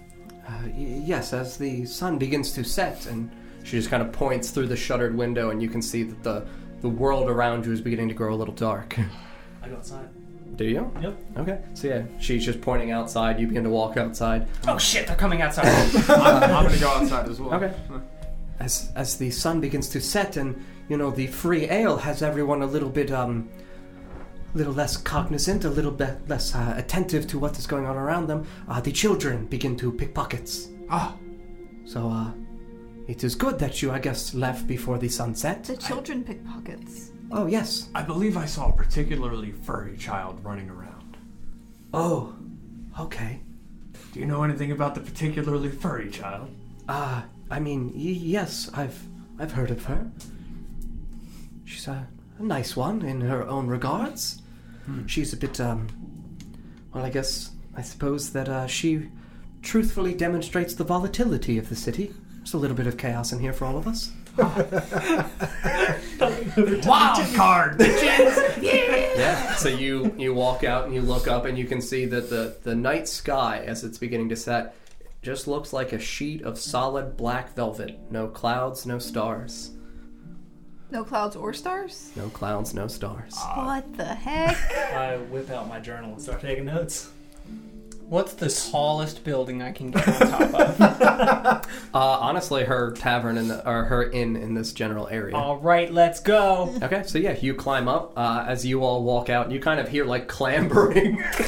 Speaker 2: Uh, y- yes, as the sun begins to set, and she just kind of points through the shuttered window, and you can see that the the world around you is beginning to grow a little dark.
Speaker 5: I go outside.
Speaker 2: Do you?
Speaker 5: Yep.
Speaker 2: Okay. So yeah, she's just pointing outside. You begin to walk outside.
Speaker 10: Oh shit, they're coming outside.
Speaker 4: I'm, I'm gonna go outside as well.
Speaker 2: Okay. As as the sun begins to set, and you know the free ale has everyone a little bit um, a little less cognizant, a little bit less uh, attentive to what is going on around them. Uh, the children begin to pick pockets.
Speaker 4: Ah,
Speaker 2: So uh, it is good that you, I guess, left before the sunset.
Speaker 3: The children pickpockets.
Speaker 2: Oh yes.
Speaker 4: I believe I saw a particularly furry child running around.
Speaker 2: Oh. Okay.
Speaker 4: Do you know anything about the particularly furry child?
Speaker 2: Ah, I mean, y- yes, I've I've heard of her. She's a, a nice one in her own regards. She's a bit um well, I guess I suppose that uh, she truthfully demonstrates the volatility of the city. There's a little bit of chaos in here for all of us.
Speaker 4: Wild card!
Speaker 2: Yeah. So you you walk out and you look up and you can see that the the night sky as it's beginning to set just looks like a sheet of solid black velvet. No clouds, no stars.
Speaker 3: No clouds or stars?
Speaker 2: No clouds, no stars.
Speaker 3: What the heck?
Speaker 5: I whip out my journal and start taking notes.
Speaker 10: What's the tallest building I can get on top of?
Speaker 2: Uh, honestly, her tavern in the, or her inn in this general area.
Speaker 10: All right, let's go.
Speaker 2: Okay, so yeah, you climb up uh, as you all walk out. You kind of hear like clambering.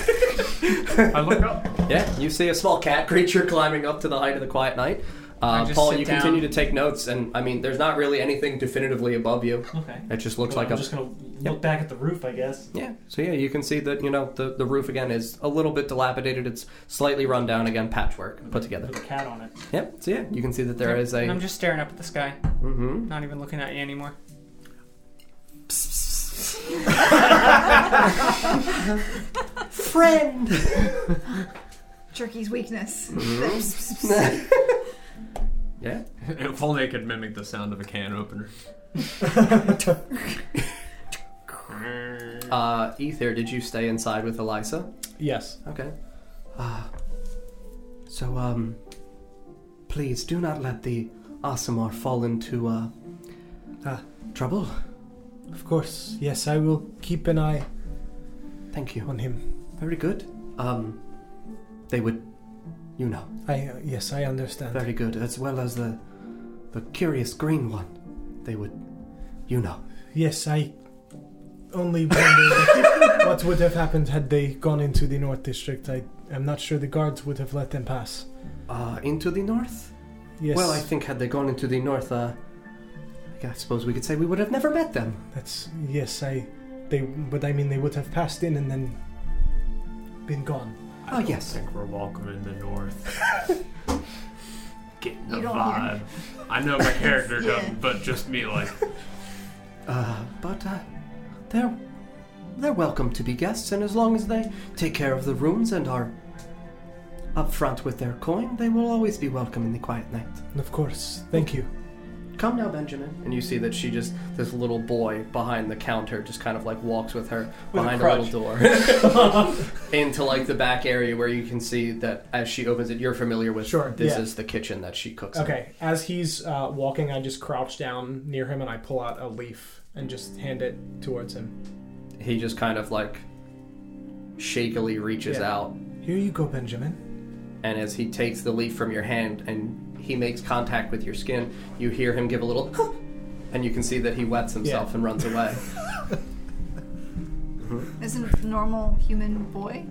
Speaker 4: I look up.
Speaker 2: yeah, you see a small cat creature climbing up to the height of the quiet night.
Speaker 10: I
Speaker 2: Uh,
Speaker 10: just
Speaker 2: Paul,
Speaker 10: sit
Speaker 2: you
Speaker 10: down.
Speaker 2: continue to take notes, and I mean, there's not really anything definitively above you.
Speaker 5: Okay.
Speaker 2: It just looks
Speaker 5: Well,
Speaker 2: like
Speaker 5: I'm
Speaker 2: a
Speaker 5: just gonna look back at the roof, I guess.
Speaker 2: yeah. So yeah, you can see that you know the the roof again is a little bit dilapidated. It's slightly run down again, patchwork put together.
Speaker 5: With a cat on it.
Speaker 2: Yep. So yeah, you can see that there is a
Speaker 10: And I'm just staring up at the sky,
Speaker 2: mhm.
Speaker 10: not even looking at you anymore.
Speaker 11: Friend!
Speaker 3: Jerky's weakness.
Speaker 2: Mm-hmm. yeah.
Speaker 4: If only I could mimic the sound of a can opener.
Speaker 2: Uh, Ether, did you stay inside with Elisa?
Speaker 11: Yes.
Speaker 2: Okay. Uh, so, um, please do not let the Asimar fall into, uh, uh, trouble.
Speaker 11: Of course, yes, I will keep an eye.
Speaker 2: Thank you.
Speaker 11: On him.
Speaker 2: Very good. Um, they would, you know.
Speaker 11: I, uh, yes, I understand.
Speaker 2: Very good. As well as the, the curious green one. They would, you know.
Speaker 11: Yes, I only wonder what would have happened had they gone into the North District. I am not sure the guards would have let them pass.
Speaker 2: Uh, into the north?
Speaker 11: Yes.
Speaker 2: Well, I think had they gone into the north, uh, I suppose we could say we would have never met them.
Speaker 11: That's yes, I. They, but I mean, they would have passed in and then been gone.
Speaker 2: Oh, yes.
Speaker 4: I think we're welcome in the north. Getting the
Speaker 3: You don't hear.
Speaker 4: vibe. I know my character
Speaker 3: Yeah.
Speaker 4: doesn't, but just me, like,
Speaker 2: Uh, but uh, they're they're welcome to be guests, and as long as they take care of the rooms and are upfront with their coin, they will always be welcome in the quiet night.
Speaker 11: Of course. Thank you.
Speaker 2: Come now, Benjamin. And you see that she just this little boy behind the counter just kind of like walks with her
Speaker 10: With a
Speaker 2: behind a,
Speaker 10: crutch.
Speaker 2: little door into like the back area where you can see that as she opens it, you're familiar with.
Speaker 11: Sure,
Speaker 2: This
Speaker 11: yeah.
Speaker 2: is the kitchen that she cooks. in.
Speaker 11: Okay, as he's uh, walking, I just crouch down near him and I pull out a leaf and just hand it towards him.
Speaker 2: He just kind of like shakily reaches
Speaker 11: Yeah.
Speaker 2: out
Speaker 11: Here you go, Benjamin.
Speaker 2: and as he takes the leaf from your hand and he makes contact with your skin, you hear him give a little, and you can see that he wets himself
Speaker 11: Yeah.
Speaker 2: and runs away.
Speaker 3: Isn't it a normal human boy?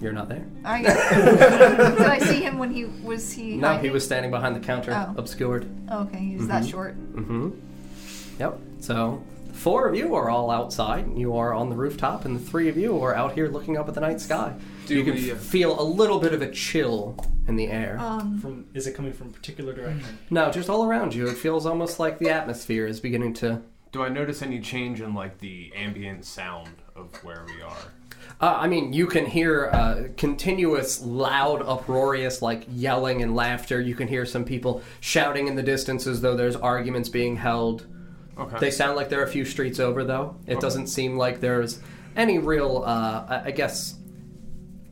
Speaker 2: You're not there.
Speaker 3: I Did I see him when he was he?
Speaker 2: No, he
Speaker 3: hiding?
Speaker 2: was standing behind the counter,
Speaker 3: Oh.
Speaker 2: obscured.
Speaker 3: Oh, okay, he was that
Speaker 2: Mhm.
Speaker 3: short.
Speaker 2: Mm-hmm. Yep. So the four of you are all outside. and You are on the rooftop, and the three of you are out here looking up at the night sky.
Speaker 4: Do
Speaker 2: you can
Speaker 4: we, uh,
Speaker 2: f- feel a little bit of a chill in the air.
Speaker 3: Um,
Speaker 5: From is it coming from a particular direction?
Speaker 2: no, just all around you. It feels almost like the atmosphere is beginning to
Speaker 4: do I notice any change in, like, the ambient sound of where we are?
Speaker 2: Uh, I mean, you can hear uh, continuous, loud, uproarious, like yelling and laughter. You can hear some people shouting in the distance as though there's arguments being held.
Speaker 4: Okay.
Speaker 2: They sound like they're a few streets over, though. It
Speaker 4: Okay.
Speaker 2: doesn't seem like there's any real, uh, I- I guess,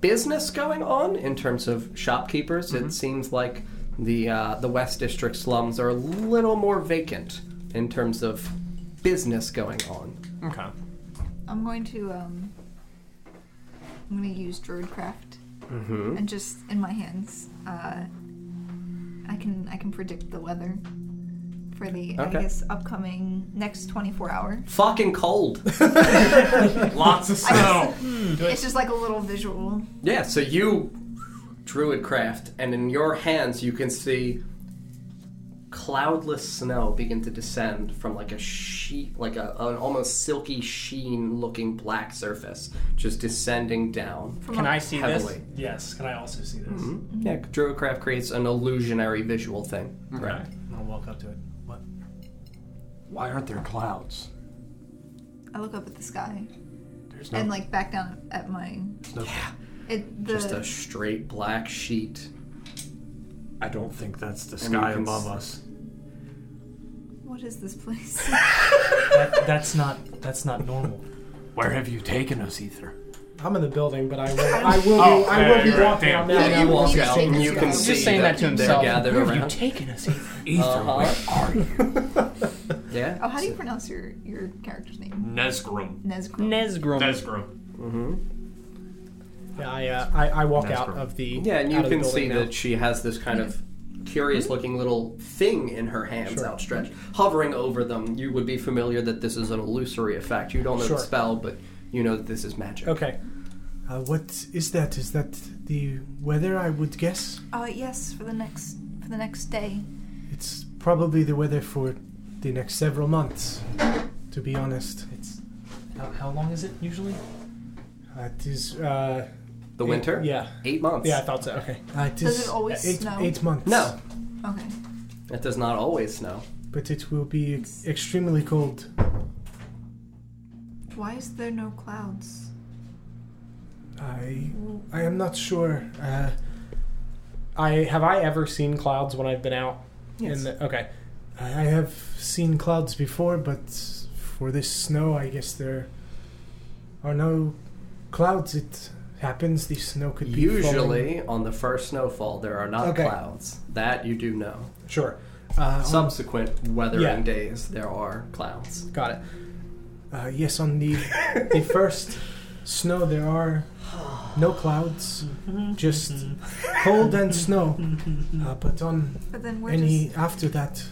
Speaker 2: business going on in terms of shopkeepers.
Speaker 4: Mm-hmm.
Speaker 2: It seems like the uh, the West District slums are a little more vacant in terms of business going on.
Speaker 4: Okay.
Speaker 3: I'm going to um, I'm going to use druidcraft
Speaker 2: Mm-hmm.
Speaker 3: and just in my hands, uh, I can I can predict the weather for the I
Speaker 2: Okay.
Speaker 3: guess upcoming next 24 hour.
Speaker 2: Fucking cold.
Speaker 4: Lots of snow.
Speaker 3: It's just like a little visual.
Speaker 2: Yeah, so you druid craft, and in your hands you can see cloudless snow begin to descend from like a sheet, like a, an almost silky sheen looking black surface, just descending down.
Speaker 3: From
Speaker 10: Can
Speaker 3: a-
Speaker 10: I see
Speaker 2: heavily. Mm-hmm.
Speaker 10: this?
Speaker 5: Yes. Can I also see this?
Speaker 2: Yeah, druidcraft creates an illusionary visual thing. Right.
Speaker 5: I'm gonna walk up to it. What?
Speaker 4: Why aren't there clouds?
Speaker 3: I look up at the sky
Speaker 4: There's
Speaker 3: and like back down at my
Speaker 4: no
Speaker 3: it the
Speaker 2: Just a straight black sheet.
Speaker 4: I don't think that's the
Speaker 2: And you
Speaker 4: sky
Speaker 2: can
Speaker 4: above
Speaker 2: s-
Speaker 4: us.
Speaker 3: what is this place?
Speaker 5: That, that's not that's not normal.
Speaker 4: Where have you taken us, Ether?
Speaker 11: I'm in the building, but I will. I will.
Speaker 4: Oh,
Speaker 11: be, I will be
Speaker 4: yeah, right,
Speaker 11: walking out
Speaker 4: damn.
Speaker 2: And
Speaker 11: now.
Speaker 2: you
Speaker 3: we
Speaker 2: walk
Speaker 3: need to
Speaker 2: out,
Speaker 3: take
Speaker 2: and
Speaker 3: this
Speaker 2: you
Speaker 3: guy.
Speaker 2: can
Speaker 3: He's
Speaker 2: see
Speaker 10: just saying that to
Speaker 2: they're
Speaker 10: himself.
Speaker 2: gathered
Speaker 10: Where
Speaker 2: around.
Speaker 10: have you taken us, Ethan?
Speaker 4: Ether,
Speaker 2: Uh-huh.
Speaker 4: where are you?
Speaker 2: yeah.
Speaker 3: oh, how do you pronounce your your character's name?
Speaker 4: Nesgrim.
Speaker 3: Nezgrim.
Speaker 13: Nesgrum.
Speaker 4: Nesgrim.
Speaker 11: Yeah, I, uh, I, I walk
Speaker 4: That's
Speaker 11: out
Speaker 4: perfect.
Speaker 11: of the.
Speaker 2: Yeah, and
Speaker 11: out
Speaker 2: you
Speaker 11: of the
Speaker 2: can
Speaker 11: building
Speaker 2: see
Speaker 11: now.
Speaker 2: that she has this kind of curious looking little thing in her hands
Speaker 11: Sure.
Speaker 2: outstretched, hovering over them. You would be familiar that this is an illusory effect. You don't know
Speaker 11: Sure.
Speaker 2: the spell, but you know that this is magic.
Speaker 11: Okay.
Speaker 1: Uh, what is that? Is that the weather? I would guess
Speaker 3: Uh, yes, for the next for the next day.
Speaker 1: it's probably the weather for the next several months. To be honest,
Speaker 5: It's how, how long is it usually?
Speaker 1: uh, it is. Uh,
Speaker 2: The
Speaker 1: Eight-
Speaker 2: winter?
Speaker 11: Yeah.
Speaker 2: Eight months.
Speaker 11: Yeah, I thought so. Okay.
Speaker 1: uh, it
Speaker 3: Does
Speaker 1: is
Speaker 3: it always
Speaker 1: eight,
Speaker 3: snow?
Speaker 1: eight months.
Speaker 2: No,
Speaker 3: Okay.
Speaker 2: it does not always snow.
Speaker 1: but it will be ex- extremely cold.
Speaker 3: Why is there no clouds?
Speaker 1: I I am not sure. Uh,
Speaker 14: I have I ever seen clouds when I've been out?
Speaker 1: Yes.
Speaker 14: In
Speaker 10: uh,
Speaker 14: the, okay.
Speaker 1: I I have seen clouds before, but for this snow, I guess there are no clouds. It happens. The snow could be
Speaker 2: Usually,
Speaker 1: falling.
Speaker 2: on the first snowfall, there are not
Speaker 1: Okay.
Speaker 2: clouds. That you do know.
Speaker 14: Sure.
Speaker 11: Uh-huh.
Speaker 14: Uh,
Speaker 2: Subsequent weathering
Speaker 14: Yeah.
Speaker 2: days, there are clouds.
Speaker 14: Got it.
Speaker 1: Uh, yes, on the the first snow, there are no clouds, just cold and snow. Uh, but on
Speaker 3: But then where
Speaker 1: any after that,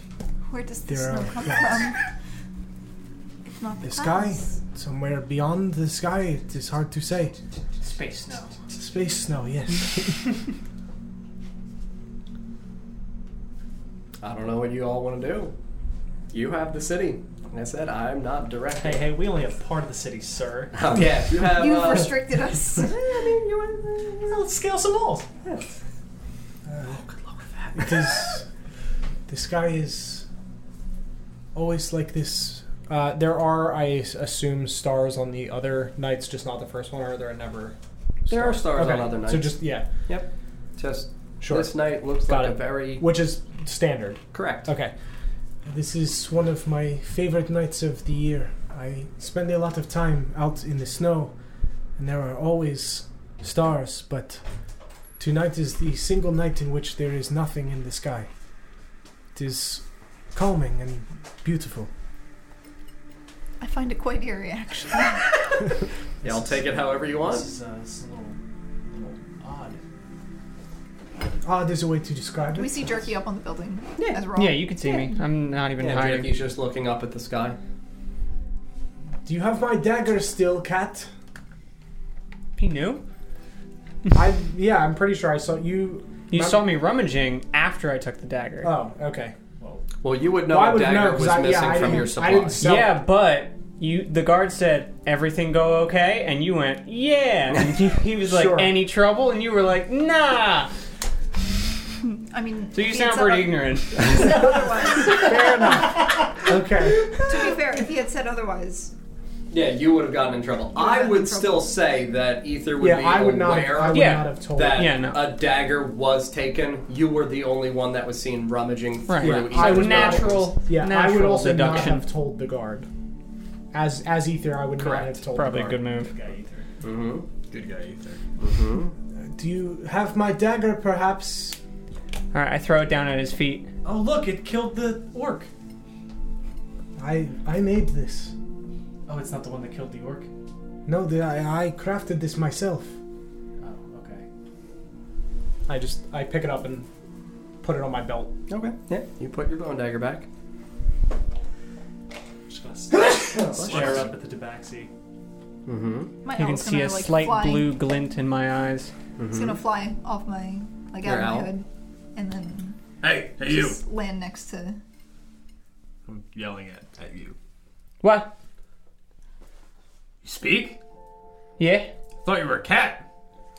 Speaker 3: Where does the
Speaker 1: There
Speaker 3: snow
Speaker 1: are
Speaker 3: come
Speaker 1: clouds.
Speaker 3: from? If not the,
Speaker 1: the sky,
Speaker 3: clouds.
Speaker 1: somewhere beyond the sky, it is hard to say.
Speaker 15: Space snow.
Speaker 1: Space snow, yes.
Speaker 2: I don't know what you all want to do. You have the city. Like I said, I'm not directing.
Speaker 5: Hey, hey, we only have part of the city, sir.
Speaker 2: Oh, yeah, you have,
Speaker 3: You've
Speaker 2: uh,
Speaker 3: restricted us.
Speaker 5: Let's scale some walls.
Speaker 1: it is. The sky is always like this.
Speaker 14: Uh, there are, I s- assume, stars on the other nights, just not the first one. Or are there never?
Speaker 2: There are stars
Speaker 14: Okay,
Speaker 2: on other nights.
Speaker 14: So just yeah,
Speaker 2: Yep. Just
Speaker 14: Sure.
Speaker 2: this night looks
Speaker 14: Got
Speaker 2: like a
Speaker 14: it.
Speaker 2: very
Speaker 14: which is standard.
Speaker 2: correct.
Speaker 14: Okay.
Speaker 1: This is one of my favorite nights of the year. I spend a lot of time out in the snow, and there are always stars, but tonight is the single night in which there is nothing in the sky. It is calming and beautiful.
Speaker 3: I find it quite eerie, actually.
Speaker 2: Yeah, I'll take it however you
Speaker 5: This
Speaker 2: want.
Speaker 5: is, uh, this is a little, little odd.
Speaker 1: Ah, there's a way to describe
Speaker 3: Do we
Speaker 1: it.
Speaker 3: see Jerky up on the building?
Speaker 2: Yeah.
Speaker 3: As we're all-
Speaker 10: Yeah, you can see me. I'm not even
Speaker 2: Yeah,
Speaker 10: hiding.
Speaker 2: Jackie's just looking up at the sky.
Speaker 1: Do you have my dagger still, cat?
Speaker 10: He knew.
Speaker 14: I yeah, I'm pretty sure I saw you.
Speaker 10: You
Speaker 14: Remem-
Speaker 10: saw me rummaging after I took the dagger.
Speaker 14: Oh, okay.
Speaker 2: Well, you would know
Speaker 14: Well, I
Speaker 2: a
Speaker 14: would
Speaker 2: dagger
Speaker 14: know, 'cause
Speaker 2: was
Speaker 14: I- yeah,
Speaker 2: missing
Speaker 14: I
Speaker 2: from your
Speaker 14: didn't-
Speaker 2: supply.
Speaker 14: I didn't So-
Speaker 10: yeah, but you the guard said everything go okay, and you went yeah. And he, he was like
Speaker 14: Sure.
Speaker 10: any trouble, and you were like nah.
Speaker 3: I mean,
Speaker 10: So you
Speaker 3: if he had
Speaker 10: sound
Speaker 3: said
Speaker 10: pretty
Speaker 3: oth-
Speaker 10: ignorant.
Speaker 3: if he said otherwise-
Speaker 14: Fair enough. Okay.
Speaker 3: to be fair, if he had said otherwise,
Speaker 2: Yeah, you would have gotten in trouble.
Speaker 3: would've
Speaker 2: I
Speaker 3: gotten
Speaker 2: would
Speaker 3: in trouble.
Speaker 2: still say that Ether would
Speaker 14: Yeah,
Speaker 2: be
Speaker 14: I would not.
Speaker 2: aware
Speaker 14: I would
Speaker 10: Yeah.
Speaker 14: not have told.
Speaker 2: that
Speaker 10: Yeah, no.
Speaker 2: a dagger was taken. You were the only one that was seen rummaging
Speaker 10: Right.
Speaker 2: through
Speaker 10: Yeah,
Speaker 2: Ether's
Speaker 10: I
Speaker 2: belongings.
Speaker 10: would natural.
Speaker 14: Yeah, I would
Speaker 10: natural
Speaker 14: also
Speaker 10: deduction.
Speaker 14: not have told the guard. As as ether, I would not
Speaker 2: Correct.
Speaker 14: have told.
Speaker 10: Probably
Speaker 14: the
Speaker 10: a good
Speaker 14: guard.
Speaker 10: move.
Speaker 5: Guy Ether.
Speaker 2: Mm-hmm.
Speaker 4: Good guy, Ether.
Speaker 2: Mm-hmm.
Speaker 1: Do you have my dagger, perhaps?
Speaker 10: All right, I throw it down at his feet.
Speaker 5: Oh, look, it killed the orc.
Speaker 1: I I made this.
Speaker 5: Oh, it's not the one that killed the orc?
Speaker 1: No, the, I, I crafted this myself.
Speaker 5: Oh, okay.
Speaker 14: I just I pick it up and put it on my belt.
Speaker 2: Okay. Yeah. You put your bone dagger back.
Speaker 5: Just gonna st- stare up at the tabaxi.
Speaker 2: Mm-hmm.
Speaker 3: my
Speaker 10: You can
Speaker 3: owl's
Speaker 10: see
Speaker 3: gonna
Speaker 10: a
Speaker 3: like
Speaker 10: slight
Speaker 3: fly.
Speaker 10: blue Mhm. glint in my eyes.
Speaker 3: It's gonna fly off my like out
Speaker 2: Your
Speaker 3: of my
Speaker 2: owl?
Speaker 3: hood, and then
Speaker 4: Hey, hey, you!
Speaker 3: just land next to.
Speaker 4: I'm yelling at, at you.
Speaker 10: What?
Speaker 4: You speak?
Speaker 10: Yeah.
Speaker 4: Thought you were a cat.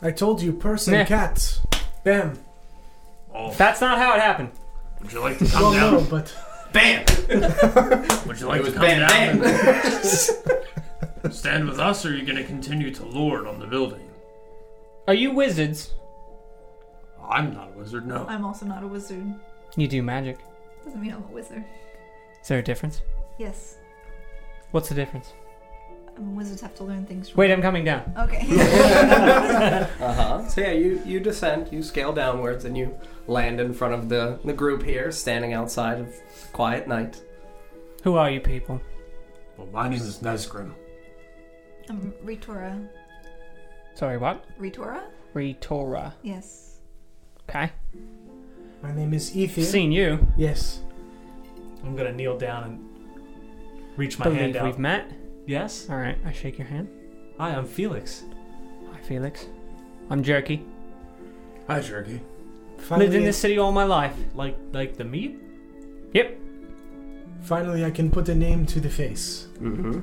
Speaker 1: I told you, person,
Speaker 10: Meh.
Speaker 1: cat. Bam.
Speaker 4: Oh,
Speaker 10: That's not how it happened.
Speaker 4: would you like to come
Speaker 1: Well, no,
Speaker 4: down?
Speaker 1: but
Speaker 4: Oh, Bam! would you like to come down and stand with us, or are you going to continue to lord on the building?
Speaker 10: Are you wizards?
Speaker 4: I'm not a wizard, no.
Speaker 3: I'm also not a wizard.
Speaker 10: You do magic.
Speaker 3: Doesn't mean I'm a wizard.
Speaker 10: Is there a difference?
Speaker 3: Yes,
Speaker 10: What's the difference?
Speaker 3: um, wizards have to learn things. From
Speaker 10: Wait, I'm coming down.
Speaker 3: Okay.
Speaker 2: Uh huh. So yeah, you you descend, you scale downwards, and you land in front of the the group here, standing outside of quiet night.
Speaker 10: Who are you people?
Speaker 4: Well, my name is Nesgrim.
Speaker 3: um, Retora.
Speaker 10: Sorry, what?
Speaker 3: Retora?
Speaker 10: Retora.
Speaker 3: Yes.
Speaker 10: Okay.
Speaker 1: my name is Ethier.
Speaker 10: Seen you.
Speaker 1: Yes.
Speaker 5: I'm gonna kneel down and reach my hand
Speaker 10: Believe
Speaker 5: out.
Speaker 10: we've met.
Speaker 5: Yes?
Speaker 10: All right, I shake your hand.
Speaker 5: Hi, I'm Felix.
Speaker 10: Hi, Felix. I'm Jerky.
Speaker 4: Hi, Jerky.
Speaker 1: Finally,
Speaker 10: Lived in this city all my life.
Speaker 5: Like like the meat?
Speaker 10: Yep.
Speaker 1: finally, I can put a name to the face.
Speaker 2: Mm-hmm.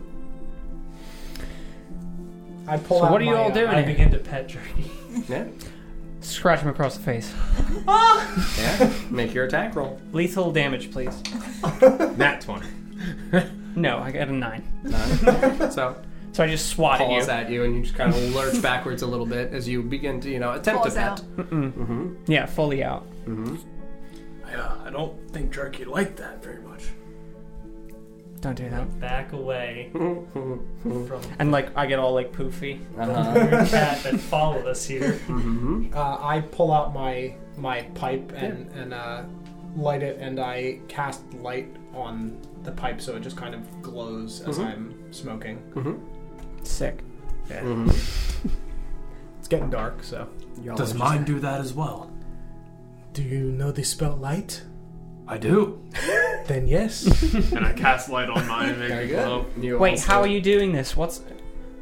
Speaker 14: I pull
Speaker 10: So
Speaker 14: out.
Speaker 10: what are you
Speaker 14: my,
Speaker 10: all
Speaker 14: uh,
Speaker 10: doing?
Speaker 5: I
Speaker 10: here?
Speaker 5: begin to pet jerky.
Speaker 2: Yeah.
Speaker 10: Scratch him across the face.
Speaker 2: Yeah. Make your attack roll.
Speaker 10: Lethal damage, please.
Speaker 4: Nat 20.
Speaker 10: No, I got a nine.
Speaker 2: Nine. so
Speaker 10: So I just swat at
Speaker 2: paws
Speaker 10: you.
Speaker 2: at you, and you just kind of lurch backwards a little bit as you begin to, you know, attempt
Speaker 3: Paws
Speaker 2: to
Speaker 3: out.
Speaker 2: pet.
Speaker 10: Mm-mm.
Speaker 2: Mm-hmm.
Speaker 10: Yeah, fully out.
Speaker 2: Mm-hmm.
Speaker 4: I, uh, I don't think Jerky liked that very much.
Speaker 10: Don't do that.
Speaker 5: Back away from
Speaker 10: And like I get all like poofy.
Speaker 2: Uh-huh.
Speaker 5: the cat that followed us here.
Speaker 2: Mm-hmm.
Speaker 16: Uh, I pull out my my pipe and and uh, light it, and I cast light on the pipe, so it just kind of glows as
Speaker 2: Mhm.
Speaker 16: I'm smoking.
Speaker 10: Sick.
Speaker 16: Yeah.
Speaker 2: Mm-hmm.
Speaker 16: It's getting dark, so
Speaker 2: Y'all
Speaker 4: Does
Speaker 2: are
Speaker 4: mine do that as well?
Speaker 1: Do you know the spell light?
Speaker 4: I do.
Speaker 1: Then yes.
Speaker 17: and I cast light on mine and make
Speaker 2: Very
Speaker 17: it
Speaker 2: good.
Speaker 17: glow.
Speaker 2: You
Speaker 10: Wait,
Speaker 2: also-
Speaker 10: how are you doing this? What's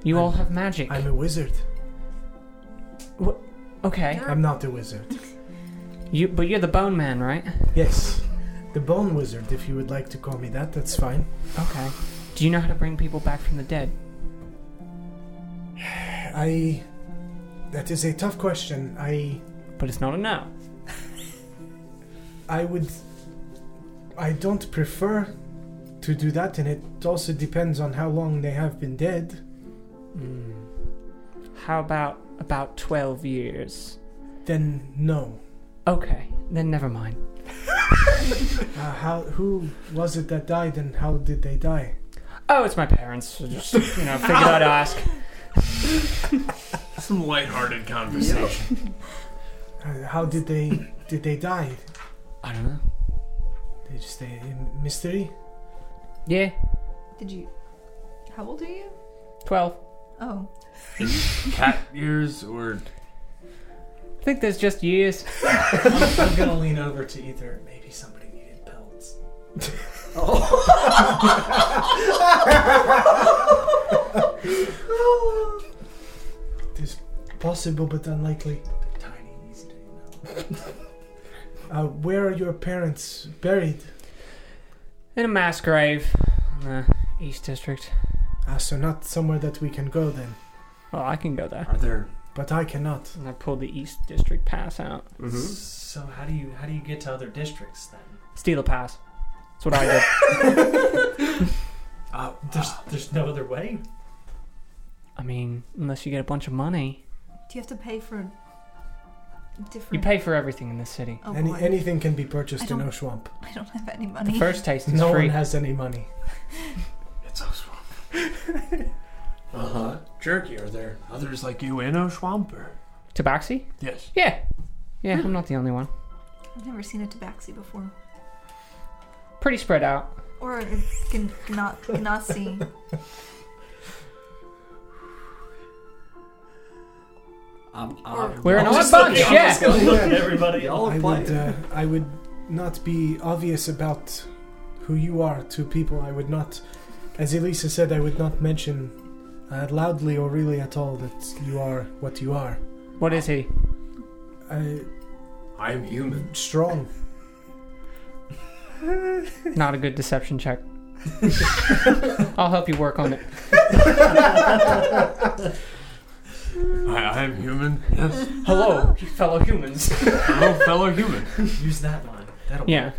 Speaker 10: you all have magic?
Speaker 1: I'm a wizard.
Speaker 10: okay,
Speaker 1: I'm not a wizard.
Speaker 10: you but you're the bone man, right?
Speaker 1: Yes. The bone wizard, if you would like to call me that, that's fine.
Speaker 10: Okay. Do you know how to bring people back from the dead?
Speaker 1: I. That is a tough question. I.
Speaker 10: But it's not a no.
Speaker 1: I would. I don't prefer to do that, and it also depends on how long they have been dead.
Speaker 10: Mm. How about about twelve years?
Speaker 1: Then no.
Speaker 10: Okay, then never mind.
Speaker 1: Uh, how? Who was it that died, and how did they die?
Speaker 10: Oh, it's my parents. So just you know, figured I'd ask.
Speaker 17: Some lighthearted conversation.
Speaker 1: Uh, how did they? did they die?
Speaker 10: I don't know.
Speaker 1: They just a a mystery.
Speaker 10: Yeah,
Speaker 3: Did you? How old are you?
Speaker 10: twelve.
Speaker 3: Oh,
Speaker 17: Cat ears or
Speaker 10: I think there's just years.
Speaker 5: I'm gonna lean over to Ether. Maybe somebody needed pelts.
Speaker 1: It is possible, but unlikely.
Speaker 5: Tiny easy to
Speaker 1: Uh, where are your parents buried?
Speaker 10: In a mass grave in the East District.
Speaker 1: Ah, so not somewhere that we can go then.
Speaker 10: Well, I can go there.
Speaker 4: Are there?
Speaker 1: But I cannot.
Speaker 10: And I pulled the East District pass out.
Speaker 4: Mm-hmm.
Speaker 2: Mhm.
Speaker 5: So how do you how do you get to other districts then?
Speaker 10: Steal a pass. That's what I did.
Speaker 4: Uh,
Speaker 5: There's there's no other way.
Speaker 10: I mean, unless you get a bunch of money.
Speaker 3: do you have to pay for
Speaker 10: You
Speaker 3: different?
Speaker 10: pay for everything in this city.
Speaker 3: Oh
Speaker 1: Any,
Speaker 3: boy,
Speaker 1: anything can be
Speaker 3: I
Speaker 1: purchased in
Speaker 3: don't-
Speaker 1: Oshwamp.
Speaker 3: I don't have any
Speaker 10: The
Speaker 3: money.
Speaker 10: first taste is
Speaker 1: No
Speaker 10: free.
Speaker 1: one has any money.
Speaker 4: It's Oshwamp. uh huh. Jerky, are there others like you in Oshwamp? Or?
Speaker 10: Tabaxi?
Speaker 4: Yes.
Speaker 10: Yeah. Yeah, I'm not the only one.
Speaker 3: I've never seen a tabaxi before,
Speaker 10: Pretty spread out.
Speaker 3: or a gn- gna- gnasi.
Speaker 2: Um, um,
Speaker 10: We're an
Speaker 2: I'm
Speaker 10: odd
Speaker 2: just
Speaker 10: bunch,
Speaker 2: looking- I'm
Speaker 10: yeah.
Speaker 2: just looking at
Speaker 5: everybody.
Speaker 2: Y'all
Speaker 1: I
Speaker 2: are
Speaker 1: would,
Speaker 2: playing.
Speaker 1: uh, I would not be obvious about who you are to people. I would not, as Elisa said, I would not mention uh, loudly or really at all that you are what you are.
Speaker 10: What is he?
Speaker 1: Uh,
Speaker 4: I am human.
Speaker 1: strong.
Speaker 10: Not a good deception check. I'll help you work on it.
Speaker 4: I, I am human. Yes.
Speaker 10: Hello, fellow humans.
Speaker 4: Hello, fellow human.
Speaker 5: Use that line. That'll
Speaker 10: Yeah.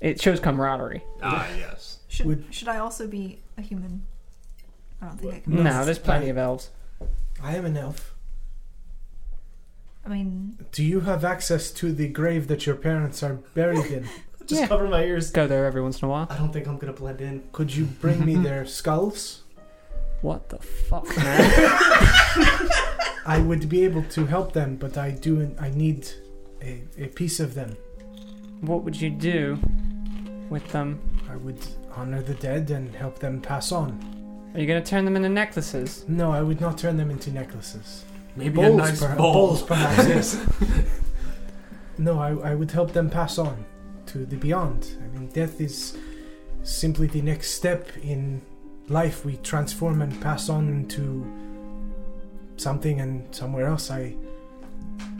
Speaker 10: It shows camaraderie.
Speaker 17: ah yes.
Speaker 3: Should
Speaker 1: Would-
Speaker 3: should I also be a human? I don't think I can.
Speaker 10: No, there's plenty of elves.
Speaker 1: I am an elf.
Speaker 3: I mean,
Speaker 1: Do you have access to the grave that your parents are buried in?
Speaker 5: just
Speaker 10: Yeah.
Speaker 5: cover my ears.
Speaker 10: Go there every once in a while.
Speaker 5: I don't think I'm gonna blend in.
Speaker 1: Could you bring me their skulls?
Speaker 10: What the fuck, man?
Speaker 1: I would be able to help them, but I do. I need a, a piece of them.
Speaker 10: what would you do with them?
Speaker 1: I would honor the dead and help them pass on.
Speaker 10: Are you gonna turn them into necklaces?
Speaker 1: No, I would not turn them into necklaces.
Speaker 4: Maybe a
Speaker 1: Bowls,
Speaker 4: nice
Speaker 1: perha-
Speaker 4: bowl.
Speaker 1: bowls, perhaps. yes. No, I, I would help them pass on to the beyond. I mean, death is simply the next step in life. We transform and pass on into something and somewhere else. I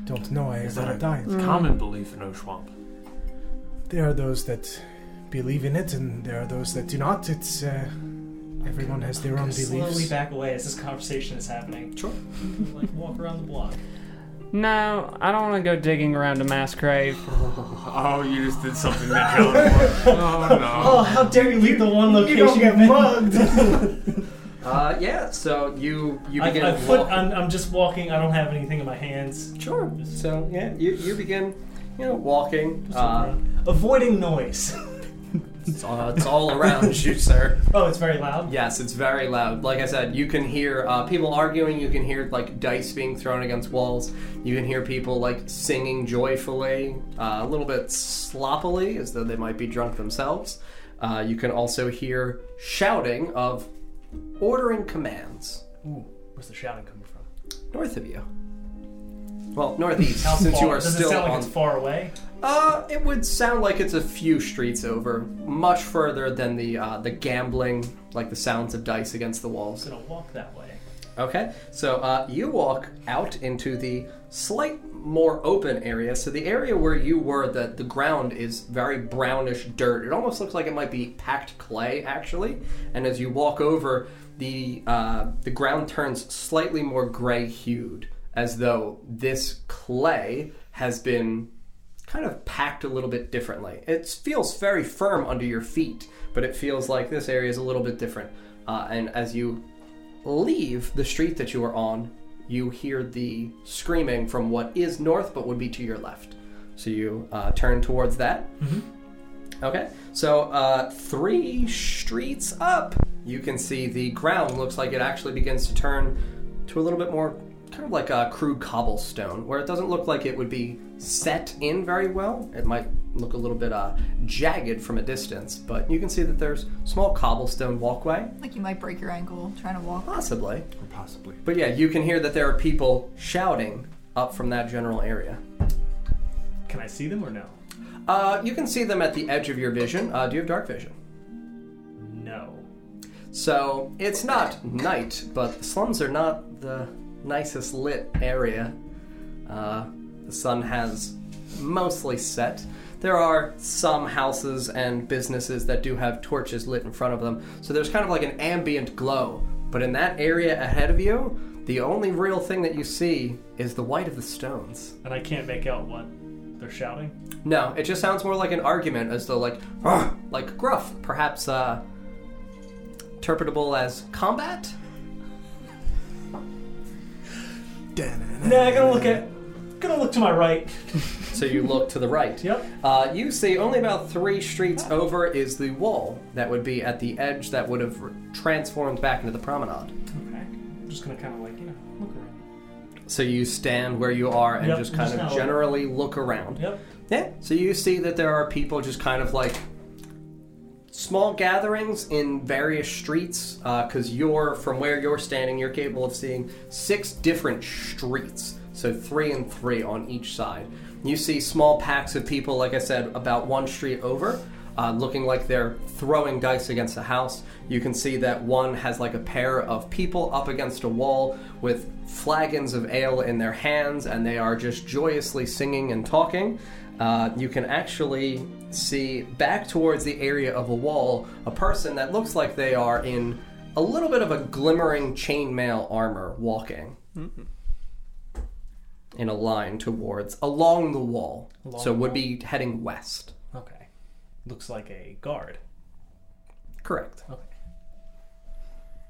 Speaker 1: don't know. I
Speaker 4: Is
Speaker 1: have
Speaker 4: that
Speaker 1: not
Speaker 4: a-
Speaker 1: died.
Speaker 4: Common belief in Oshwamp.
Speaker 1: There are those that believe in it, and there are those that do not. It's uh, everyone has their own
Speaker 5: Gonna Slowly
Speaker 1: beliefs.
Speaker 5: back away as this conversation is happening.
Speaker 2: Sure.
Speaker 5: like walk around the block.
Speaker 10: No, I don't want to go digging around a mass grave.
Speaker 17: Oh, you just did something that John. oh no.
Speaker 5: how dare you leave the one
Speaker 16: You don't get mugged.
Speaker 2: Uh, yeah. So you you
Speaker 5: I,
Speaker 2: begin.
Speaker 5: I foot,
Speaker 2: walking.
Speaker 5: I'm, I'm just walking. I don't have anything in my hands.
Speaker 2: Sure. So yeah, you, you begin, you know, walking,
Speaker 5: Just
Speaker 2: uh,
Speaker 5: around. avoiding noise.
Speaker 2: It's all, it's all around you, sir.
Speaker 5: Oh, it's very loud.
Speaker 2: Yes, it's very loud. Like I said, you can hear uh, people arguing. You can hear like dice being thrown against walls. You can hear people like singing joyfully, uh, a little bit sloppily, as though they might be drunk themselves. Uh, you can also hear shouting of ordering commands
Speaker 5: Ooh, where's the shouting coming from?
Speaker 2: north of you. Well, northeast,
Speaker 5: How
Speaker 2: since
Speaker 5: far?
Speaker 2: you are
Speaker 5: Does
Speaker 2: still
Speaker 5: it sound
Speaker 2: on
Speaker 5: like it's far away?
Speaker 2: Uh, it would sound like it's a few streets over, much further than the uh, the gambling, like the sounds of dice against the walls.
Speaker 5: I'm gonna walk that way.
Speaker 2: Okay, so uh, you walk out into the slight more open area. So the area where you were, the the ground is very brownish dirt. It almost looks like it might be packed clay, actually. And as you walk over, the uh, the ground turns slightly more gray hued, as though this clay has been kind of packed a little bit differently. It feels very firm under your feet, but it feels like this area is a little bit different. Uh, and as you leave the street that you are on, you hear the screaming from what is north but would be to your left. So you uh, turn towards that. Okay, so uh, three streets up, you can see the ground looks like it actually begins to turn to a little bit more kind of like a crude cobblestone, where it doesn't look like it would be set in very well. It might look a little bit uh, jagged from a distance, but you can see that there's small cobblestone walkway.
Speaker 3: Like you might break your ankle trying to walk.
Speaker 2: Possibly. Or
Speaker 4: possibly.
Speaker 2: But yeah, you can hear that there are people shouting up from that general area.
Speaker 5: Can I see them or no?
Speaker 2: Uh, you can see them at the edge of your vision. Uh, do you have dark vision?
Speaker 5: No.
Speaker 2: So it's not night, but the slums are not the nicest lit area. Uh, the sun has mostly set. There are some houses and businesses that do have torches lit in front of them, so there's kind of like an ambient glow. But in that area ahead of you, the only real thing that you see is the white of the stones.
Speaker 5: And I can't make out what they're shouting.
Speaker 2: No, it just sounds more like an argument, as though like, "Ugh," like gruff, perhaps uh, interpretable as combat.
Speaker 5: Nah, I'm gonna look at, gonna look to my right.
Speaker 2: So you look to the right.
Speaker 5: Yep. Ah.
Speaker 2: Uh, you see only about three streets over is the wall that would be at the edge that would have transformed back into the promenade.
Speaker 5: Okay. I'm just gonna kind of like you know look around.
Speaker 2: So you stand where you are and
Speaker 5: Yep,
Speaker 2: just kind
Speaker 5: just
Speaker 2: of
Speaker 5: now.
Speaker 2: generally look around.
Speaker 5: Yep.
Speaker 2: Yeah. So you see that there are people just kind of like small gatherings in various streets because you're from where you're standing, you're capable of seeing six different streets. So three and three on each side. You see small packs of people, like I said, about one street over. Uh, looking like they're throwing dice against a house. You can see that one has like a pair of people up against a wall with flagons of ale in their hands, and they are just joyously singing and talking. Uh, you can actually see back towards the area of a wall a person that looks like they are in a little bit of a glimmering chainmail armor walking in a line towards along the wall.
Speaker 5: Along
Speaker 2: so
Speaker 5: the
Speaker 2: would be heading west.
Speaker 5: Okay. Looks like a guard.
Speaker 2: Correct.
Speaker 5: Okay.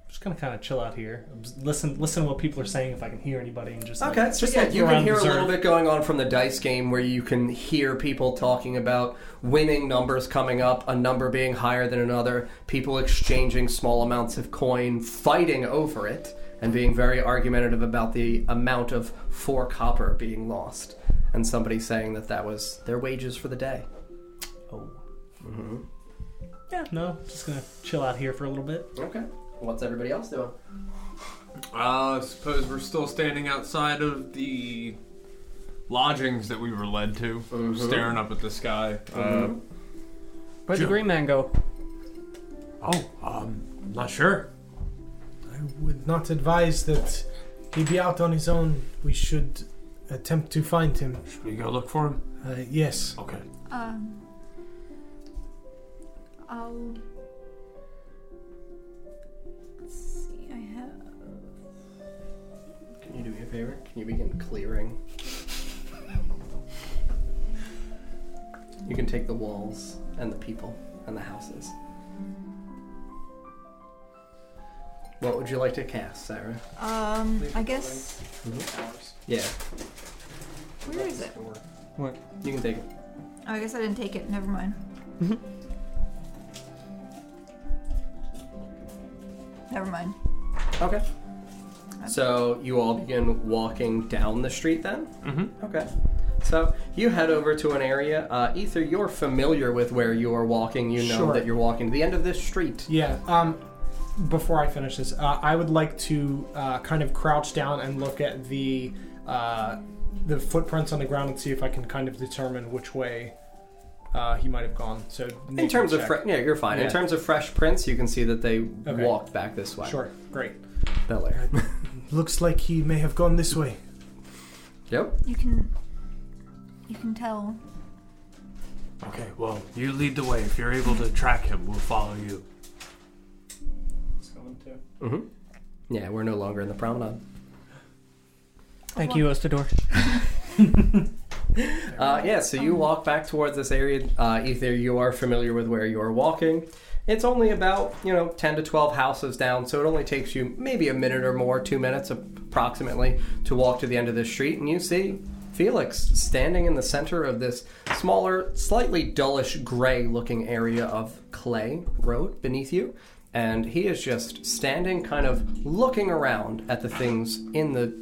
Speaker 5: Just gonna kind of chill out here. Obs- Listen, listen to what people are saying if I can hear anybody, and just like,
Speaker 2: Okay, so
Speaker 5: just
Speaker 2: yeah,
Speaker 5: like
Speaker 2: you
Speaker 5: go
Speaker 2: can
Speaker 5: around
Speaker 2: hear a
Speaker 5: observe.
Speaker 2: little bit going on from the dice game where you can hear people talking about winning numbers coming up, a number being higher than another, people exchanging small amounts of coin, fighting over it, and being very argumentative about the amount of four copper being lost, and somebody saying that that was their wages for the day.
Speaker 5: Oh.
Speaker 2: Mm-hmm.
Speaker 5: Yeah. No, just gonna chill out here for a little bit.
Speaker 2: Okay. What's everybody else doing?
Speaker 4: Uh, I suppose we're still standing outside of the lodgings that we were led to,
Speaker 6: Mm-hmm.
Speaker 4: staring up at the sky. Uh,
Speaker 13: Mhm. Where'd the
Speaker 4: Joe.
Speaker 13: green man go?
Speaker 4: oh, um, not sure.
Speaker 1: I would not advise that he be out on his own. We should attempt to find him.
Speaker 4: Should we go look for him?
Speaker 1: Uh, yes.
Speaker 4: Okay.
Speaker 3: Um. I'll. Let's see. I have.
Speaker 2: Can you do me a favor? Can you begin clearing? You can take the walls and the people and the houses. What would you like to cast, Sarah?
Speaker 3: Um, I guess.
Speaker 2: Yeah,
Speaker 3: Where is it?
Speaker 2: what? You can take it.
Speaker 3: Oh, I guess I didn't take it. Never mind. Never mind.
Speaker 2: Okay. So you all begin walking down the street then? Mm-hmm. Okay. So you head over to an area. Uh, Ether, you're familiar with where you are walking. You know
Speaker 11: Sure.
Speaker 2: that you're walking to the end of this street.
Speaker 11: Yeah. Um, before I finish this, uh, I would like to uh, kind of crouch down and look at the uh, the footprints on the ground and see if I can kind of determine which way uh, he might have gone. So
Speaker 2: In
Speaker 11: nature
Speaker 2: terms of
Speaker 11: check.
Speaker 2: fre- yeah, you're fine.
Speaker 11: Yeah.
Speaker 2: In terms of fresh prints, you can see that they
Speaker 11: Okay.
Speaker 2: walked back this way.
Speaker 11: Sure. Great.
Speaker 2: Bel Air.
Speaker 1: Looks like he may have gone this way.
Speaker 2: yep.
Speaker 3: You can. You can tell.
Speaker 6: Okay, well, you lead the way. If you're able to track him, we'll follow you.
Speaker 2: Mm-hmm. Yeah, we're no longer in the promenade.
Speaker 13: Thank you, Ostador.
Speaker 2: Uh, yeah, so you walk back towards this area. Uh, Ether, you are familiar with where you are walking. It's only about, you know, 10 to 12 houses down, so it only takes you maybe a minute or more, two minutes approximately, to walk to the end of this street. And you see Felix standing in the center of this smaller, slightly dullish gray looking area of clay road beneath you. And he is just standing, kind of looking around at the things in the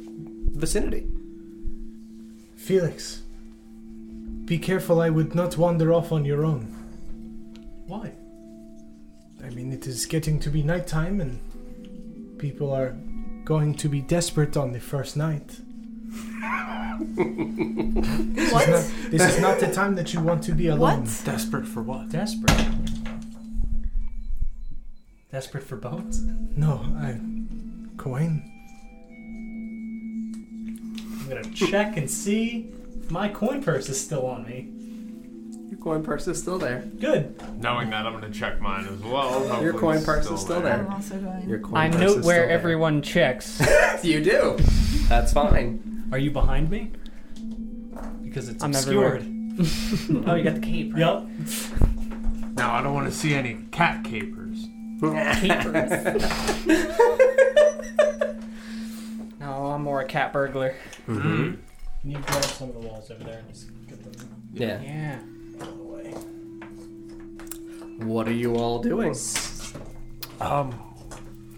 Speaker 2: vicinity.
Speaker 1: Felix, be careful. I would not wander off on your own.
Speaker 5: Why?
Speaker 1: I mean, it is getting to be nighttime, and people are going to be desperate on the first night. this,
Speaker 3: What?
Speaker 1: Is not, this is not the time that you want to be alone.
Speaker 3: What?
Speaker 1: Desperate for what?
Speaker 5: Desperate. Desperate for bones?
Speaker 1: No, I. Coin.
Speaker 5: I'm gonna check and see if my coin purse is still on me.
Speaker 2: Your coin purse is still there.
Speaker 5: Good.
Speaker 4: Knowing that, I'm gonna check mine as well.
Speaker 2: Your
Speaker 4: Hopefully
Speaker 2: coin
Speaker 4: it's
Speaker 2: purse is still there.
Speaker 3: I'm also going.
Speaker 2: Your coin
Speaker 13: I
Speaker 2: purse
Speaker 13: note
Speaker 2: is
Speaker 13: where
Speaker 2: still there.
Speaker 13: everyone checks.
Speaker 2: You do. That's fine.
Speaker 5: Are you behind me? Because it's
Speaker 13: I'm
Speaker 5: obscured.
Speaker 13: oh, you got the cape. Right?
Speaker 5: Yep.
Speaker 4: Now, I don't want to see any cat capers.
Speaker 13: Capers. no, I'm more a cat burglar.
Speaker 4: Mm-hmm.
Speaker 5: Can you grab some of the walls over there and just get them
Speaker 2: Yeah.
Speaker 13: Yeah.
Speaker 5: out of the way?
Speaker 2: What are you all doing?
Speaker 6: Um,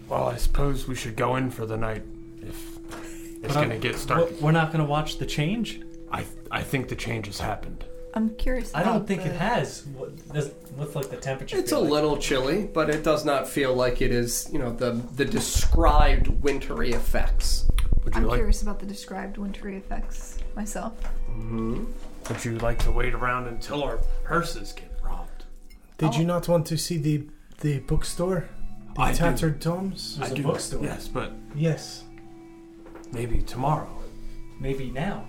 Speaker 6: well, I suppose we should go in for the night if it's
Speaker 5: But I'm-
Speaker 6: gonna get started.
Speaker 5: w- We're not gonna watch the change.
Speaker 6: I I think the change has happened.
Speaker 3: I'm curious.
Speaker 5: I don't
Speaker 3: about
Speaker 5: think
Speaker 3: the-
Speaker 5: it has. What, does, what's like the temperature?
Speaker 2: It's a
Speaker 5: feel like?
Speaker 2: little chilly, but it does not feel like it is, you know, the the described wintry effects.
Speaker 6: Would you
Speaker 3: I'm
Speaker 6: like
Speaker 3: curious about the described wintry effects myself.
Speaker 5: Mm-hmm.
Speaker 6: Would you like to wait around until our purses get robbed?
Speaker 1: Did
Speaker 3: Oh.
Speaker 1: you not want to see the the bookstore? The
Speaker 6: I do.
Speaker 1: tattered tomes?
Speaker 5: There's
Speaker 6: I
Speaker 5: a
Speaker 6: do.
Speaker 5: bookstore.
Speaker 6: Yes, but
Speaker 1: Yes.
Speaker 6: maybe tomorrow.
Speaker 5: Maybe now.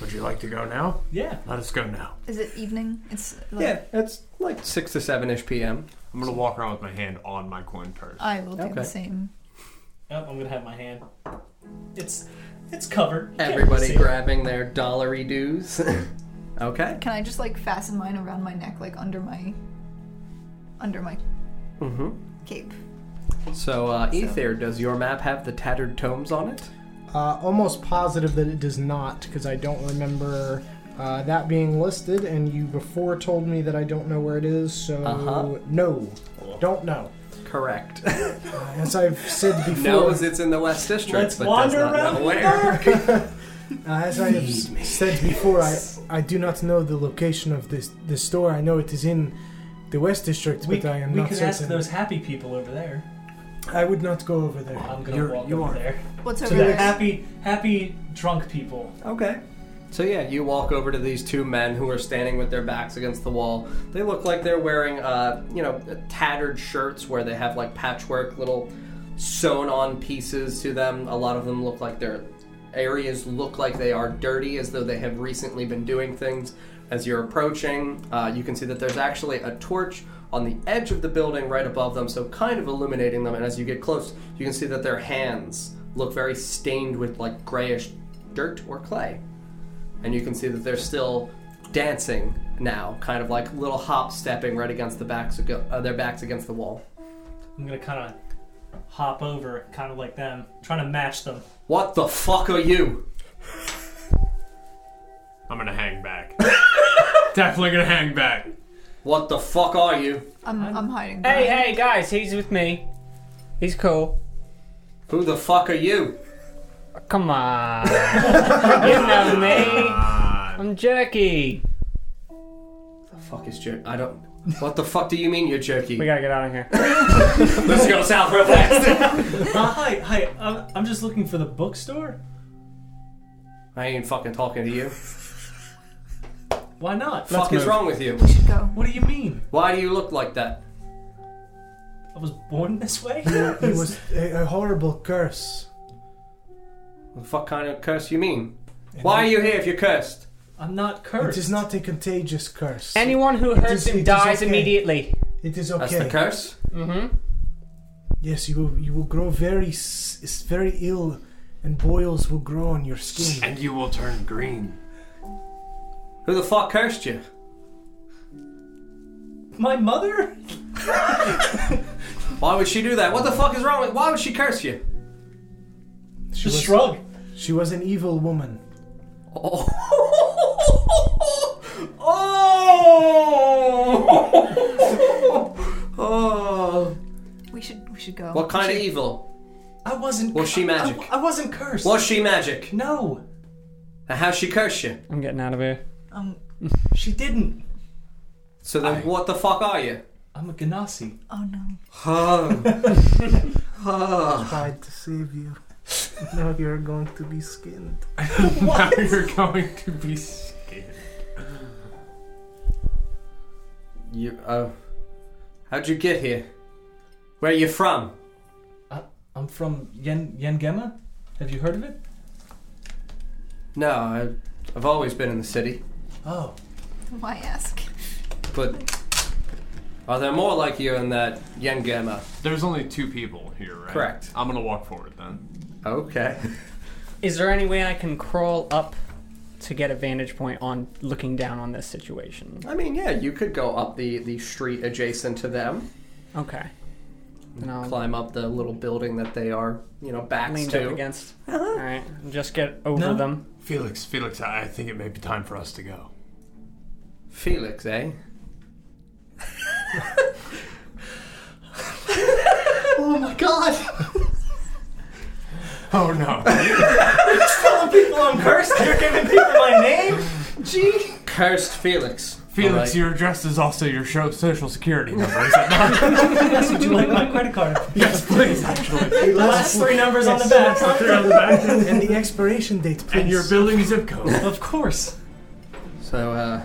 Speaker 6: Would you like to go now?
Speaker 5: Yeah.
Speaker 6: Let us go now.
Speaker 3: Is it evening? It's like,
Speaker 2: Yeah, it's like six to seven ish p.m.
Speaker 4: I'm gonna walk around with my hand on my coin purse.
Speaker 3: I will do
Speaker 2: Okay.
Speaker 3: the same.
Speaker 5: Yep, Oh, I'm gonna have my hand. It's it's covered. You can't
Speaker 2: Everybody
Speaker 5: see it.
Speaker 2: grabbing their dollary dues. okay.
Speaker 3: Can I just like fasten mine around my neck, like under my under my
Speaker 2: Mm-hmm.
Speaker 3: cape?
Speaker 2: So, uh, Ether, does your map have the tattered tomes on it?
Speaker 11: Uh, almost positive that it does not, because I don't remember uh, that being listed, and you before told me that I don't know where it is, so
Speaker 2: Uh-huh.
Speaker 11: no, don't know.
Speaker 2: Correct.
Speaker 1: Uh,
Speaker 11: As I've said before,
Speaker 2: Knows it's in the West District,
Speaker 5: Let's
Speaker 2: but does
Speaker 5: wander
Speaker 2: not
Speaker 5: around
Speaker 2: know
Speaker 5: the
Speaker 2: where.
Speaker 5: dark.
Speaker 1: Uh, as I have s- said before, I, I do not know the location of this the store. I know it is in the West District,
Speaker 5: We,
Speaker 1: but I am
Speaker 5: we
Speaker 1: not
Speaker 5: could
Speaker 1: certain.
Speaker 5: ask those happy people over there.
Speaker 1: I would not go over there.
Speaker 5: I'm gonna
Speaker 6: You're-
Speaker 5: walk
Speaker 6: you
Speaker 5: over
Speaker 6: are.
Speaker 5: there.
Speaker 3: What's
Speaker 5: To
Speaker 3: over
Speaker 5: the
Speaker 3: there?
Speaker 5: happy, happy drunk people.
Speaker 2: Okay. So yeah, you walk over to these two men who are standing with their backs against the wall. They look like they're wearing, uh, you know, tattered shirts where they have like patchwork little sewn-on pieces to them. A lot of them look like their areas look like they are dirty, as though they have recently been doing things. As you're approaching, uh, you can see that there's actually a torch on the edge of the building right above them, so kind of illuminating them. And as you get close, you can see that their hands look very stained with like grayish dirt or clay. And you can see that they're still dancing now, kind of like little hop stepping right against the backs ago, uh, their backs against the wall.
Speaker 5: I'm gonna kind of hop over, kind of like them, trying to match them.
Speaker 2: What the fuck are you?
Speaker 4: I'm gonna hang back. Definitely gonna hang back.
Speaker 2: What the fuck are you?
Speaker 3: I'm, I'm hiding.
Speaker 13: Hey,
Speaker 3: behind.
Speaker 13: hey, guys, he's with me. He's cool.
Speaker 2: Who the fuck are you?
Speaker 13: Come on. you know me. I'm jerky.
Speaker 2: The fuck is jerk? I don't. What the fuck do you mean you're jerky?
Speaker 13: We gotta get out of here.
Speaker 2: Let's go south real fast.
Speaker 5: Uh, hi, hi. I'm, I'm just looking for the bookstore.
Speaker 2: I ain't fucking talking to you.
Speaker 5: Why not?
Speaker 2: fuck is wrong with you?
Speaker 5: What do you mean?
Speaker 2: Why do you look like that?
Speaker 5: I was born this way.
Speaker 1: It was a, a horrible curse.
Speaker 2: What the fuck kind of curse you mean? Why are you here if you're cursed?
Speaker 5: I'm not
Speaker 1: It is not a contagious curse.
Speaker 13: Anyone who hurts
Speaker 1: is- it
Speaker 13: him
Speaker 1: is
Speaker 13: dies
Speaker 1: okay.
Speaker 13: immediately.
Speaker 1: It is okay.
Speaker 2: That's the curse?
Speaker 13: Mm-hmm.
Speaker 1: Yes, you will, you will grow very s- s- very ill, and boils will grow on your skin.
Speaker 4: And you will turn green.
Speaker 2: Who the fuck cursed you?
Speaker 5: My mother?
Speaker 2: Why would she do that? What the fuck is wrong with Why would she curse you?
Speaker 1: She
Speaker 5: Just shrug.
Speaker 1: She was an evil woman.
Speaker 2: Oh! oh!
Speaker 3: We should we should go.
Speaker 2: What kind of evil?
Speaker 5: I wasn't.
Speaker 2: Was she magic?
Speaker 5: I, I wasn't cursed.
Speaker 2: Was she magic?
Speaker 5: No,
Speaker 2: And how she curse you?
Speaker 13: I'm getting out of here.
Speaker 5: um, she didn't.
Speaker 2: So then what the fuck are you?
Speaker 5: I'm a ganassi.
Speaker 3: Oh no.
Speaker 2: Oh.
Speaker 1: Tried to save you. now you're going to be skinned.
Speaker 4: now you're going to be scared.
Speaker 2: You, oh. How'd you get here? Where you from?
Speaker 5: I'm from Yen Yengema. Have you heard of it?
Speaker 2: No, I, I've always been in the city.
Speaker 5: Oh,
Speaker 3: Why ask?
Speaker 2: But are there more like you in that Yengema?
Speaker 4: There's only two people here, right?
Speaker 2: Correct.
Speaker 4: I'm gonna walk forward then.
Speaker 2: Okay.
Speaker 13: Is there any way I can crawl up to get a vantage point on looking down on this situation?
Speaker 2: I mean, yeah, you could go up the, the street adjacent to them,
Speaker 13: Okay. Then I'll
Speaker 2: climb up the little building that they are, you know, backs
Speaker 13: leaned
Speaker 2: to.
Speaker 13: up against. All right, just get over
Speaker 5: No.
Speaker 13: them.
Speaker 4: Felix, Felix, I I think it may be time for us to go.
Speaker 2: Felix, eh?
Speaker 5: oh my God!
Speaker 4: Oh no.
Speaker 5: Telling people I'm cursed. You're giving people my name. Gee.
Speaker 2: Cursed Felix.
Speaker 4: Felix,
Speaker 2: All right.
Speaker 4: your address is also your show, social security number, is it not?
Speaker 5: Would you like my credit card?
Speaker 4: yes, please, actually.
Speaker 5: The last three numbers on the back.
Speaker 1: and the expiration date, please.
Speaker 4: And your building zip code.
Speaker 5: Of course.
Speaker 2: So, uh,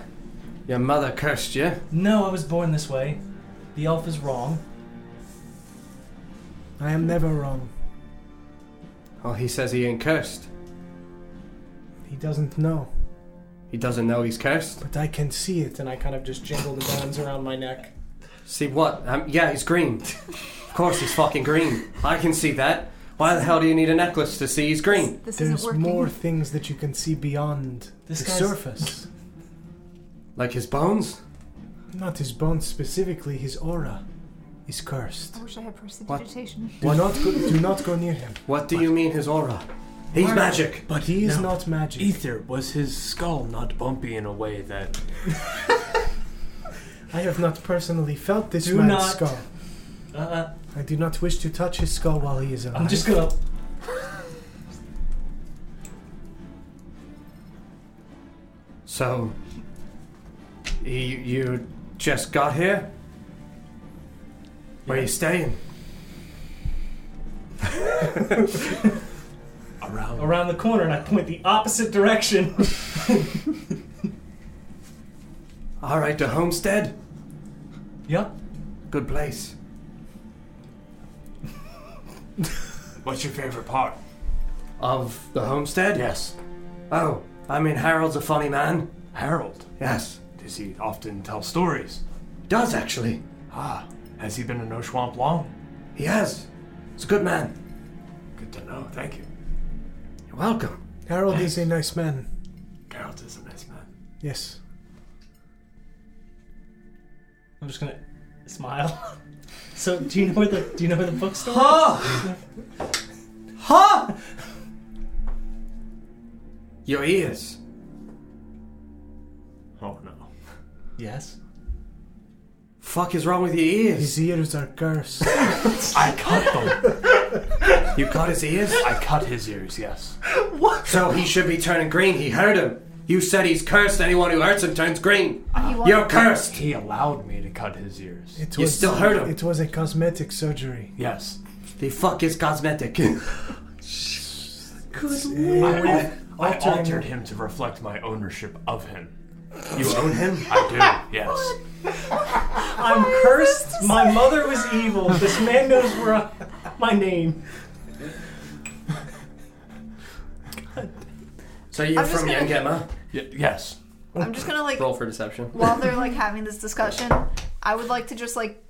Speaker 2: your mother cursed you.
Speaker 5: No, I was born this way. The elf is wrong.
Speaker 1: I am never wrong.
Speaker 2: Well, he says he ain't cursed.
Speaker 1: He doesn't know,
Speaker 2: He doesn't know he's cursed.
Speaker 1: but I can see it.
Speaker 11: And I kind of just jingle the bones around my neck.
Speaker 2: See what? Um, yeah, he's green. of course he's fucking green. I can see that. Why the hell do you need a necklace to see he's green?
Speaker 3: This
Speaker 1: There's
Speaker 3: isn't working.
Speaker 1: more things that you can see beyond
Speaker 5: This
Speaker 1: the
Speaker 5: guy's-
Speaker 1: surface.
Speaker 2: Like his bones?
Speaker 1: Not his bones specifically, his aura is cursed.
Speaker 3: I wish I had
Speaker 2: What?
Speaker 3: prestidigitation.
Speaker 1: Do not go, do not go near him.
Speaker 2: What do you mean his aura? He's magic.
Speaker 1: But he is not magic.
Speaker 4: Ether, was his skull not bumpy in a way that.
Speaker 1: I have not personally felt this
Speaker 5: Do
Speaker 1: man's
Speaker 5: not-
Speaker 1: skull.
Speaker 5: Uh, uh,
Speaker 1: I do not wish to touch his skull while he is alive.
Speaker 5: I'm just gonna.
Speaker 2: So, you, you just got here? Where you staying?
Speaker 4: Around.
Speaker 5: around the corner and I point the opposite direction.
Speaker 2: All right, the homestead.
Speaker 5: yep.
Speaker 2: Good place.
Speaker 4: What's your favorite part?
Speaker 2: Of the homestead?
Speaker 4: Yes.
Speaker 2: Oh, I mean Harold's a funny man.
Speaker 4: Harold.
Speaker 2: Yes,
Speaker 4: Does he often tell stories?
Speaker 2: does actually.
Speaker 4: Ah, has he been in No Swamp long?
Speaker 2: He has. He's a good man.
Speaker 4: Good to know, thank you.
Speaker 2: You're welcome.
Speaker 1: Harold is a nice man.
Speaker 4: Harold is a nice man.
Speaker 1: Yes.
Speaker 5: I'm just gonna smile. So do you know where the do you know where the bookstore
Speaker 2: Huh? Huh? Your ears.
Speaker 5: Oh no. Yes.
Speaker 2: Fuck is wrong with your ears?
Speaker 1: His ears are cursed.
Speaker 2: I cut them. you cut his ears? I cut his ears, yes. What? So he should be turning green. He hurt him. You said he's cursed. Anyone who hurts him turns green. You're cursed.
Speaker 4: He allowed me to cut his ears.
Speaker 1: It
Speaker 2: You
Speaker 1: was-
Speaker 2: still hurt him.
Speaker 1: It was a cosmetic surgery.
Speaker 4: Yes.
Speaker 2: The fuck is cosmetic?
Speaker 1: Good
Speaker 4: I, al- I altered him to reflect my ownership of him.
Speaker 2: You own him?
Speaker 4: I do, yes.
Speaker 5: I'm cursed. My mother was evil. This man knows where I, my name.
Speaker 2: So you're
Speaker 3: I'm just
Speaker 2: from
Speaker 3: gonna-
Speaker 2: Yangema?
Speaker 4: yes.
Speaker 3: I'm just gonna like
Speaker 2: Roll for deception.
Speaker 3: while they're like having this discussion, I would like to just like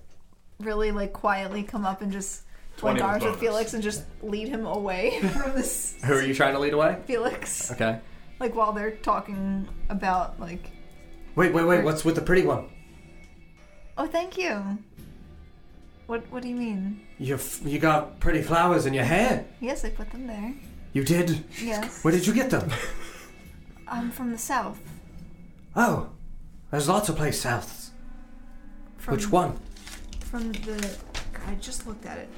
Speaker 3: really like quietly come up and just link
Speaker 2: 20
Speaker 3: arms with
Speaker 2: bonus.
Speaker 3: Felix and just lead him away from this
Speaker 2: Who are you trying to lead away?
Speaker 3: Felix.
Speaker 2: Okay.
Speaker 3: Like while they're talking about like
Speaker 2: Wait, wait, wait. What's with the pretty one?
Speaker 3: oh thank you. What what do you mean?
Speaker 2: You f- you got pretty flowers in your hair.
Speaker 3: Yes, I put them there.
Speaker 2: You did.
Speaker 3: Yes.
Speaker 2: Where did you get them?
Speaker 3: I'm from the south.
Speaker 2: Oh, there's lots of places south.
Speaker 3: From,
Speaker 2: Which one?
Speaker 3: From the I just looked at it.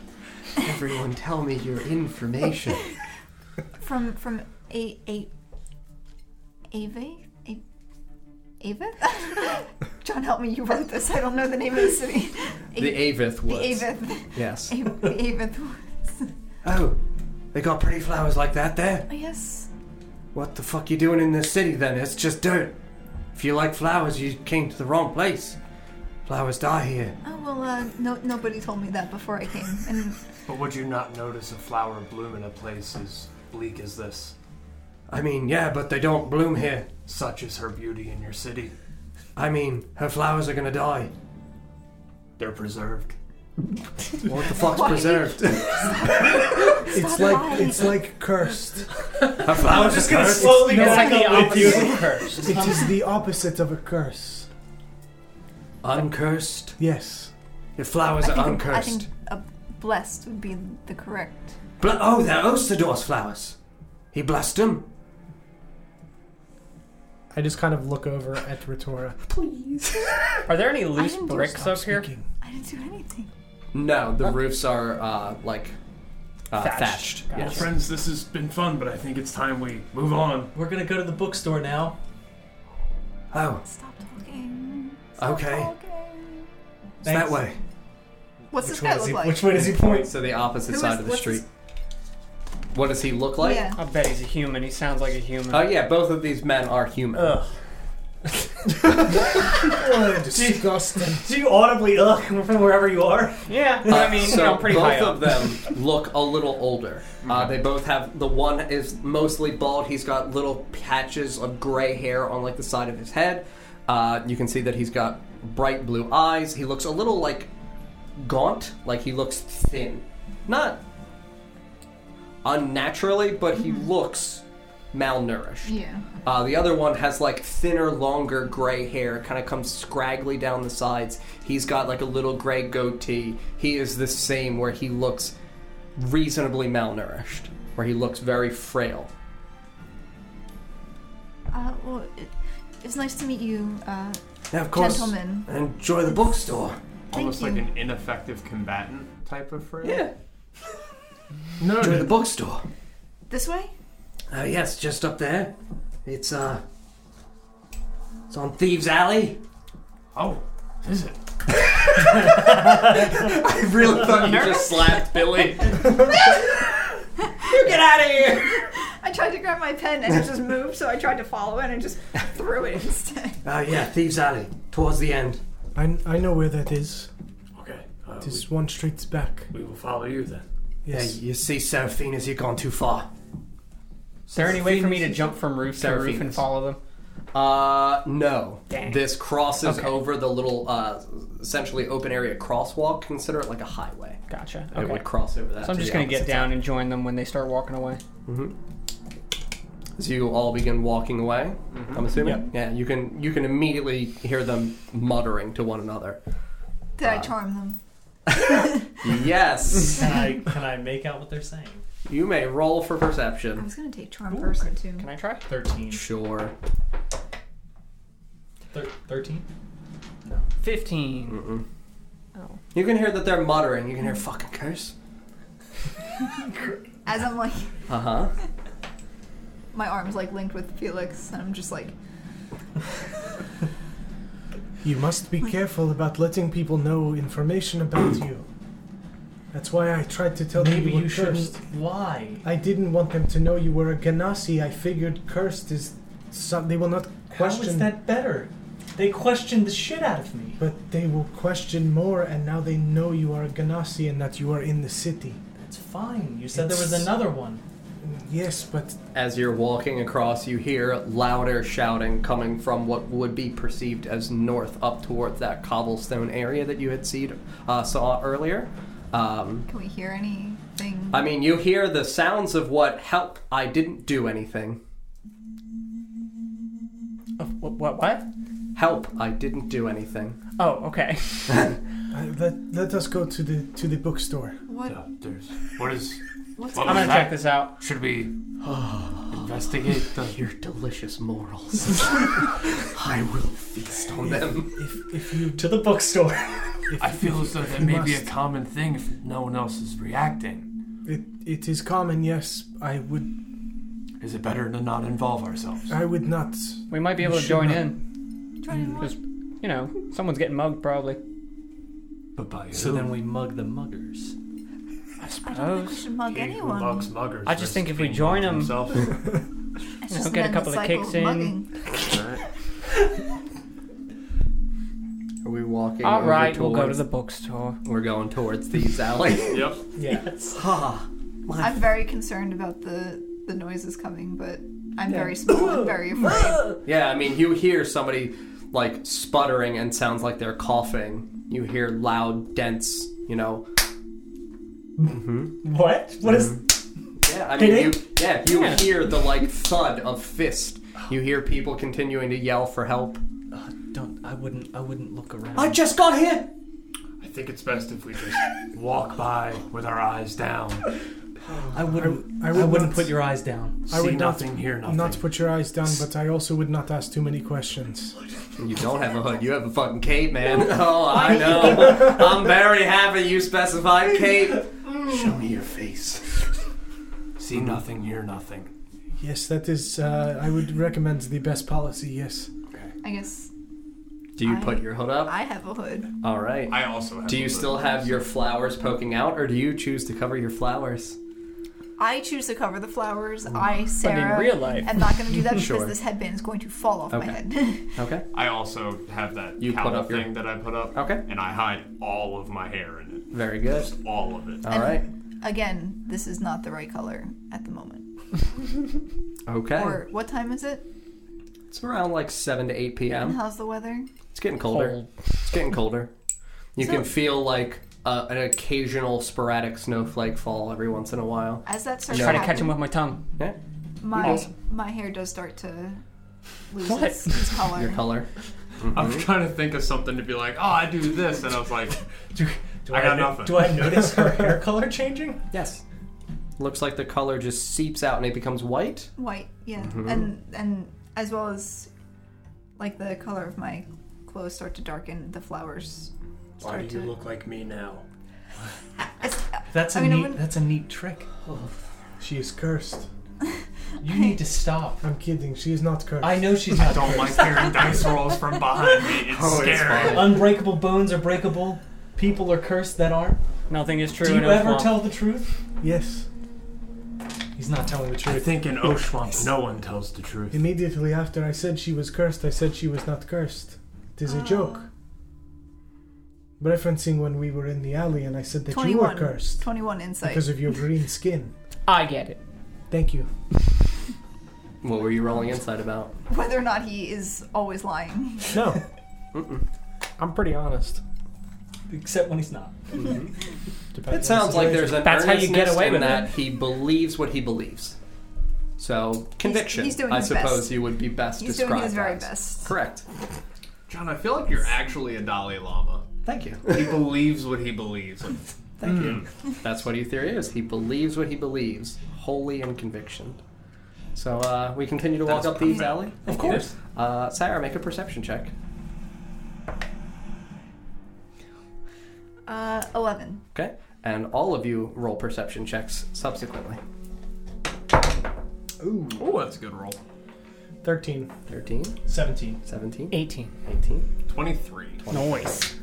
Speaker 2: Everyone, tell me your information.
Speaker 3: From from a a Ava a Ava. John, help me. You wrote this. I don't know the name of the city.
Speaker 2: The Avith
Speaker 3: The
Speaker 2: Woods.
Speaker 3: Avith.
Speaker 2: Yes.
Speaker 3: A- the Avith Woods.
Speaker 2: Oh, they got pretty flowers like that there.
Speaker 3: Oh, Yes.
Speaker 2: What the fuck you doing in this city then? It's just dirt. If you like flowers, you came to the wrong place. Flowers die here.
Speaker 3: Oh well. Uh, no, nobody told me that before I came. And
Speaker 4: But would you not notice a flower bloom in a place as bleak as this?
Speaker 2: I mean, yeah, but they don't bloom here.
Speaker 4: Such is her beauty in your city.
Speaker 2: I mean, her flowers are gonna die.
Speaker 4: They're preserved.
Speaker 2: What the fuck's
Speaker 4: Why?
Speaker 2: preserved?
Speaker 1: It's like it's like cursed.
Speaker 2: Her flowers
Speaker 1: just
Speaker 2: are
Speaker 1: gonna
Speaker 2: cursed.
Speaker 1: slowly
Speaker 2: It's
Speaker 1: back
Speaker 2: like the
Speaker 1: up with you.
Speaker 2: opposite of cursed.
Speaker 1: It is the opposite of a curse.
Speaker 2: Uncursed?
Speaker 1: Yes.
Speaker 2: Your flowers
Speaker 3: I
Speaker 2: are
Speaker 3: think,
Speaker 2: uncursed.
Speaker 3: I think uh, blessed would be the correct.
Speaker 2: Bla- oh, they're Ostador's flowers. He blessed them.
Speaker 11: I just kind of look over at Retora.
Speaker 3: Please.
Speaker 10: Are there any
Speaker 3: loose
Speaker 10: bricks up here?
Speaker 3: I didn't do anything.
Speaker 2: No, the roofs are uh, like uh, thatched.
Speaker 6: Well,
Speaker 2: Yes.
Speaker 6: friends, this has been fun, but I think it's time we move on.
Speaker 5: We're gonna go to the bookstore now.
Speaker 2: Oh,
Speaker 3: Stop talking.
Speaker 2: okay. It's
Speaker 5: Thanks.
Speaker 2: that way.
Speaker 3: What's
Speaker 5: Which
Speaker 3: this
Speaker 5: way
Speaker 3: guy
Speaker 5: does
Speaker 3: look
Speaker 5: he-
Speaker 3: like?
Speaker 5: which way does he point?
Speaker 2: So the opposite
Speaker 3: Who
Speaker 2: side
Speaker 3: is-
Speaker 2: of the
Speaker 3: what's
Speaker 2: street. What does he look like?
Speaker 3: Yeah.
Speaker 10: I bet he's a human. He sounds like a human.
Speaker 2: Oh yeah, both of these men are
Speaker 1: Oh.
Speaker 2: human.
Speaker 10: Ugh.
Speaker 1: disgusting.
Speaker 5: Do you audibly ugh from wherever you are?
Speaker 10: Yeah,
Speaker 2: Uh,
Speaker 10: I mean,
Speaker 2: so
Speaker 10: you know, pretty
Speaker 2: both
Speaker 10: high
Speaker 2: of
Speaker 10: up. Mm-hmm.
Speaker 2: them look a little older. Uh, they both have the one is mostly bald. He's got little patches of gray hair on like the side of his head. Uh, you can see that he's got bright blue eyes. He looks a little like gaunt, like he looks thin, not unnaturally, but he looks malnourished.
Speaker 3: Yeah.
Speaker 2: Uh, the other one has like thinner, longer gray hair, kind of comes scraggly down the sides. He's got like a little gray goatee. He is the same where he looks reasonably malnourished, where he looks very frail.
Speaker 3: Uh, well, it, it's nice to meet you, uh,
Speaker 2: Now, of course,
Speaker 3: gentlemen.
Speaker 2: enjoy the bookstore.
Speaker 3: Thank
Speaker 4: Almost
Speaker 3: you.
Speaker 4: like an ineffective combatant type of phrase.
Speaker 2: Yeah.
Speaker 4: No,
Speaker 2: Enjoy the bookstore.
Speaker 3: This way?
Speaker 2: Uh, yes, just up there. It's uh, it's on Thieves Alley.
Speaker 4: Oh, is it?
Speaker 2: I really thought you just slapped Billy. you get out of here.
Speaker 3: I tried to grab my pen and it just moved, so I tried to follow it and just threw it instead.
Speaker 2: Oh yeah, Thieves Alley, towards the end.
Speaker 1: I, I know where that is.
Speaker 6: Okay. Uh,
Speaker 1: It is one street back.
Speaker 6: we, we will follow you then.
Speaker 1: Yes.
Speaker 2: Yeah, you see, Seraphinas, you've gone too far.
Speaker 10: Is there any way for me to jump from roof to roof and
Speaker 2: Seraphinas.
Speaker 10: follow them?
Speaker 2: Uh, no.
Speaker 10: Dang.
Speaker 2: This crosses
Speaker 10: Okay.
Speaker 2: over the little, uh, essentially open area crosswalk. Consider it like a highway.
Speaker 10: Gotcha.
Speaker 2: It
Speaker 10: Okay.
Speaker 2: would cross over that.
Speaker 10: So I'm
Speaker 2: to
Speaker 10: just
Speaker 2: the
Speaker 10: gonna get
Speaker 2: opposite
Speaker 10: down and join them when they start walking away.
Speaker 2: side. As you all begin walking away, I'm assuming.
Speaker 10: Mm-hmm. Yep.
Speaker 2: Yeah, you can you can immediately hear them muttering to one another.
Speaker 3: Did I charm them?
Speaker 2: Yes.
Speaker 5: Can I, can I make out what they're saying?
Speaker 2: You may roll for
Speaker 3: I
Speaker 2: perception.
Speaker 3: was gonna take charm person too.
Speaker 10: Can I try?
Speaker 5: 13.
Speaker 2: Sure.
Speaker 5: Thir- 13?
Speaker 10: 15.
Speaker 2: Mm-mm.
Speaker 3: Oh.
Speaker 2: You can hear that they're muttering. You can hear fucking curse.
Speaker 3: As I'm like,
Speaker 2: Uh huh.
Speaker 3: my arms like linked with Felix, and I'm just like,
Speaker 1: You must be careful about letting people know information about you. That's why I tried to tell
Speaker 5: Maybe
Speaker 1: you were
Speaker 5: you
Speaker 1: cursed.
Speaker 5: shouldn't lie.
Speaker 1: I didn't want them to know you were a Ganassi. I figured cursed is some. They will not question.
Speaker 5: How is that better? They questioned the shit out of me.
Speaker 1: But they will question more, and now they know you are a Ganassi and that you are in the city.
Speaker 5: That's fine. You said there was
Speaker 1: It's-
Speaker 5: another one.
Speaker 1: Yes, but
Speaker 2: As you're walking across, you hear louder shouting coming from what would be perceived as north, up towards that cobblestone area that you had seen, uh, saw earlier. Um,
Speaker 3: can we hear anything?
Speaker 2: I mean, you hear the sounds of what help. I didn't do anything.
Speaker 10: What? What? what?
Speaker 2: Help! I didn't do anything.
Speaker 10: Oh, okay.
Speaker 1: uh, let let us go to the to the bookstore.
Speaker 3: What?
Speaker 4: There's, what is?
Speaker 3: What's
Speaker 4: what
Speaker 10: I'm
Speaker 4: was
Speaker 10: gonna
Speaker 4: that?
Speaker 10: check this out.
Speaker 4: Should we investigate the?
Speaker 2: Your delicious morals. I will feast on them.
Speaker 1: If if you
Speaker 5: To the bookstore.
Speaker 4: I feel as though that
Speaker 1: you
Speaker 4: may be a
Speaker 1: must.
Speaker 4: common thing if no one else is reacting.
Speaker 1: it it is common, yes. I would
Speaker 4: Is it better to not involve ourselves?
Speaker 1: I would not.
Speaker 13: We might be
Speaker 1: You
Speaker 13: able to
Speaker 1: should
Speaker 13: join
Speaker 1: not-
Speaker 13: in.
Speaker 3: Join in what?
Speaker 13: Just, you know, someone's getting mugged probably.
Speaker 4: But by
Speaker 5: So then we mug the muggers.
Speaker 13: I
Speaker 3: I don't think we
Speaker 13: suppose.
Speaker 3: should mug anyone.
Speaker 4: muggers.
Speaker 13: I just think if we join them,
Speaker 3: It's
Speaker 13: you know,
Speaker 3: just
Speaker 13: get a
Speaker 3: an
Speaker 13: couple of
Speaker 3: endless cycle
Speaker 13: kicks in.
Speaker 3: Mugging.
Speaker 2: Are we walking?
Speaker 13: all
Speaker 2: over
Speaker 13: right, we'll go to
Speaker 2: towards-
Speaker 13: the bookstore.
Speaker 2: We're going towards these alley.
Speaker 4: yep.
Speaker 5: Yes.
Speaker 2: Ha!
Speaker 3: I'm very concerned about the the noises coming, but I'm very small. and very afraid.
Speaker 2: Yeah, I mean, you hear somebody like sputtering and sounds like they're coughing. You hear loud, dense, you know.
Speaker 5: What? What is.
Speaker 2: Yeah, I mean, you,
Speaker 5: Did
Speaker 2: yeah, you
Speaker 13: Yeah.
Speaker 2: hear the like thud of fist. You hear people continuing to yell for help.
Speaker 5: Don't. I wouldn't. I wouldn't look around.
Speaker 2: I just got here.
Speaker 4: I think it's best if we just walk by with our eyes down.
Speaker 5: I wouldn't.
Speaker 1: I
Speaker 5: I,
Speaker 1: would
Speaker 5: wouldn't
Speaker 1: not-
Speaker 5: put your eyes down.
Speaker 1: I would
Speaker 4: See
Speaker 1: not-
Speaker 4: nothing, hear nothing.
Speaker 1: Not put your eyes down, but I also would not ask too many questions.
Speaker 2: You don't have a hood. You have a fucking cape, man. Oh, I know. I'm very happy you specified cape. Show me your face.
Speaker 4: See nothing, hear nothing.
Speaker 1: Yes, that is. Uh, I would recommend the best policy. Yes.
Speaker 3: I guess
Speaker 2: Do you
Speaker 3: I-
Speaker 2: put your hood up?
Speaker 3: I have a hood.
Speaker 2: All right.
Speaker 4: I also. Have
Speaker 2: Do you still have your flowers poking out, or do you choose to cover your flowers?
Speaker 3: I choose to cover the flowers. I, Sarah,
Speaker 13: But in real life,
Speaker 3: am not going to do that
Speaker 2: Sure.
Speaker 3: because this headband is going to fall off
Speaker 2: Okay.
Speaker 3: my head.
Speaker 2: Okay.
Speaker 4: I also have that
Speaker 2: You put
Speaker 4: cowl
Speaker 2: up your-
Speaker 4: thing that I put up,
Speaker 2: Okay.
Speaker 4: and I hide all of my hair in it,
Speaker 2: Very good.
Speaker 4: all of it.
Speaker 2: All right.
Speaker 3: Again, this is not the right color at the moment.
Speaker 2: Okay.
Speaker 3: Or what time is it?
Speaker 2: It's around like 7 to 8
Speaker 3: And
Speaker 2: p.m.
Speaker 3: how's the weather?
Speaker 2: It's getting colder. It's getting colder. You
Speaker 3: So-
Speaker 2: can feel like uh, an occasional sporadic snowflake fall every once in a while.
Speaker 3: As that starts
Speaker 13: Try to catch him
Speaker 3: happening,
Speaker 13: with my tongue.
Speaker 2: Yeah.
Speaker 3: my my hair does start to lose its, its color.
Speaker 2: Your color.
Speaker 4: I'm trying to think of something to be like, oh, I do this, and I was like,
Speaker 5: Do, do
Speaker 4: I got
Speaker 5: no-
Speaker 4: nothing.
Speaker 5: Do I notice her hair color changing?
Speaker 2: Yes. Looks like the color just seeps out and it becomes white.
Speaker 3: White, yeah, and and as well as like the color of my clothes start to darken, the flowers start to.
Speaker 6: look like me now?
Speaker 3: It's- uh,
Speaker 5: That's a
Speaker 3: I mean, Oh. I
Speaker 5: neat.
Speaker 3: wouldn't-
Speaker 5: That's a neat trick.
Speaker 1: She is cursed.
Speaker 5: You need to stop.
Speaker 1: I'm kidding. She is not cursed.
Speaker 5: I know she's
Speaker 4: I
Speaker 5: not.
Speaker 4: don't like hearing dice rolls from behind me. It's
Speaker 2: Oh, it's
Speaker 4: scary.
Speaker 2: fine.
Speaker 5: Unbreakable bones are breakable. People are cursed that aren't.
Speaker 13: Nothing is true.
Speaker 5: Do
Speaker 13: in
Speaker 5: you ever
Speaker 13: Oshwamp.
Speaker 5: tell the truth?
Speaker 1: Yes.
Speaker 5: He's not telling the
Speaker 4: I
Speaker 5: truth.
Speaker 4: think in Oshwamp, no one tells the truth.
Speaker 1: Immediately after I said she was cursed, I said she was not cursed. It is a joke. Referencing when we were in the alley and I said that you were
Speaker 3: Twenty-one.
Speaker 1: cursed
Speaker 3: Twenty-one insight.
Speaker 1: because of your green skin.
Speaker 13: I get it.
Speaker 1: Thank you.
Speaker 2: What were you rolling inside about?
Speaker 3: Whether or not he is always lying.
Speaker 11: No. I'm pretty honest.
Speaker 5: Except when he's not.
Speaker 11: Depends on
Speaker 2: It sounds like there's an
Speaker 13: That's how you
Speaker 2: earnestness
Speaker 13: get away
Speaker 2: in
Speaker 13: with it.
Speaker 2: that he believes what he believes. So conviction,
Speaker 3: he's doing
Speaker 2: I
Speaker 3: his
Speaker 2: suppose
Speaker 3: best.
Speaker 2: you would be best
Speaker 3: He's doing
Speaker 2: described
Speaker 3: his very
Speaker 2: as.
Speaker 3: best.
Speaker 2: Correct.
Speaker 4: John, I feel like you're actually a Dalai Lama.
Speaker 2: Thank you.
Speaker 4: He believes what he believes.
Speaker 2: Thank you. Mm. That's what Ether is. He believes what he believes, wholly in conviction. So uh, we continue to walk
Speaker 4: That's
Speaker 2: up these
Speaker 4: perfect.
Speaker 2: alley.
Speaker 4: Of course.
Speaker 2: Uh, Sarah, make a perception check.
Speaker 3: Uh, 11.
Speaker 2: Okay. And all of you roll perception checks subsequently.
Speaker 11: Ooh.
Speaker 4: Oh, that's a good roll.
Speaker 11: 13.
Speaker 2: 13.
Speaker 11: 17.
Speaker 2: 17.
Speaker 13: 18.
Speaker 2: 18.
Speaker 4: 23.
Speaker 13: Noise.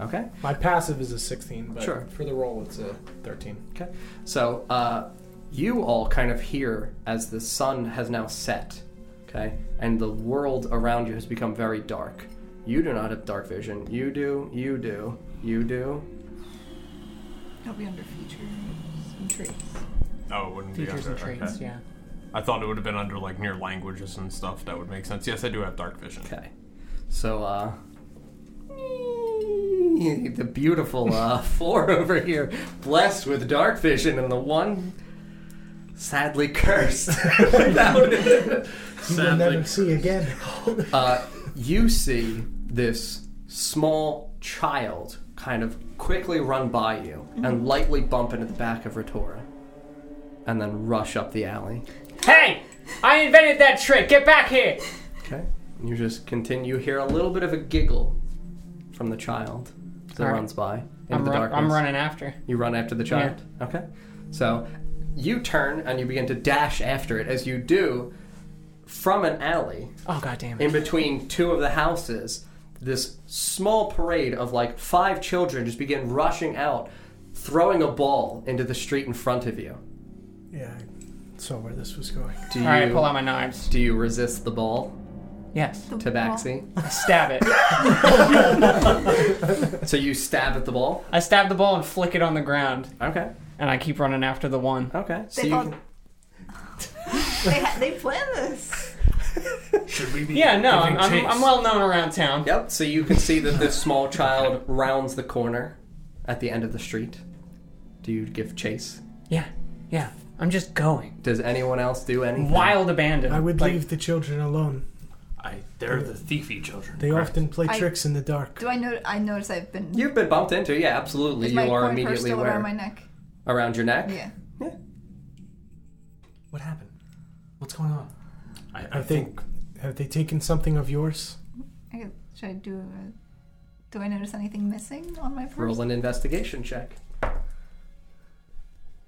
Speaker 2: Okay.
Speaker 11: My passive is a 16, but
Speaker 2: Sure.
Speaker 11: for the roll, it's a 13.
Speaker 2: Okay. So uh, you all kind of hear as the sun has now set, okay, and the world around you has become very dark. You do not have dark vision. You do. You do. You do.
Speaker 3: It'll be under features and traits.
Speaker 4: Oh, it wouldn't
Speaker 13: Features
Speaker 4: be
Speaker 13: and
Speaker 4: under.
Speaker 13: traits,
Speaker 4: okay.
Speaker 13: yeah.
Speaker 4: I thought it would have been under like near languages and stuff. That would make sense. Yes, I do have dark vision.
Speaker 2: Okay. So uh, the beautiful uh, four over here, blessed with dark vision, and the one sadly cursed without it.
Speaker 1: You will never see again.
Speaker 2: Uh, you see this small child kind of quickly run by you and lightly bump into the back of Retora and then rush up the alley.
Speaker 13: Hey! I invented that trick! Get back here!
Speaker 2: Okay? And you just continue. You hear a little bit of a giggle from the child as it
Speaker 13: All right.
Speaker 2: runs by into
Speaker 13: I'm,
Speaker 2: the
Speaker 13: run-
Speaker 2: darkness.
Speaker 13: I'm running after.
Speaker 2: You run after the child? Okay. So you turn and you begin to dash after it as you do from an alley.
Speaker 13: Oh, god damn it.
Speaker 2: in between two of the houses, this small parade of like five children just begin rushing out, throwing a ball into the street in front of you.
Speaker 1: Yeah, I saw where this was going.
Speaker 2: Do you
Speaker 13: All right, I pull out my knives.
Speaker 2: Do you resist the ball,
Speaker 13: Yes.
Speaker 2: Tabaxi?
Speaker 13: I stab it.
Speaker 2: so you stab at the ball.
Speaker 13: I stab the ball and flick it on the ground.
Speaker 2: Okay.
Speaker 13: And I keep running after the one.
Speaker 2: Okay. So
Speaker 3: They
Speaker 2: you
Speaker 3: thought-
Speaker 2: can-
Speaker 3: They, ha- they planned this.
Speaker 4: Should we be?
Speaker 13: Yeah, no, I'm,
Speaker 4: giving
Speaker 13: I'm,
Speaker 4: chase?
Speaker 13: I'm well known around town.
Speaker 2: Yep. So you can see that this small child rounds the corner at the end of the street. Do you give chase?
Speaker 13: Yeah, yeah. I'm just going.
Speaker 2: Does anyone else do anything?
Speaker 13: Wild abandon.
Speaker 1: I would
Speaker 13: Like,
Speaker 1: leave the children alone.
Speaker 4: I, they're the thiefy children.
Speaker 1: They
Speaker 2: Correct.
Speaker 1: often play
Speaker 3: I-
Speaker 1: tricks in the dark.
Speaker 3: Do I know? I notice I've been.
Speaker 2: You've been bumped into, yeah, absolutely.
Speaker 3: is
Speaker 2: you
Speaker 3: my
Speaker 2: are
Speaker 3: corn purse
Speaker 2: immediately
Speaker 3: still
Speaker 2: aware.
Speaker 3: around my neck.
Speaker 2: Around your neck?
Speaker 3: Yeah.
Speaker 5: What happened? What's going on?
Speaker 4: I, I
Speaker 1: Have they,
Speaker 4: think
Speaker 1: have they taken something of yours?
Speaker 3: I could- should I do? A, do I notice anything missing on my purse?
Speaker 2: Roll an investigation check.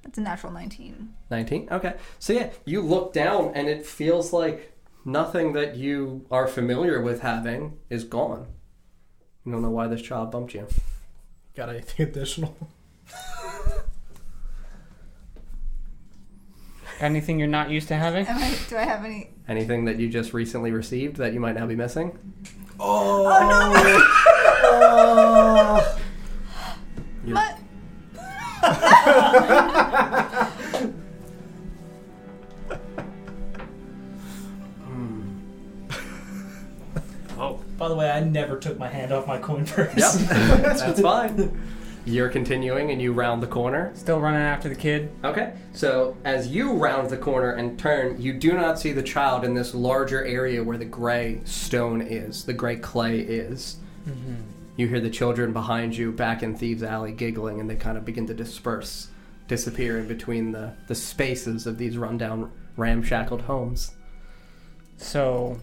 Speaker 3: That's a natural 19.
Speaker 2: 19 okay so yeah you look down and it feels like nothing that you are familiar with having is gone you don't know why this child bumped you
Speaker 11: Got anything additional?
Speaker 13: anything you're not used to having?
Speaker 3: Am I, do I have any?
Speaker 2: anything that you just recently received that you might now be missing Yeah.
Speaker 3: But
Speaker 5: By the way, I never took my hand off my coin purse.
Speaker 2: yep that's fine you're continuing and you round the corner
Speaker 13: Still running after the kid.
Speaker 2: Okay, so as you round the corner and turn, you do not see the child in this larger area where the gray stone is, the gray clay is.
Speaker 13: Mm-hmm.
Speaker 2: You hear the children behind you back in Thieves' Alley giggling, and they kind of begin to disperse, disappear in between the, the spaces of these rundown, ramshackled homes.
Speaker 13: So,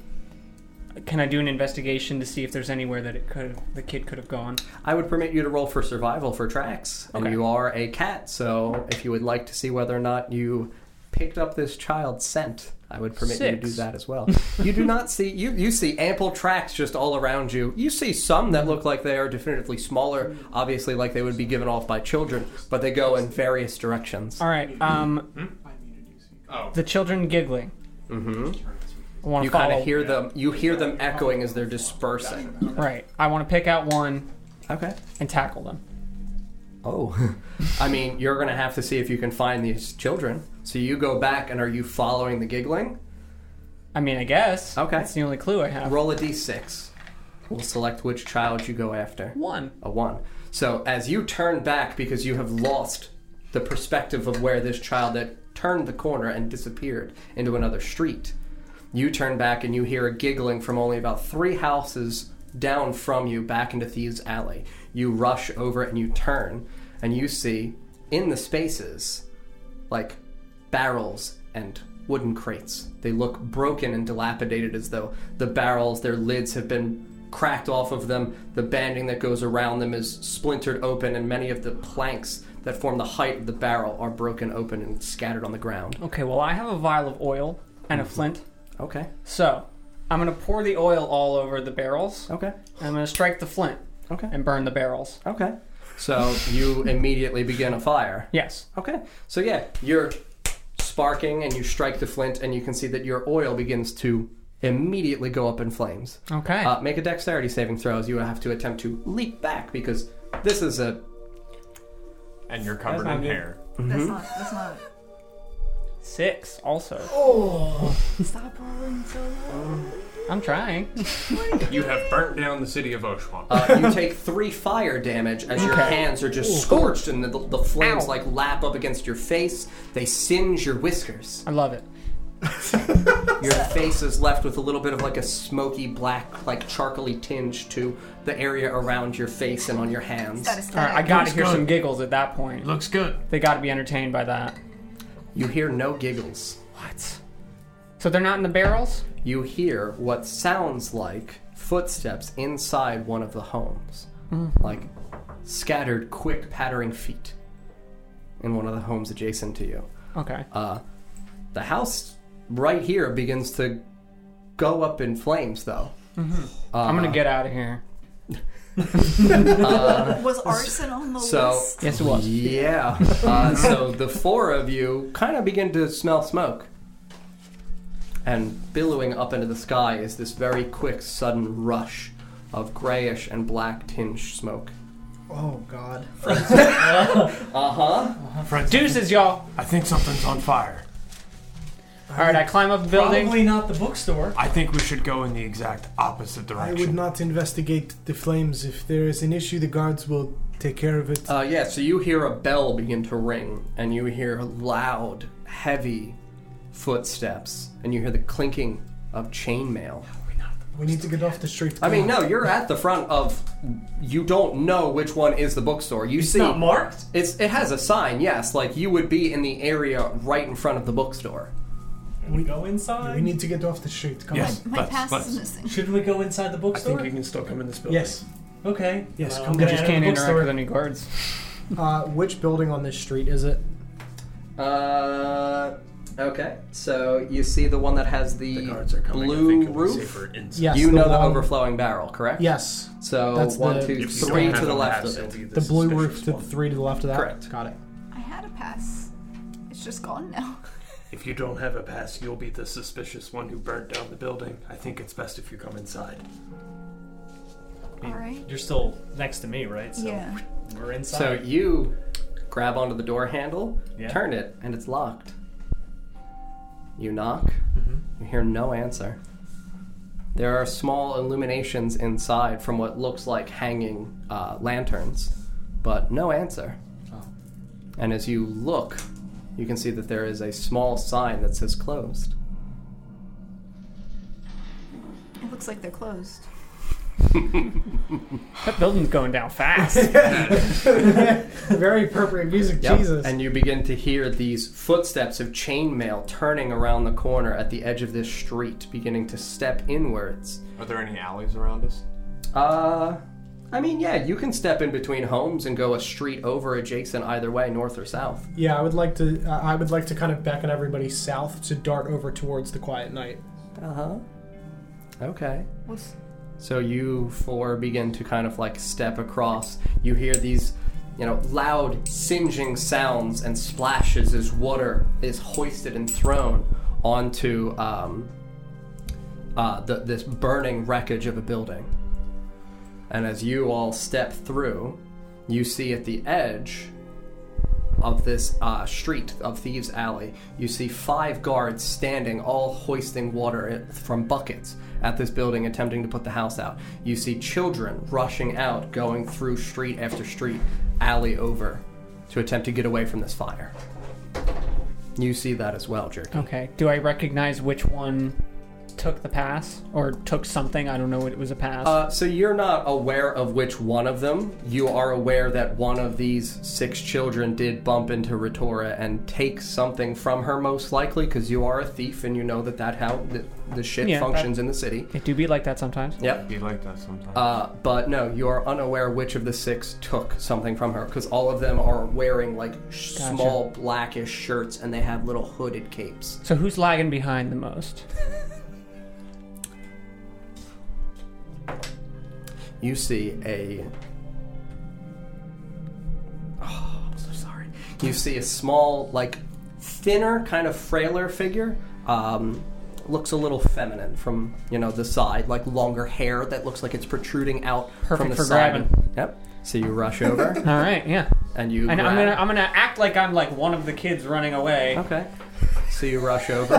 Speaker 13: can I do an investigation to see if there's anywhere that it could the kid could have gone?
Speaker 2: I would permit you to roll for survival for tracks, and
Speaker 13: Okay.
Speaker 2: you are a cat, so if you would like to see whether or not you picked up this child's scent, I would permit you to do
Speaker 13: Six.
Speaker 2: that as well. you do not see you you see ample tracks just all around you. You see some that look like they are definitively smaller, obviously like they would be given off by children, but they go in various directions.
Speaker 13: All right.
Speaker 1: Hmm?
Speaker 13: Um,
Speaker 4: Oh.
Speaker 13: the children giggling.
Speaker 2: hmm
Speaker 13: I want
Speaker 2: You
Speaker 13: to follow.
Speaker 2: kind of hear them. You hear them echoing as they're dispersing.
Speaker 13: Right. I want to pick out one
Speaker 2: Okay.
Speaker 13: and tackle them.
Speaker 2: Oh, I mean, you're gonna have to see if you can find these children. So you go back, and are you following the giggling?
Speaker 13: I mean, I guess.
Speaker 2: Okay.
Speaker 13: That's the only clue I have.
Speaker 2: Roll a d6. We'll select which child you go after.
Speaker 13: One.
Speaker 2: A one. So as you turn back, because you have lost the perspective of where this child that turned the corner and disappeared into another street, you turn back and you hear a giggling from only about three houses down from you back into Thieves' Alley. You rush over and you turn, and you see in the spaces, like barrels and wooden crates. They look broken and dilapidated as though the barrels, their lids have been cracked off of them. The banding that goes around them is splintered open, and many of the planks that form the height of the barrel are broken open and scattered on the ground.
Speaker 10: Okay, well, I have a vial of oil and a flint.
Speaker 2: Okay.
Speaker 10: So, I'm going to pour the oil all over the barrels.
Speaker 2: Okay.
Speaker 10: And I'm going to strike the flint.
Speaker 2: Okay.
Speaker 10: And burn the barrels.
Speaker 2: Okay. So you immediately begin a fire.
Speaker 10: Yes.
Speaker 2: Okay. So yeah, you're sparking and you strike the flint, and you can see that your oil begins to immediately go up in flames.
Speaker 10: Okay.
Speaker 2: Uh, make a dexterity saving throw as you have to attempt to leap back because this is a.
Speaker 4: And you're
Speaker 10: covered That's not in good. hair.
Speaker 3: That's
Speaker 2: Mhm.
Speaker 3: not. That's not.
Speaker 10: Six, also.
Speaker 3: Oh. Stop rolling so low.
Speaker 10: I'm trying.
Speaker 4: you have burnt down the city of Oshwamp.
Speaker 2: Uh, you take three fire damage as your
Speaker 4: Okay.
Speaker 2: hands are just
Speaker 4: Ooh.
Speaker 2: scorched and the, the flames
Speaker 4: Ow.
Speaker 2: like lap up against your face. They singe your whiskers.
Speaker 10: I love it.
Speaker 2: Your face is left with a little bit of like a smoky black, like charcoaly tinge to the area around your face and on your hands.
Speaker 10: All right, I got to hear some giggles at that point. Looks good. They got to be entertained by that.
Speaker 2: You hear no giggles.
Speaker 10: What? So they're not in the barrels?
Speaker 2: You hear what sounds like footsteps inside one of the homes.
Speaker 10: Mm.
Speaker 2: Like scattered, quick, pattering feet in one of the homes adjacent to you.
Speaker 10: Okay.
Speaker 2: Uh, the house right here begins to go up in flames, though.
Speaker 10: Mhm. I'm gonna get out of here.
Speaker 3: Was arson on the
Speaker 2: so,
Speaker 3: list?
Speaker 10: Yes, it was.
Speaker 2: Yeah. Uh, so the four of you kind of begin to smell smoke. And billowing up into the sky is this very quick, sudden rush of grayish and black tinged smoke.
Speaker 11: Oh God.
Speaker 2: Uh
Speaker 10: huh. Deuces, y'all.
Speaker 6: I think something's on fire.
Speaker 10: All right, I climb up a building.
Speaker 5: Probably not the bookstore.
Speaker 6: I think we should go in the exact opposite
Speaker 1: I
Speaker 6: direction.
Speaker 1: would not investigate the flames. If there is an issue, the guards will take care of it.
Speaker 2: Uh, yeah, so you hear a bell begin to ring, and you hear loud, heavy footsteps, and you hear the clinking of chainmail.
Speaker 1: we need to get off the street.
Speaker 2: I mean, no, you're at the front of. You don't know which one is the bookstore. You see,
Speaker 1: not marked?
Speaker 2: It's it has a sign. Yes, like you would be in the area right in front of the bookstore.
Speaker 5: we go inside.
Speaker 1: We need to get off the street. Come
Speaker 6: Yes,
Speaker 1: on.
Speaker 6: My- my let's- pass is let's.
Speaker 3: missing.
Speaker 5: Shouldn't we go inside the bookstore?
Speaker 6: you can still come in this building.
Speaker 5: Yes. Okay.
Speaker 1: Yes,
Speaker 5: Well,
Speaker 1: come
Speaker 5: I'm
Speaker 10: We
Speaker 5: gonna
Speaker 10: just
Speaker 5: enter the
Speaker 10: can't
Speaker 5: bookstore.
Speaker 10: interact with any guards.
Speaker 11: Uh, which building on this street is it?
Speaker 2: Uh, okay. So you see the one that has the, blue roof.
Speaker 11: Yes,
Speaker 2: you
Speaker 11: the
Speaker 2: know the
Speaker 11: one-
Speaker 2: overflowing barrel, correct?
Speaker 11: Yes.
Speaker 2: So
Speaker 11: That's
Speaker 2: one,
Speaker 11: the-
Speaker 2: two,
Speaker 11: If you
Speaker 2: three
Speaker 11: don't
Speaker 2: to
Speaker 11: have a
Speaker 2: the left
Speaker 11: house,
Speaker 2: of
Speaker 11: it'll
Speaker 2: it.
Speaker 11: be the The blue roof to the three to the left of that.
Speaker 2: Correct.
Speaker 11: Got it.
Speaker 3: I had a pass. It's just gone now.
Speaker 6: If you don't have a pass, you'll be the suspicious one who burnt down the building. I think it's best if you come inside.
Speaker 3: All right.
Speaker 5: You're still next to me, right? So
Speaker 3: Yeah.
Speaker 5: We're inside.
Speaker 2: So you grab onto the door handle,
Speaker 5: Yeah.
Speaker 2: turn it, and it's locked. You knock.
Speaker 11: Mm-hmm.
Speaker 2: You hear no answer. There are small illuminations inside from what looks like hanging uh, lanterns, but no answer.
Speaker 11: Oh.
Speaker 2: And as you look, you can see that there is a small sign that says closed.
Speaker 3: It looks like they're closed.
Speaker 10: That building's going down fast.
Speaker 11: Very appropriate music.
Speaker 2: Yep.
Speaker 11: Jesus.
Speaker 2: And you begin to hear these footsteps of chainmail turning around the corner at the edge of this street, beginning to step inwards.
Speaker 4: Are there any alleys around us?
Speaker 2: Uh, I mean, yeah, you can step in between homes and go a street over adjacent either way, north or south.
Speaker 11: Yeah, I would like to. Uh, I would like to kind of beckon everybody south to dart over towards the quiet night.
Speaker 2: Uh huh. Okay.
Speaker 3: What's
Speaker 2: So you four begin to kind of like step across. You hear these, you know, loud singeing sounds and splashes as water is hoisted and thrown onto um, uh, the, this burning wreckage of a building. And as you all step through, you see at the edge of this uh, street of Thieves Alley, you see five guards standing, all hoisting water i- from buckets at this building, attempting to put the house out. You see children rushing out, going through street after street, alley over, to attempt to get away from this fire. You see that as well, Jerky.
Speaker 10: okay. Do I recognize which one took the pass or took something. I don't know what it was a pass.
Speaker 2: Uh, so you're not aware of which one of them. You are aware that one of these six children did bump into Retora and take something from her, most likely, because you are a thief and you know that that how the, the shit
Speaker 10: Yeah,
Speaker 2: functions
Speaker 10: that-
Speaker 2: in the city.
Speaker 10: it do be like that sometimes.
Speaker 2: Yep.
Speaker 4: Be like that sometimes.
Speaker 2: Uh, but no, you are unaware which of the six took something from her, because all of them are wearing like sh-
Speaker 10: Gotcha.
Speaker 2: small blackish shirts and they have little hooded capes.
Speaker 10: So who's lagging behind the most?
Speaker 2: You see a. Oh, I'm so sorry. You see a small, like, thinner, kind of frailer figure. Um, looks a little feminine from, you know, the side, like longer hair that looks like it's protruding out from
Speaker 10: Perfect
Speaker 2: the
Speaker 10: for
Speaker 2: side.
Speaker 10: grabbing.
Speaker 2: Yep. So you rush over.
Speaker 10: All right, yeah.
Speaker 2: And you.
Speaker 10: And I'm
Speaker 2: grab-
Speaker 10: gonna I'm gonna act like I'm like one of the kids running away.
Speaker 2: Okay. So you rush over.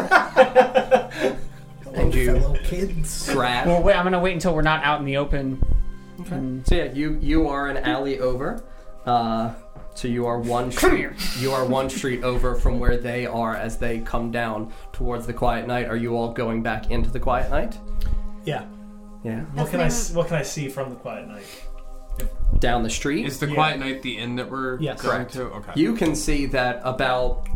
Speaker 2: and you grab.
Speaker 10: Well, wait. I'm gonna wait until we're not out in the open. And-
Speaker 2: So yeah, you you are an alley over. Uh, so you are one street. You are one street over from where they are as they come down towards the quiet night. Are you all going back into the quiet night?
Speaker 5: Yeah.
Speaker 2: Yeah.
Speaker 5: What can I s- what can I see from the quiet night?
Speaker 2: Down the street.
Speaker 4: Is the quiet night the end that we're
Speaker 5: Yes.
Speaker 4: going
Speaker 2: Correct.
Speaker 4: to? Okay.
Speaker 2: You can see that about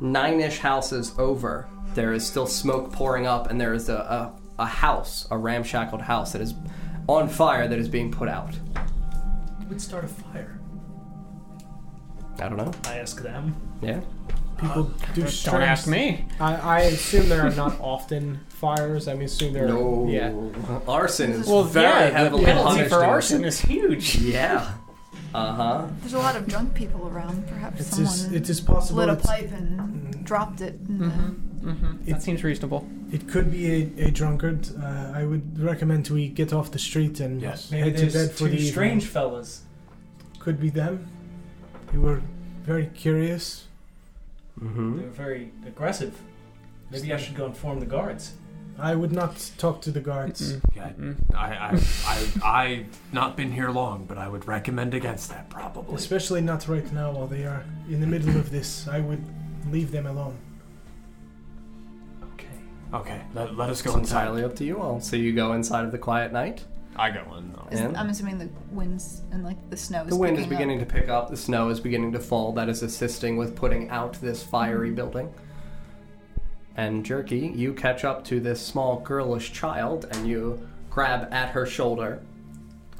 Speaker 2: nine-ish houses over, there is still smoke pouring up, and there is a, a, a house, a ramshackled house that is on fire that is being put out.
Speaker 5: Who would start a fire?
Speaker 2: I don't know.
Speaker 5: I ask them.
Speaker 2: Yeah.
Speaker 11: People do
Speaker 10: Don't
Speaker 11: strange-
Speaker 10: ask me.
Speaker 11: I, I assume there are not often fires. I mean, assume there.
Speaker 2: No.
Speaker 11: Are, yeah.
Speaker 2: Arson is
Speaker 10: Well,
Speaker 2: very
Speaker 10: yeah, the
Speaker 2: heavily
Speaker 10: penalty
Speaker 2: punished
Speaker 10: for
Speaker 2: in-
Speaker 10: arson is huge.
Speaker 2: Yeah. Uh huh.
Speaker 3: There's a lot of drunk people around. Perhaps
Speaker 11: It's
Speaker 3: someone
Speaker 11: as- it is possible
Speaker 3: lit a
Speaker 11: it's- Mm-hmm.
Speaker 3: pipe and dropped it. in the-
Speaker 2: Mm-hmm.
Speaker 10: That seems reasonable.
Speaker 1: It could be a, a drunkard. Uh, I would recommend we get off the street and
Speaker 4: Yes.
Speaker 5: Maybe
Speaker 1: head to bed
Speaker 5: there's
Speaker 1: for the
Speaker 5: two strange
Speaker 1: evening.
Speaker 5: fellas.
Speaker 1: Could be them. They were very curious.
Speaker 2: Mm-hmm.
Speaker 5: They're very aggressive. Maybe I should go inform the guards.
Speaker 1: I would not talk to the guards.
Speaker 4: Yeah,
Speaker 2: Mm-hmm.
Speaker 4: I, I, I, I've not been here long, but I would recommend against that probably.
Speaker 1: Especially not right now while they are in the middle of this. I would leave them alone.
Speaker 5: Okay.
Speaker 4: Okay, let, let us
Speaker 2: It's
Speaker 4: go inside.
Speaker 2: entirely up to you all. So you go inside of the quiet night.
Speaker 4: I go in though.
Speaker 3: Is-
Speaker 2: Yeah.
Speaker 3: I'm assuming the winds and like the snow. Is
Speaker 2: The wind is
Speaker 3: picking up.
Speaker 2: beginning to pick up. The snow is beginning to fall. That is assisting with putting out this fiery building. And Jerky, you catch up to this small girlish child and you grab at her shoulder.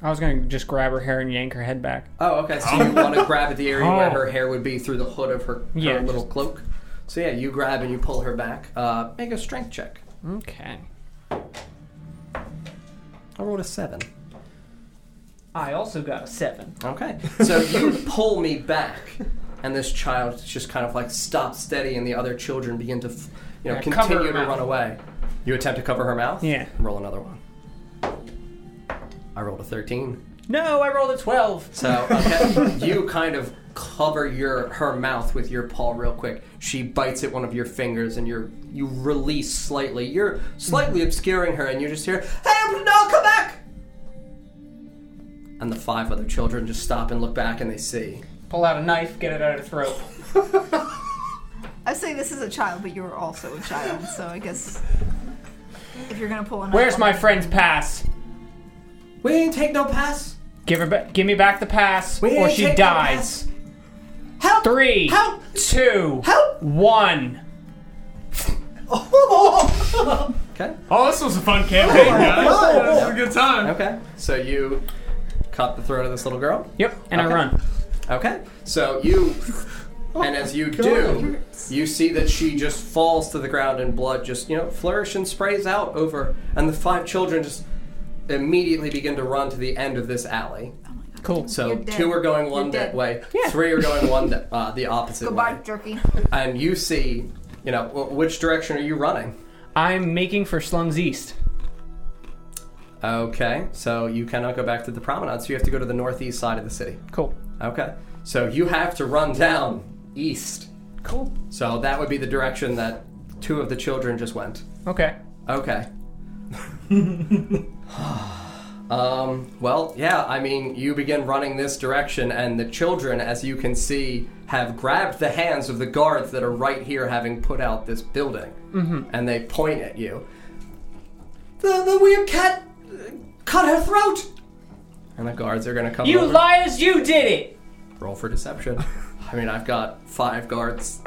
Speaker 10: I was gonna just grab her hair and yank her head back.
Speaker 2: Oh, okay. So you want to grab at the area where
Speaker 10: Oh.
Speaker 2: her hair would be through the hood of her, her
Speaker 10: Yeah,
Speaker 2: little cloak. So yeah, you grab and you pull her back. Uh, make a strength check.
Speaker 10: Okay.
Speaker 2: I rolled a seven.
Speaker 10: I also got a seven.
Speaker 2: Okay. So you pull me back, and this child just kind of like stops steady, and the other children begin to, f- you know,
Speaker 10: Yeah, cover
Speaker 2: continue
Speaker 10: her
Speaker 2: to
Speaker 10: mouth.
Speaker 2: run away. You attempt to cover her mouth.
Speaker 10: Yeah.
Speaker 2: Roll another one. I rolled a thirteen.
Speaker 10: No, I rolled a twelve.
Speaker 2: So okay, you kind of cover your her mouth with your paw real quick. She bites at one of your fingers, and you you release slightly. You're slightly obscuring her, and you just hear, "Hey, no, come back!" And the five other children just stop and look back, and they see.
Speaker 10: Pull out a knife, get it out of her throat.
Speaker 3: I say this is a child, but you were also a child, so I guess if you're gonna pull another.
Speaker 10: Where's my friend's pass?
Speaker 2: We didn't take no pass.
Speaker 10: Give her, ba- give me back the pass,
Speaker 2: We
Speaker 10: or
Speaker 2: ain't
Speaker 10: she
Speaker 2: taking
Speaker 10: dies.
Speaker 2: Help!
Speaker 10: Three,
Speaker 2: Help!
Speaker 10: two,
Speaker 2: Help!
Speaker 10: one.
Speaker 2: Okay.
Speaker 4: Oh, this was a fun campaign, guys. This was a good time.
Speaker 2: Okay. So you cut the throat of this little girl.
Speaker 10: Yep, and
Speaker 2: Okay.
Speaker 10: I run.
Speaker 2: Okay. So you,
Speaker 3: Oh
Speaker 2: and as you do, you see that she just falls to the ground and blood just you know flourish and sprays out over, and the five children just immediately begin to run to the end of this alley.
Speaker 10: Cool.
Speaker 2: So
Speaker 3: You're dead.
Speaker 2: two are going one
Speaker 3: You're
Speaker 2: that
Speaker 3: dead.
Speaker 2: way, three are going one that, uh, the opposite
Speaker 3: Goodbye,
Speaker 2: way,
Speaker 3: jerky.
Speaker 2: and you see, you know, wh- which direction are you running?
Speaker 10: I'm making for Slums East.
Speaker 2: Okay, so you cannot go back to the promenade, so you have to go to the northeast side of the city.
Speaker 10: Cool.
Speaker 2: Okay, so you have to run down east.
Speaker 10: Cool.
Speaker 2: So that would be the direction that two of the children just went.
Speaker 10: Okay.
Speaker 2: Okay. Um, well, yeah, I mean, you begin running this direction, and the children, as you can see, have grabbed the hands of the guards that are right here, having put out this building,
Speaker 13: Mhm.
Speaker 2: and they point at you. The, the weird cat uh, cut her throat! And the guards are gonna come
Speaker 13: You
Speaker 2: over.
Speaker 13: liars, you did it!
Speaker 2: Roll for deception. I mean, I've got five guards.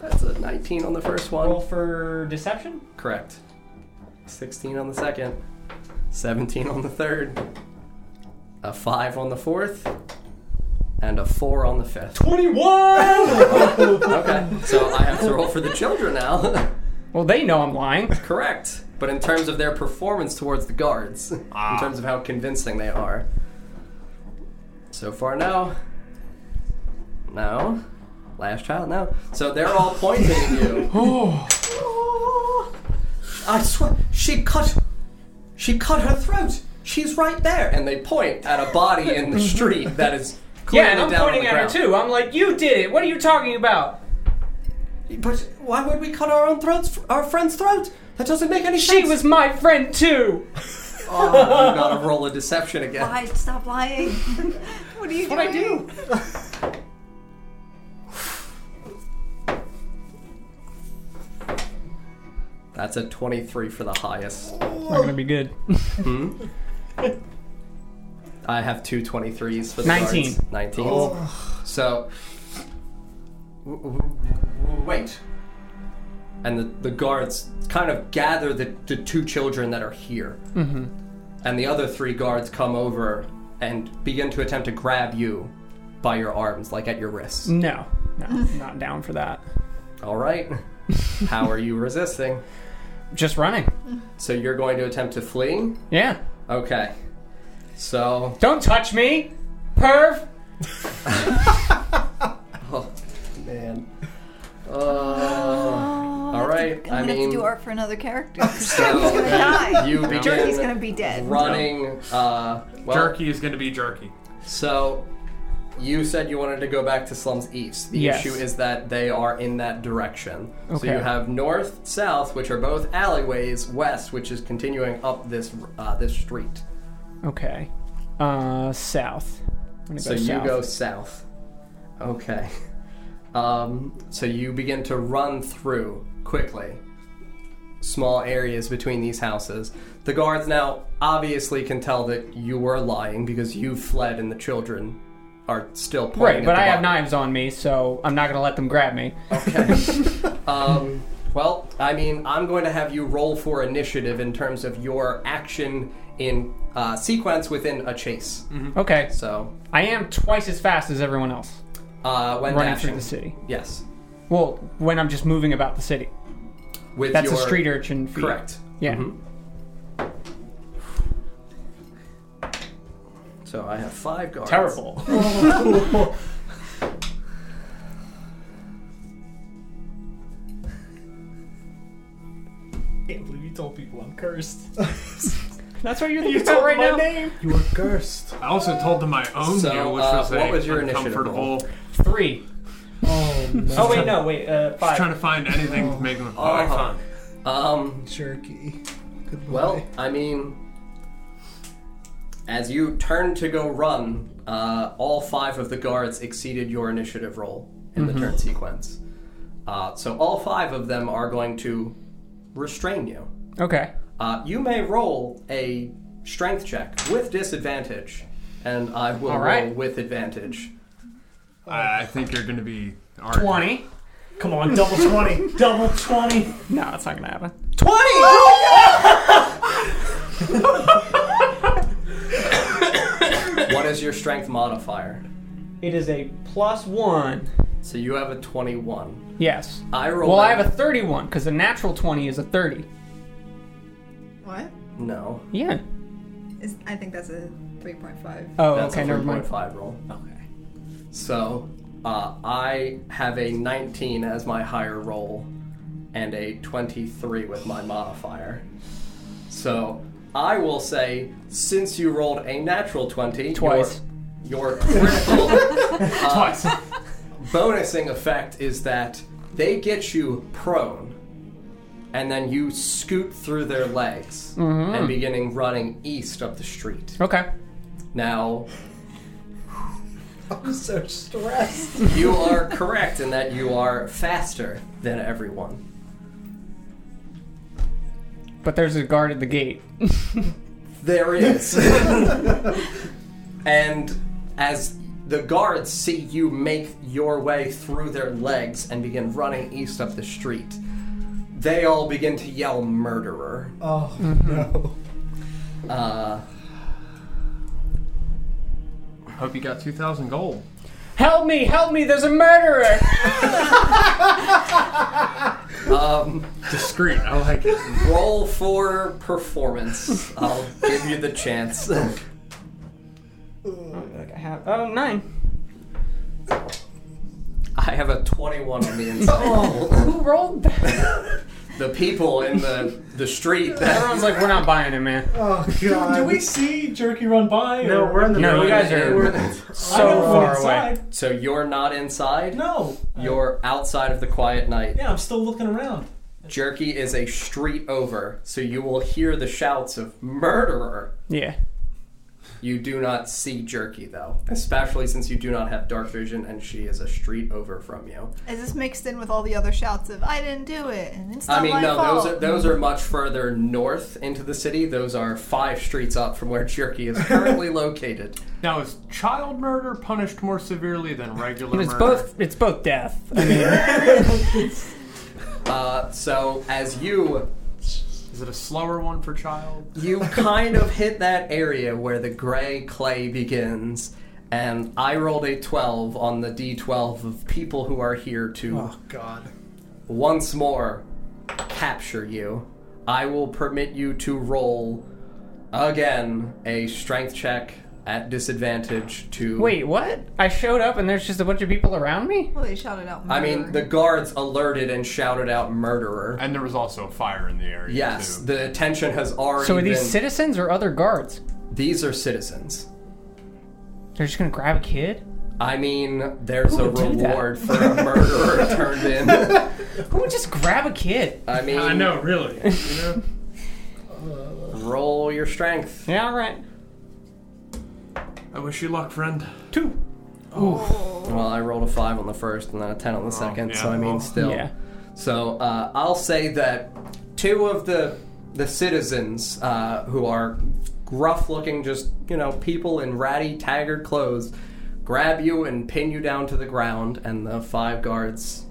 Speaker 2: That's a 19 on the first one. Roll
Speaker 13: for deception?
Speaker 2: Correct. 16 on the second. 17 on the third. A 5 on the fourth. And a 4 on the fifth.
Speaker 10: 21!
Speaker 2: okay, so I have to roll for the children now.
Speaker 13: well, they know I'm lying.
Speaker 2: Correct. But in terms of their performance towards the guards,
Speaker 10: Ah.
Speaker 2: in terms of how convincing they are. So far, no. No. Last child, no. So they're all pointing at you.
Speaker 10: Oh.
Speaker 2: I swear, she cut. She cut her throat. She's right there. And they point at a body in the street that is
Speaker 10: Yeah,
Speaker 2: clearly
Speaker 10: and I'm
Speaker 2: down on
Speaker 10: pointing
Speaker 2: the
Speaker 10: at her
Speaker 2: ground.
Speaker 10: too. I'm like, you did it. What are you talking about?
Speaker 2: But why would we cut our own throats, our friend's throat? That doesn't make any
Speaker 13: sense. She was my friend too.
Speaker 2: Oh, you gotta roll a deception again.
Speaker 3: Why? Stop lying. what are you
Speaker 13: What I
Speaker 3: doing?
Speaker 2: That's a 23 for the highest.
Speaker 13: Not gonna be good.
Speaker 2: Hmm? I have two 23s for the
Speaker 13: 19.
Speaker 2: guards. 19.
Speaker 13: Oh.
Speaker 2: So. w- w- w- Wait. And the, the guards kind of gather the, the two children that are here.
Speaker 13: Mm-hmm.
Speaker 2: And the other three guards come over and begin to attempt to grab you by your arms, like at your wrists.
Speaker 13: No, no, not down for that.
Speaker 2: All right. How are you resisting?
Speaker 13: Just running.
Speaker 2: So you're going to attempt to flee?
Speaker 13: Yeah.
Speaker 2: Okay. So.
Speaker 13: Don't touch me, perv.
Speaker 2: Oh, man. Uh, all right.
Speaker 3: I'm
Speaker 2: I
Speaker 3: gonna have
Speaker 2: mean,
Speaker 3: to do art for another character. 'cause
Speaker 2: So,
Speaker 3: Jerky's gonna die.
Speaker 2: you begin
Speaker 3: Jerky's gonna be dead.
Speaker 2: running. Uh, well,
Speaker 4: jerky is going to be jerky.
Speaker 2: So, you said you wanted to go back to Slums East. The
Speaker 4: Yes.
Speaker 2: issue is that they are in that direction. So
Speaker 4: Okay.
Speaker 2: you have north, south, which are both alleyways. West, which is continuing up this uh, this street.
Speaker 13: Okay. Uh, south. I'm gonna
Speaker 2: So
Speaker 13: go
Speaker 2: you
Speaker 13: south.
Speaker 2: go south. Okay. Um, so you begin to run through quickly small areas between these houses. The guards now obviously can tell that you were lying because you fled and the children are still pointing
Speaker 13: Right,
Speaker 2: at
Speaker 13: but
Speaker 2: the
Speaker 13: I have
Speaker 2: body.
Speaker 13: knives on me, so I'm not gonna let them grab me.
Speaker 2: Um, well, I mean, I'm going to have you roll for initiative in terms of your action in uh, sequence within a chase.
Speaker 13: Mm-hmm. Okay.
Speaker 2: So
Speaker 13: I am twice as fast as everyone else.
Speaker 2: uh, when
Speaker 13: running
Speaker 2: dashing.
Speaker 13: through the city.
Speaker 2: Yes.
Speaker 13: Well, when I'm just moving about the city.
Speaker 2: With
Speaker 13: That's a
Speaker 2: your-
Speaker 13: street urchin. Feat.
Speaker 2: Correct. Mm-hmm.
Speaker 13: Yeah.
Speaker 2: So I have five guards.
Speaker 13: Terrible.
Speaker 5: can't believe you told people I'm cursed.
Speaker 13: That's what you're
Speaker 5: You
Speaker 13: thinking
Speaker 5: told
Speaker 13: about right
Speaker 5: my
Speaker 13: now.
Speaker 5: name.
Speaker 4: You are cursed. I also told them my own
Speaker 2: So,
Speaker 4: deal, which
Speaker 2: uh,
Speaker 4: was
Speaker 2: what
Speaker 4: a
Speaker 2: was your initiative
Speaker 4: uncomfortable.
Speaker 13: Three.
Speaker 4: Oh,
Speaker 10: Oh, wait, no, wait, uh, five.
Speaker 4: trying to find anything to make them a
Speaker 2: Uh-huh.
Speaker 4: python.
Speaker 2: Um,
Speaker 11: jerky.
Speaker 2: Well, I mean, as you turn to go run, uh, all five of the guards exceeded your initiative roll in
Speaker 13: Mhm.
Speaker 2: the turn sequence. Uh, so all five of them are going to restrain you.
Speaker 13: Okay.
Speaker 2: Uh, you may roll a strength check with disadvantage, and I will
Speaker 13: All right.
Speaker 2: roll with advantage.
Speaker 4: I, I think you're going to be. Alright.
Speaker 13: 20.
Speaker 5: Come on, double 20. double 20.
Speaker 13: No, that's not gonna happen.
Speaker 5: 20!
Speaker 2: what is your strength modifier?
Speaker 10: It is a plus one.
Speaker 2: So you have a 21.
Speaker 13: Yes.
Speaker 2: I rolled
Speaker 13: Well, I
Speaker 2: a-
Speaker 13: have a 31 because a natural 20 is a 30.
Speaker 3: What?
Speaker 2: No.
Speaker 13: Yeah.
Speaker 3: Is, I think that's a 3.5.
Speaker 13: Oh,
Speaker 2: That's
Speaker 13: okay,
Speaker 2: a
Speaker 13: never mind.
Speaker 2: 3.5 roll. Okay. So, uh, I have a 19 as my higher roll and a 23 with my modifier. So, I will say, since you rolled a natural 20,
Speaker 13: Twice.
Speaker 2: your, your critical uh, bonusing effect is that they get you prone and then you scoot through their legs
Speaker 13: Mhm.
Speaker 2: and beginning running east up the street.
Speaker 10: Okay.
Speaker 2: Now,
Speaker 11: I'm so stressed.
Speaker 2: you are correct in that you are faster than everyone.
Speaker 10: But there's a guard at the gate.
Speaker 2: There is. and as the guards see you make your way through their legs and begin running east up the street, they all begin to yell murderer.
Speaker 11: Oh no.
Speaker 2: Uh,
Speaker 4: Hope you got 2,000 gold.
Speaker 10: Help me! Help me! There's a murderer!
Speaker 2: um,
Speaker 4: Discreet, I like it.
Speaker 2: roll for performance. I'll give you the chance.
Speaker 10: I have, oh, nine.
Speaker 2: I have a 21 on the inside.
Speaker 10: Who rolled that?
Speaker 2: The people in the, the street that
Speaker 10: Everyone's like, we're not buying it, man.
Speaker 11: Oh god.
Speaker 5: Do we see Jerky run by?
Speaker 11: No,
Speaker 5: or-
Speaker 11: we're in the
Speaker 10: No, you
Speaker 11: building.
Speaker 10: guys are
Speaker 2: We're-
Speaker 10: so
Speaker 5: I don't
Speaker 10: far
Speaker 5: want
Speaker 10: away.
Speaker 5: inside.
Speaker 2: So you're not inside?
Speaker 5: No.
Speaker 2: You're outside of the quiet night.
Speaker 5: Yeah, I'm still looking around.
Speaker 2: Jerky is a street over, so you will hear the shouts of murderer.
Speaker 10: Yeah.
Speaker 2: You do not see Jerky though, especially since you do not have dark vision and she is a street over from you.
Speaker 3: Is this mixed in with all the other shouts of "I didn't do it" and it's not
Speaker 2: I mean,
Speaker 3: my
Speaker 2: no, those
Speaker 3: fault?
Speaker 2: are those are much further north into the city. Those are five streets up from where Jerky is currently located.
Speaker 4: Now, is child murder punished more severely than regular
Speaker 10: It's
Speaker 4: murder?
Speaker 10: both. It's both death. I mean,
Speaker 2: Uh, so as you
Speaker 4: Is it a slower one for child?
Speaker 2: you kind of hit that area where the gray clay begins and i rolled a 12 on the d12 of people who are here to
Speaker 11: Oh god.
Speaker 2: once more capture you i will permit you to roll again a strength check at disadvantage to
Speaker 10: wait, what? I showed up and there's just a bunch of people around me.
Speaker 3: Well, they shouted out.
Speaker 2: i mean the
Speaker 3: murder.
Speaker 2: guards alerted and shouted out murderer
Speaker 4: And there was also a fire in the area.
Speaker 2: yes
Speaker 4: too.
Speaker 2: the attention has already
Speaker 10: So are these
Speaker 2: been-
Speaker 10: citizens or other guards?
Speaker 2: these are citizens
Speaker 10: They're just gonna grab a kid?
Speaker 2: I mean, there's
Speaker 10: Who
Speaker 2: a
Speaker 10: would do that?
Speaker 2: reward for a murderer turned in.
Speaker 10: Who would just grab a kid?
Speaker 2: I mean,
Speaker 4: I know, really. You know?
Speaker 2: roll your strength.
Speaker 10: Yeah, all right.
Speaker 4: I wish you luck, friend.
Speaker 10: Two.
Speaker 2: Well, I rolled a five on the first and then a ten on the second, so
Speaker 4: Oh, yeah.
Speaker 2: I mean, still.
Speaker 10: Yeah.
Speaker 2: So uh, I'll say that two of the the citizens uh, who are rough-looking, just you know, people in ratty, tattered clothes, grab you and pin you down to the ground, and the five guards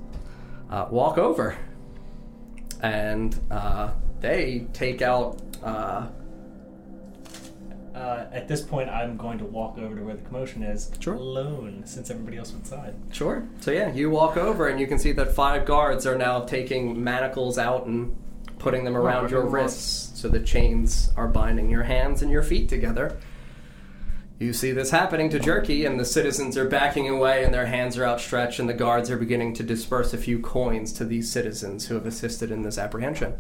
Speaker 2: uh, walk over, and uh, they take out. Uh,
Speaker 5: Uh, at this point, I'm going to walk over to where the commotion is
Speaker 2: Sure.
Speaker 5: alone, since everybody else went inside.
Speaker 2: Sure. So yeah, you walk over and you can see that five guards are now taking manacles out and putting
Speaker 10: Oh,
Speaker 2: them around your wrists, so the chains are binding your hands and your feet together. You see this happening to Jerky, and the citizens are backing away, and their hands are outstretched, and the guards are beginning to disperse a few coins to these citizens who have assisted in this apprehension.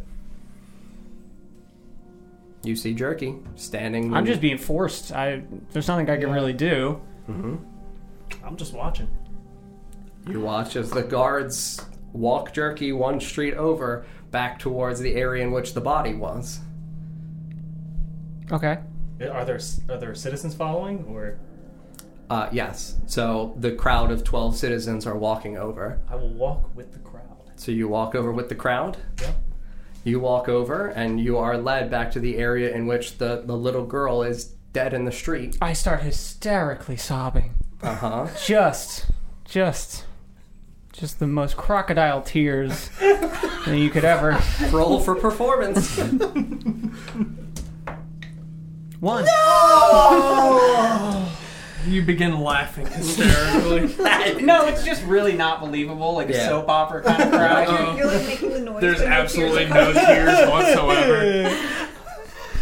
Speaker 2: You see Jerky standing.
Speaker 10: I'm just being forced. I there's nothing I can really do.
Speaker 5: I'm just watching.
Speaker 2: You watch as the guards walk jerky one street over back towards the area in which the body was.
Speaker 10: Okay.
Speaker 5: Are there are there citizens following, or
Speaker 2: Uh, yes. So the crowd of 12 citizens are walking over.
Speaker 5: I will walk with the crowd.
Speaker 2: So you walk over with the crowd.
Speaker 5: Yep.
Speaker 2: You walk over and you are led back to the area in which the, the little girl is dead in the street.
Speaker 10: I start hysterically sobbing.
Speaker 2: Uh huh.
Speaker 10: Just, just, just the most crocodile tears that you could ever.
Speaker 2: Roll for performance.
Speaker 10: One.
Speaker 4: You begin laughing hysterically.
Speaker 10: No, it's just really not believable, like
Speaker 2: Yeah.
Speaker 10: a soap opera kind of crowd.
Speaker 3: You're like making the noise.
Speaker 4: There's
Speaker 3: when the tears
Speaker 4: absolutely
Speaker 3: are
Speaker 4: no tears whatsoever.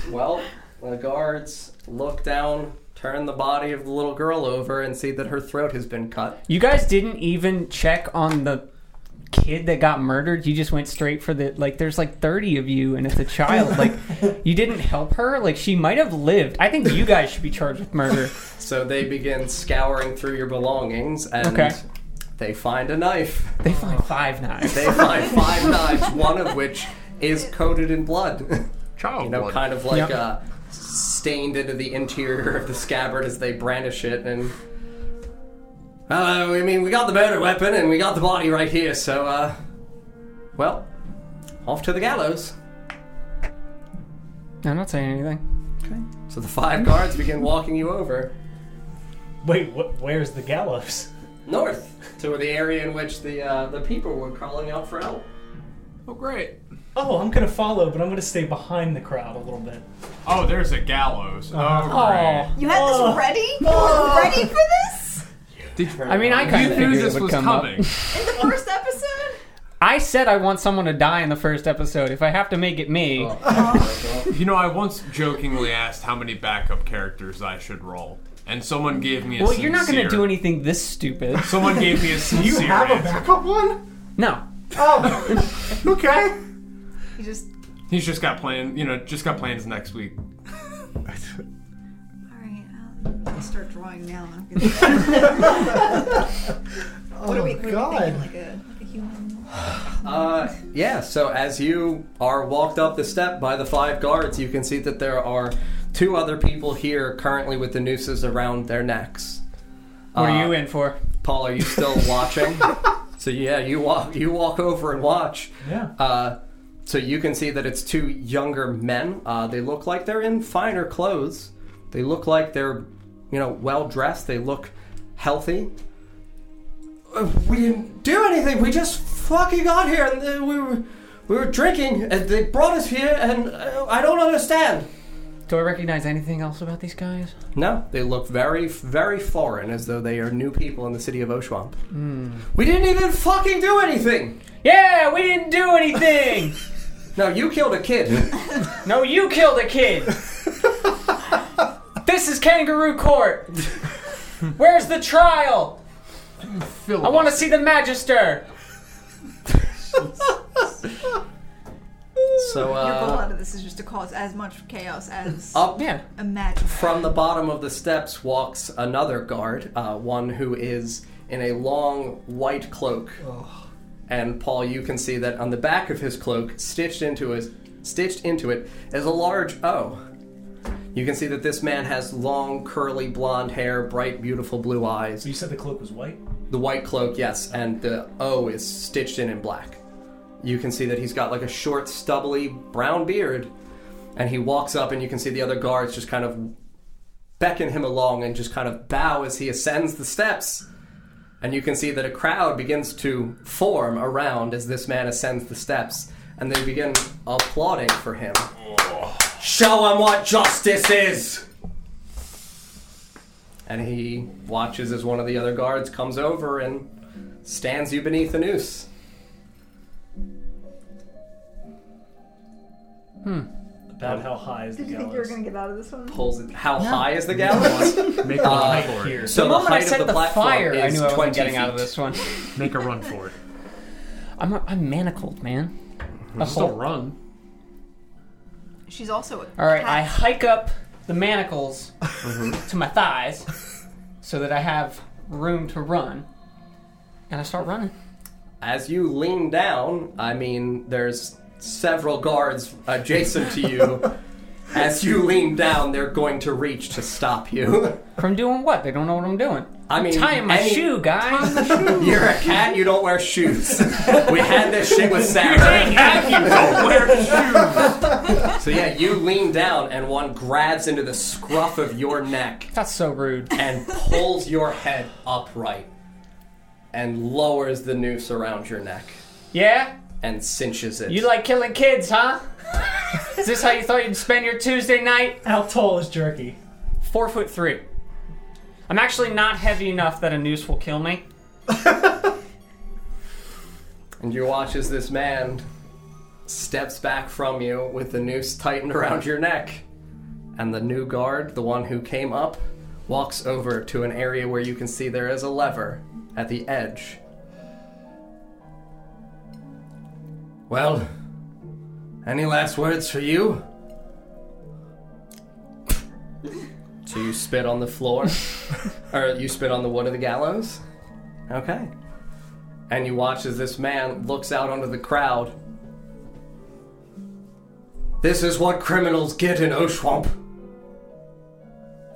Speaker 2: well, the guards look down, turn the body of the little girl over, and see that her throat has been cut.
Speaker 10: you guys didn't even check on the kid that got murdered. You just went straight for the like. There's like 30 of you, and it's a child. Like you didn't help her. Like she might have lived. I think you guys should be charged with murder.
Speaker 2: So they begin scouring through your belongings and
Speaker 10: Okay.
Speaker 2: they find a knife.
Speaker 10: They find five knives.
Speaker 2: They find five knives, one of which is coated in blood.
Speaker 4: Child
Speaker 2: You know,
Speaker 4: Oh, blood.
Speaker 2: kind of like
Speaker 4: Yep.
Speaker 2: uh, stained into the interior of the scabbard as they brandish it. And uh, I mean, we got the murder weapon and we got the body right here. So, uh, well, off to the gallows.
Speaker 10: I'm not saying anything.
Speaker 2: So the five guards begin walking you over
Speaker 5: Wait, wh- where's the gallows?
Speaker 2: north to the area in which the uh, the people were calling out for help.
Speaker 4: Oh, great.
Speaker 5: Oh, I'm gonna follow, but I'm gonna stay behind the crowd a little bit.
Speaker 4: Oh, there's a gallows. Oh,
Speaker 5: Aw.
Speaker 4: great.
Speaker 3: You had this ready? You were ready for this?
Speaker 10: I mean, I kind
Speaker 4: You
Speaker 10: of
Speaker 4: knew
Speaker 10: figured
Speaker 4: this
Speaker 10: it would
Speaker 4: was
Speaker 10: come up.
Speaker 4: coming.
Speaker 3: In the first episode?
Speaker 10: I said I want someone to die in the first episode. If I have to make it me,
Speaker 4: Oh, You know, I once jokingly asked how many backup characters I should roll, and someone gave me a
Speaker 10: well, you're not going to do
Speaker 4: sincere-
Speaker 10: anything this stupid.
Speaker 4: Someone gave me a sincere
Speaker 11: You have a
Speaker 4: answer.
Speaker 11: backup one?
Speaker 10: No.
Speaker 11: Oh, okay.
Speaker 3: You just.
Speaker 4: He's just got plans, you know, just got plans next week.
Speaker 3: Alright, I'll I'll start drawing now. I'm gonna- what are we,
Speaker 11: Oh,
Speaker 3: what are we
Speaker 11: God.
Speaker 3: thinking? Like a, like a human.
Speaker 2: Uh, yeah, so as you are walked up the step by the five guards, you can see that there are two other people here currently with the nooses around their necks.
Speaker 10: What are
Speaker 2: Uh,
Speaker 10: you in for?
Speaker 2: Paul, are you still watching? so yeah, you walk you walk over and watch.
Speaker 5: Yeah.
Speaker 2: Uh, so you can see that it's two younger men. Uh, they look like they're in finer clothes. They look like they're, you know, well dressed. They look healthy. Uh, we didn't do anything. We just fucking got here, and then we were we were drinking, and they brought us here, and uh, I don't understand.
Speaker 10: Do I recognize anything else about these guys?
Speaker 2: No, they look very, very foreign, as though they are new people in the city of Oshwamp.
Speaker 10: Hmm.
Speaker 2: We didn't even fucking do anything.
Speaker 10: Yeah, we didn't do anything.
Speaker 2: no, you killed a kid.
Speaker 10: no, you killed a kid. this is kangaroo court. Where's the trial? I want to see the magister.
Speaker 2: So
Speaker 3: Your goal out
Speaker 2: uh,
Speaker 3: of this is just to cause as much chaos as
Speaker 2: up
Speaker 3: imagine.
Speaker 2: from the bottom of the steps walks another guard, uh, one who is in a long white cloak. And Paul, you can see that on the back of his cloak, stitched into his stitched into it, is a large O. You can see that this man has long, curly blonde hair, bright, beautiful blue eyes.
Speaker 5: You said the cloak was white?
Speaker 2: The white cloak, yes, and the O is stitched in in black. You can see that he's got like a short, stubbly brown beard, and he walks up, and you can see the other guards just kind of beckon him along and just kind of bow as he ascends the steps. And you can see that a crowd begins to form around as this man ascends the steps, and they begin applauding for him. Show him what justice is! And he watches as one of the other guards comes over and stands you beneath the noose.
Speaker 10: Hmm.
Speaker 5: About how high is the
Speaker 3: Did you think you were
Speaker 5: gallows?
Speaker 3: gonna get out of this one?
Speaker 2: Pulls it. How
Speaker 3: No.
Speaker 2: high is the gallows?
Speaker 5: Make a
Speaker 4: Uh,
Speaker 5: run for it.
Speaker 2: So
Speaker 10: The
Speaker 2: the,
Speaker 10: moment I
Speaker 2: height
Speaker 10: said
Speaker 2: of the,
Speaker 10: the
Speaker 2: platform
Speaker 10: fire, I
Speaker 2: is
Speaker 10: knew I wasn't
Speaker 2: 20
Speaker 10: getting
Speaker 2: feet.
Speaker 10: out of this one.
Speaker 6: Make a run for it.
Speaker 10: I'm, I'm manacled, man. A
Speaker 6: Still
Speaker 10: whole-
Speaker 6: run.
Speaker 3: She's also. A
Speaker 10: All right, I
Speaker 3: cat.
Speaker 10: hike up the manacles
Speaker 6: Mm-hmm.
Speaker 10: to my thighs so that I have room to run, and I start running.
Speaker 2: As you lean down, I mean, there's several guards adjacent to you. As you lean down, they're going to reach to stop you.
Speaker 10: From doing what? They don't know what I'm doing.
Speaker 2: I mean,
Speaker 10: I'm tying my
Speaker 2: any-
Speaker 10: shoe, guys.
Speaker 2: You're a cat, you don't wear shoes. We had this shit with Sarah.
Speaker 6: don't wear shoes.
Speaker 2: So, yeah, you lean down, and one grabs into the scruff of your neck
Speaker 10: That's so rude.
Speaker 2: and pulls your head upright and lowers the noose around your neck
Speaker 10: Yeah,
Speaker 2: and cinches it.
Speaker 10: you like killing kids, huh? Is this how you thought you'd spend your Tuesday night?
Speaker 5: How tall is Jerky?
Speaker 10: Four foot three. I'm actually not heavy enough that a noose will kill me.
Speaker 2: and you watch as this man steps back from you with the noose tightened around your neck. And the new guard, the one who came up, walks over to an area where you can see there is a lever at the edge. Well, any last words for you? So you spit on the floor? or you spit on the wood of the gallows? Okay. And you watch as this man looks out onto the crowd This is what criminals get in Oshwamp.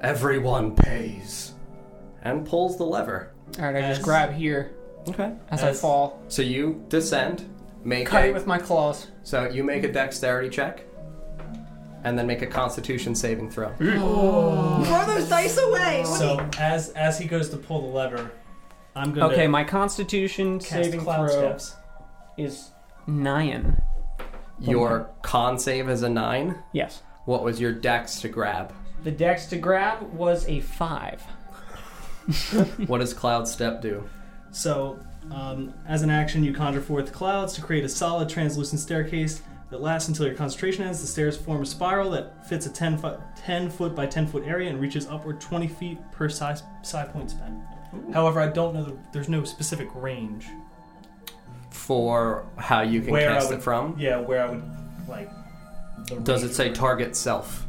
Speaker 2: Everyone pays. And pulls the lever.
Speaker 10: Alright, I just grab here.
Speaker 2: Okay.
Speaker 10: As, I fall.
Speaker 2: So you descend, make
Speaker 10: Cut
Speaker 2: a-
Speaker 10: it with my claws.
Speaker 2: So you make a dexterity check, and then make a constitution saving throw.
Speaker 18: Throw those dice away. What do
Speaker 5: So as as he goes to pull the lever, I'm gonna.
Speaker 10: Okay, my constitution
Speaker 5: Cast
Speaker 10: saving
Speaker 5: cloud
Speaker 10: throw
Speaker 5: steps.
Speaker 10: is nine.
Speaker 2: Your con save is a nine?
Speaker 10: Yes.
Speaker 2: What was your dex to grab?
Speaker 10: The dex to grab was a five.
Speaker 2: what does Cloud Step do?
Speaker 5: So, um, as an action, you conjure forth clouds to create a solid, translucent staircase that lasts until your concentration ends. The stairs form a spiral that fits a 10 foot, 10 foot by 10 foot area and reaches upward 20 feet per size, side point span. However, I don't know, the, there's no specific range.
Speaker 2: For how you can
Speaker 5: Where I
Speaker 2: cast
Speaker 5: would-
Speaker 2: it from?
Speaker 5: Yeah, where I would, like. the
Speaker 2: Does
Speaker 5: range.
Speaker 2: it say target self?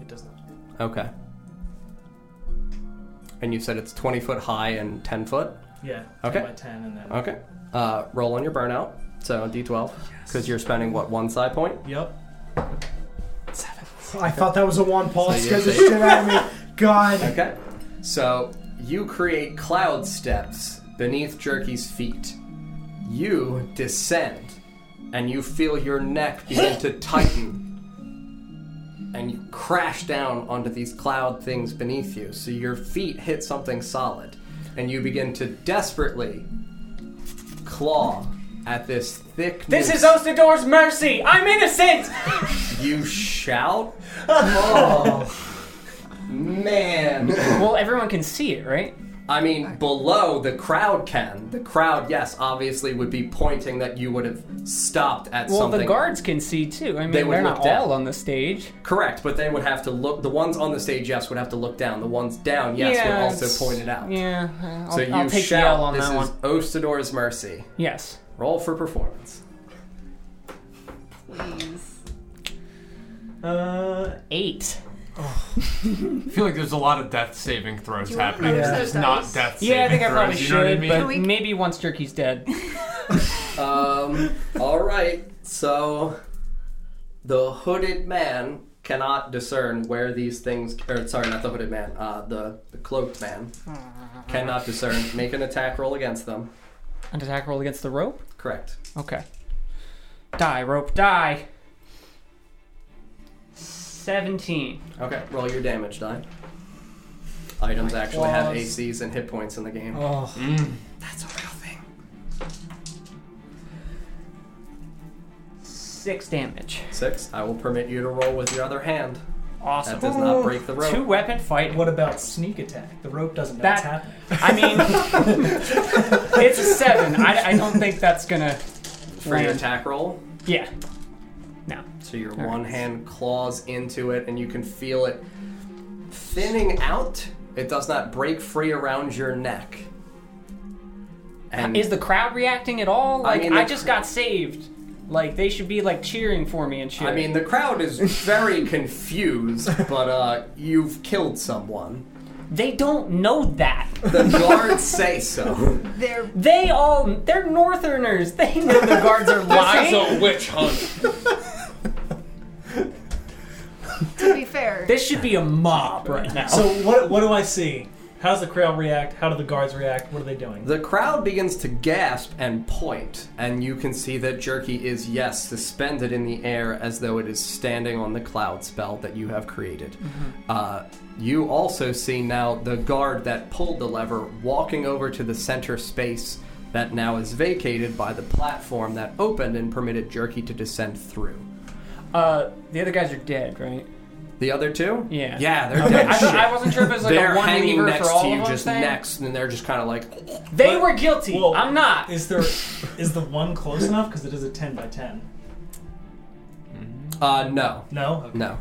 Speaker 5: It does not.
Speaker 2: Okay. And you said it's 20 foot high and 10 foot?
Speaker 5: Yeah, 10
Speaker 2: Okay.
Speaker 5: by 10 and then-
Speaker 2: Okay. Uh, roll on your burnout. So d12. Because you're spending, what, one side point?
Speaker 5: Yep.
Speaker 11: I thought that was a one. Paul
Speaker 2: So you
Speaker 11: scared the
Speaker 2: think-
Speaker 11: shit out of me. God.
Speaker 2: Okay. So you create cloud steps beneath Jerky's feet. You descend, and you feel your neck begin to tighten, and you crash down onto these cloud things beneath you. So your feet hit something solid, and you begin to desperately claw at this thick.
Speaker 10: This
Speaker 2: noose.
Speaker 10: is Ostador's mercy! I'm innocent!
Speaker 2: You shout. Oh, man.
Speaker 10: well, everyone can see it, right?
Speaker 2: I mean, below the crowd can. The crowd, yes, obviously would be pointing that you would have stopped at
Speaker 10: well,
Speaker 2: something.
Speaker 10: the guards can see too. I mean,
Speaker 2: They
Speaker 10: they
Speaker 2: would
Speaker 10: are
Speaker 2: look
Speaker 10: not
Speaker 2: down.
Speaker 10: all on the stage.
Speaker 2: Correct, but they would have to look. The ones on the stage, yes, would have to look down. The ones down, yes,
Speaker 10: Yeah,
Speaker 2: would
Speaker 10: it's-
Speaker 2: also point it out.
Speaker 10: Yeah, uh, I'll,
Speaker 2: so you
Speaker 10: I'll take the
Speaker 2: shout,
Speaker 10: L on
Speaker 2: "This
Speaker 10: that
Speaker 2: is
Speaker 10: one.
Speaker 2: Ostador's mercy."
Speaker 10: Yes.
Speaker 2: Roll for performance.
Speaker 18: Please.
Speaker 5: Uh,
Speaker 10: eight.
Speaker 4: I feel like there's a lot of death saving throws
Speaker 10: you wanna
Speaker 4: happening.
Speaker 10: notice
Speaker 4: It's
Speaker 10: those
Speaker 4: not
Speaker 10: dice?
Speaker 4: death saving
Speaker 10: Yeah, I think I
Speaker 4: throws.
Speaker 10: probably
Speaker 4: you know what I
Speaker 10: should,
Speaker 4: mean?
Speaker 10: but maybe once Jerky's dead.
Speaker 2: um. All right. So the hooded man cannot discern where these things. Or sorry, not the hooded man. Uh, the the cloaked man cannot discern. Make an attack roll against them.
Speaker 10: An attack roll against the rope?
Speaker 2: Correct.
Speaker 10: Okay. Die, rope, die! 17.
Speaker 2: Okay. Roll your damage die. Items
Speaker 10: My
Speaker 2: actually have
Speaker 10: claws.
Speaker 2: ACs and hit points in the game.
Speaker 10: Oh.
Speaker 2: That's a real thing.
Speaker 10: Six damage.
Speaker 2: Six. I will permit you to roll with your other hand.
Speaker 10: Awesome.
Speaker 2: That does not break the rope.
Speaker 10: Two weapon fight.
Speaker 5: What about sneak attack? The rope doesn't know
Speaker 10: That-
Speaker 5: what's happening.
Speaker 10: I mean, it's a seven. I, I don't think that's gonna.
Speaker 2: For your
Speaker 10: land.
Speaker 2: attack roll.
Speaker 10: Yeah. No.
Speaker 2: So your
Speaker 10: All right.
Speaker 2: one hand claws into it, and you can feel it thinning out. It does not break free around your neck. And
Speaker 10: Is the crowd reacting at all?
Speaker 2: I
Speaker 10: Like I,
Speaker 2: mean, the
Speaker 10: just got saved. Like they should be like cheering for me and shit.
Speaker 2: I mean, the crowd is very confused, but uh, you've killed someone.
Speaker 10: They don't know that.
Speaker 2: The guards say so.
Speaker 10: They're they all they're Northerners. They know the guards are lying.
Speaker 4: witch hunt.
Speaker 3: To be fair,
Speaker 10: This should be a mob right now.
Speaker 5: So what what do I see? How's the crowd react? How do the guards react? What are they doing?
Speaker 2: The crowd begins to gasp and point, and you can see that Jerky is, yes, suspended in the air as though it is standing on the cloud spell that you have created.
Speaker 10: Mm-hmm.
Speaker 2: Uh, you also see now the guard that pulled the lever walking over to the center space that now is vacated by the platform that opened and permitted Jerky to descend through.
Speaker 10: uh, the other guys are dead, right?
Speaker 2: The other two?
Speaker 10: Yeah.
Speaker 2: Yeah, they're
Speaker 10: Okay,
Speaker 2: dead.
Speaker 10: I thought-
Speaker 2: shit.
Speaker 10: I wasn't sure if it was like a
Speaker 2: they're
Speaker 10: one
Speaker 2: hanging
Speaker 10: lever for
Speaker 2: next
Speaker 10: all
Speaker 2: to
Speaker 10: of
Speaker 2: you,
Speaker 10: them
Speaker 2: just
Speaker 10: thing?
Speaker 2: next, and they're just kind of like,
Speaker 10: They were guilty.
Speaker 5: Well,
Speaker 10: I'm not.
Speaker 5: Is there is the one close enough? Because it is a ten by ten.
Speaker 2: uh, no,
Speaker 5: No. Okay.
Speaker 2: no.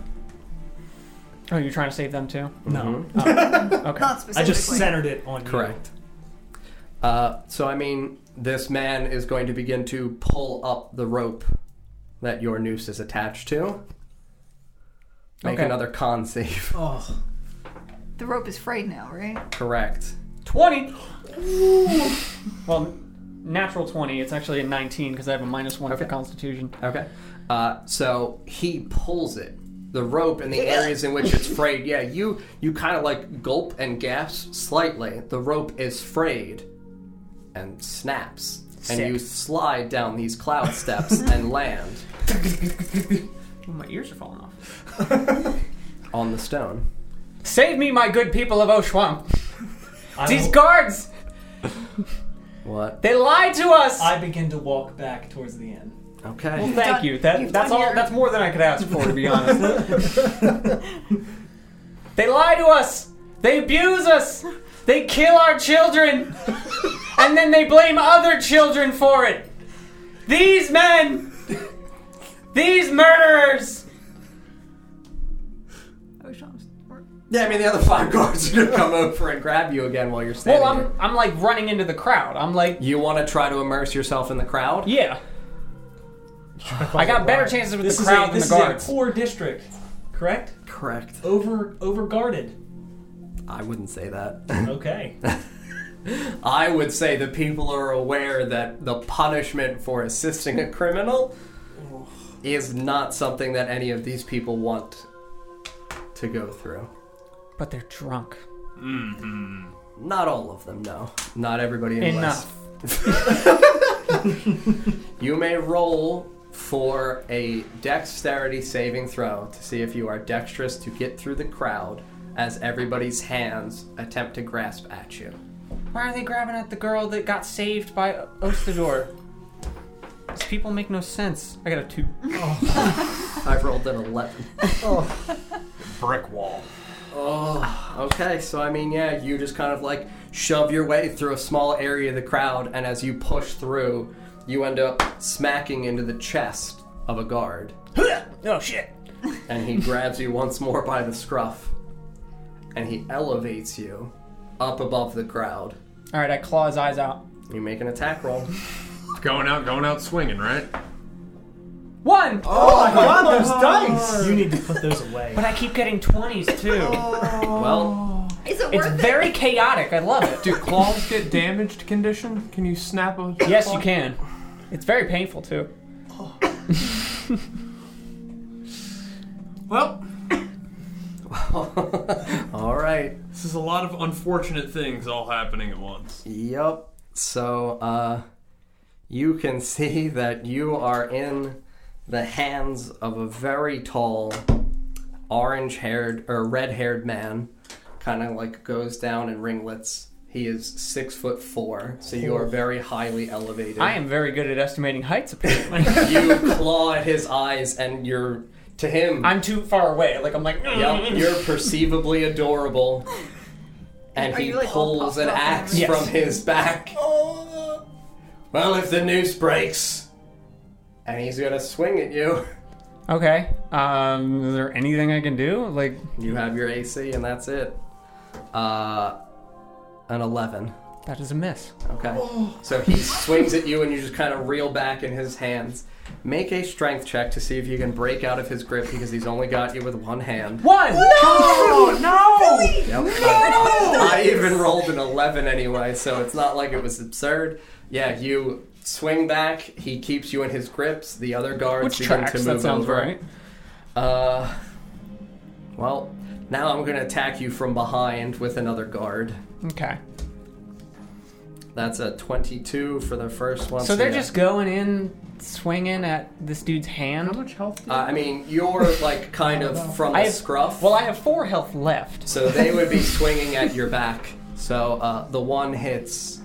Speaker 10: Oh, you're trying to save them too?
Speaker 2: Mm-hmm.
Speaker 5: No.
Speaker 10: Oh,
Speaker 3: Not
Speaker 10: okay.
Speaker 5: I just
Speaker 3: specifically.
Speaker 5: centered it on you.
Speaker 2: Correct. Uh, so, I mean, this man is going to begin to pull up the rope that your noose is attached to. Make
Speaker 10: Okay.
Speaker 2: another con save.
Speaker 5: Oh.
Speaker 3: the rope is frayed now, right?
Speaker 2: Correct.
Speaker 10: Twenty. Well, natural 20. It's actually a 19 because I have a minus one for Constitution.
Speaker 2: Okay. Uh, so he pulls it, the rope, in the areas in which it's frayed. Yeah, you you kind of like gulp and gasp slightly. The rope is frayed, and snaps, and you slide down these cloud steps and land
Speaker 10: Oh, my ears are falling off.
Speaker 2: on the stone.
Speaker 10: Save me, my good people of Oshwamp.
Speaker 5: I
Speaker 10: These
Speaker 5: will-
Speaker 10: guards,
Speaker 2: What?
Speaker 10: they lied to us.
Speaker 5: I begin to walk back towards the end.
Speaker 2: Okay.
Speaker 10: well, thank you. That, that's all. That's more than I could ask for, to be honest. they lie to us. They abuse us. They kill our children, and then they blame other children for it. These men, these murderers.
Speaker 3: Oh,
Speaker 2: Yeah, I mean the other five guards are gonna come over and grab you again while you're standing.
Speaker 10: Well, I'm I'm like running into the crowd. I'm like,
Speaker 2: You want to try to immerse yourself in the crowd?
Speaker 10: yeah. I got better chances with
Speaker 5: This
Speaker 10: the
Speaker 5: is
Speaker 10: crowd
Speaker 5: a,
Speaker 10: than the
Speaker 5: this
Speaker 10: guards.
Speaker 5: is a poor district, correct?
Speaker 2: Correct.
Speaker 5: Over over guarded.
Speaker 2: I wouldn't say that.
Speaker 5: Okay.
Speaker 2: I would say the people are aware that the punishment for assisting a criminal is not something that any of these people want to go through.
Speaker 10: But they're drunk.
Speaker 2: Mm-hmm. Not all of them, no. Not everybody in
Speaker 10: Enough.
Speaker 2: West. you may roll for a dexterity saving throw to see if you are dexterous to get through the crowd as everybody's hands attempt to grasp at you.
Speaker 10: Why are they grabbing at the girl that got saved by Ostador? These people make no sense. I got a two.
Speaker 2: I've rolled an 11.
Speaker 4: Brick wall.
Speaker 2: Oh, okay. So I mean, yeah, you just kind of like shove your way through a small area of the crowd, and as you push through, you end up smacking into the chest of a guard,
Speaker 10: Oh shit.
Speaker 2: and he grabs you once more by the scruff, and he elevates you up above the crowd.
Speaker 10: All right, I claw his eyes out.
Speaker 2: You make an attack roll.
Speaker 4: Going out, going out swinging, right?
Speaker 10: One.
Speaker 11: Oh my god, those dice!
Speaker 5: you need to put those away.
Speaker 10: But I keep getting twenties too.
Speaker 2: Well,
Speaker 18: Is it
Speaker 10: It's
Speaker 18: worth it?
Speaker 10: very chaotic. I love it.
Speaker 4: Do claws get damaged condition? Can you snap a?
Speaker 10: Yes,
Speaker 4: claw?
Speaker 10: you can. It's very painful too.
Speaker 4: Well,
Speaker 2: all right.
Speaker 4: this is a lot of unfortunate things all happening at once.
Speaker 2: Yep. So uh, you can see that you are in the hands of a very tall, orange-haired or red-haired man. Kind of like goes down in ringlets. He is six foot four, so you are very highly elevated.
Speaker 10: I am very good at estimating heights. Apparently,
Speaker 2: You claw at his eyes, and you're to him.
Speaker 10: I'm too far away. Like I'm like.
Speaker 2: Yep, you're perceivably adorable. And
Speaker 18: Are
Speaker 2: he
Speaker 18: you, like, all
Speaker 2: pulls
Speaker 18: puffed
Speaker 2: an
Speaker 18: up Oh. and
Speaker 2: axe
Speaker 10: everything?
Speaker 2: from his back. Well, if the noose breaks, and he's gonna swing at you.
Speaker 10: Okay. Um, is there anything I can do? Like,
Speaker 2: You have your AC, and that's it. Uh, an eleven.
Speaker 10: that is a miss.
Speaker 2: Okay.
Speaker 18: Oh.
Speaker 2: So he swings at you, and you just kind of reel back in his hands. Make a strength check to see if you can break out of his grip because he's only got you with one hand.
Speaker 10: One. No. No.
Speaker 2: Yep. I even rolled an 11 anyway, so it's not like it was absurd. Yeah, you swing back, he keeps you in his grips, the other guards
Speaker 10: Which
Speaker 2: begin to
Speaker 10: tracks?
Speaker 2: move
Speaker 10: That sounds
Speaker 2: over.
Speaker 10: right.
Speaker 2: Uh, well, now I'm going to attack you from behind with another guard.
Speaker 10: Okay.
Speaker 2: That's a 22 for the first one.
Speaker 10: So they're
Speaker 2: yeah.
Speaker 10: just going in, swinging at this dude's hand.
Speaker 2: Uh, I mean, you're like kind of from
Speaker 10: I
Speaker 2: the
Speaker 10: have-
Speaker 2: scruff.
Speaker 10: Well, I have four health left.
Speaker 2: So they would be swinging at your back. So uh, the one hits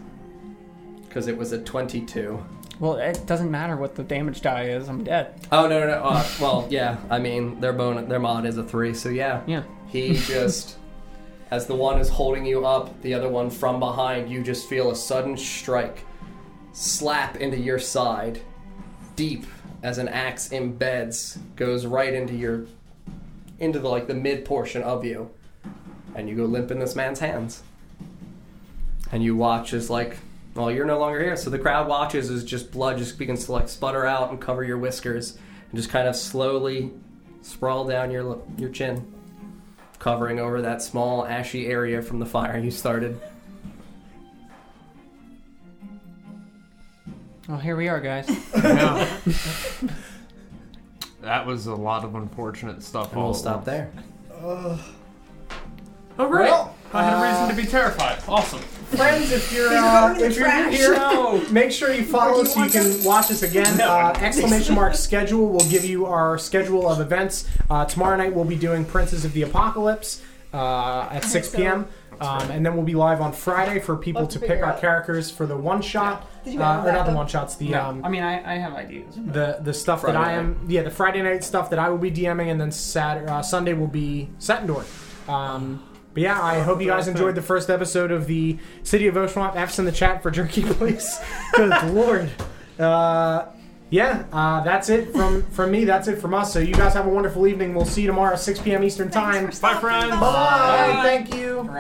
Speaker 2: because it was a 22.
Speaker 10: Well, it doesn't matter what the damage die is. I'm dead.
Speaker 2: Oh no no no! Uh, well, yeah. I mean, their bone, their mod is a three, so yeah.
Speaker 10: Yeah.
Speaker 2: He just, as the one is holding you up, the other one from behind, you just feel a sudden strike, slap into your side, deep as an axe embeds, goes right into your, into the, like the mid portion of you, and you go limp in this man's hands. And you watch as like, well, you're no longer here. So the crowd watches as just blood just begins to like sputter out and cover your whiskers, and just kind of slowly sprawl down your lo- your chin, covering over that small ashy area from the fire you started.
Speaker 10: Well, here we are, guys.
Speaker 4: That was a lot of unfortunate stuff.
Speaker 2: And we'll stop there.
Speaker 4: All right.
Speaker 1: Well,
Speaker 4: Oh, I had a
Speaker 1: uh,
Speaker 4: reason to be terrified. Awesome.
Speaker 1: Friends, if you're
Speaker 4: These are
Speaker 1: uh,
Speaker 4: going in the
Speaker 1: if you're new
Speaker 4: trash.
Speaker 1: here,
Speaker 4: No.
Speaker 1: make sure you follow
Speaker 4: Or do you
Speaker 1: so you
Speaker 4: want
Speaker 1: can
Speaker 4: them?
Speaker 1: watch us again.
Speaker 4: No.
Speaker 1: Uh, exclamation mark schedule will give you our schedule of events. Uh, tomorrow night we'll be doing Princes of the Apocalypse uh, at 6
Speaker 19: so.
Speaker 1: p.m. Um, and then we'll be live on Friday for people
Speaker 10: Let's
Speaker 1: to pick
Speaker 10: figure
Speaker 1: our
Speaker 10: out.
Speaker 1: characters for the one shot,
Speaker 10: Did you
Speaker 1: uh,
Speaker 10: have
Speaker 1: or not
Speaker 10: that
Speaker 1: the
Speaker 10: one?
Speaker 1: one shots, the
Speaker 10: No,
Speaker 1: um,
Speaker 10: I mean, I, I have ideas.
Speaker 1: the the stuff that
Speaker 10: Friday
Speaker 1: I am yeah the Friday night stuff that I will be DMing and then Saturday uh, Sunday will be Setendorf. Um, but yeah, I hope you guys enjoyed the first episode of the City of Oshwamp. F's in the chat for jerky, please. Good lord. Uh, yeah, uh, that's it from from me. That's it from us. So you guys have a wonderful evening. We'll see you tomorrow, 6 p.m. Eastern time. Bye, friends. Bye. Thank you.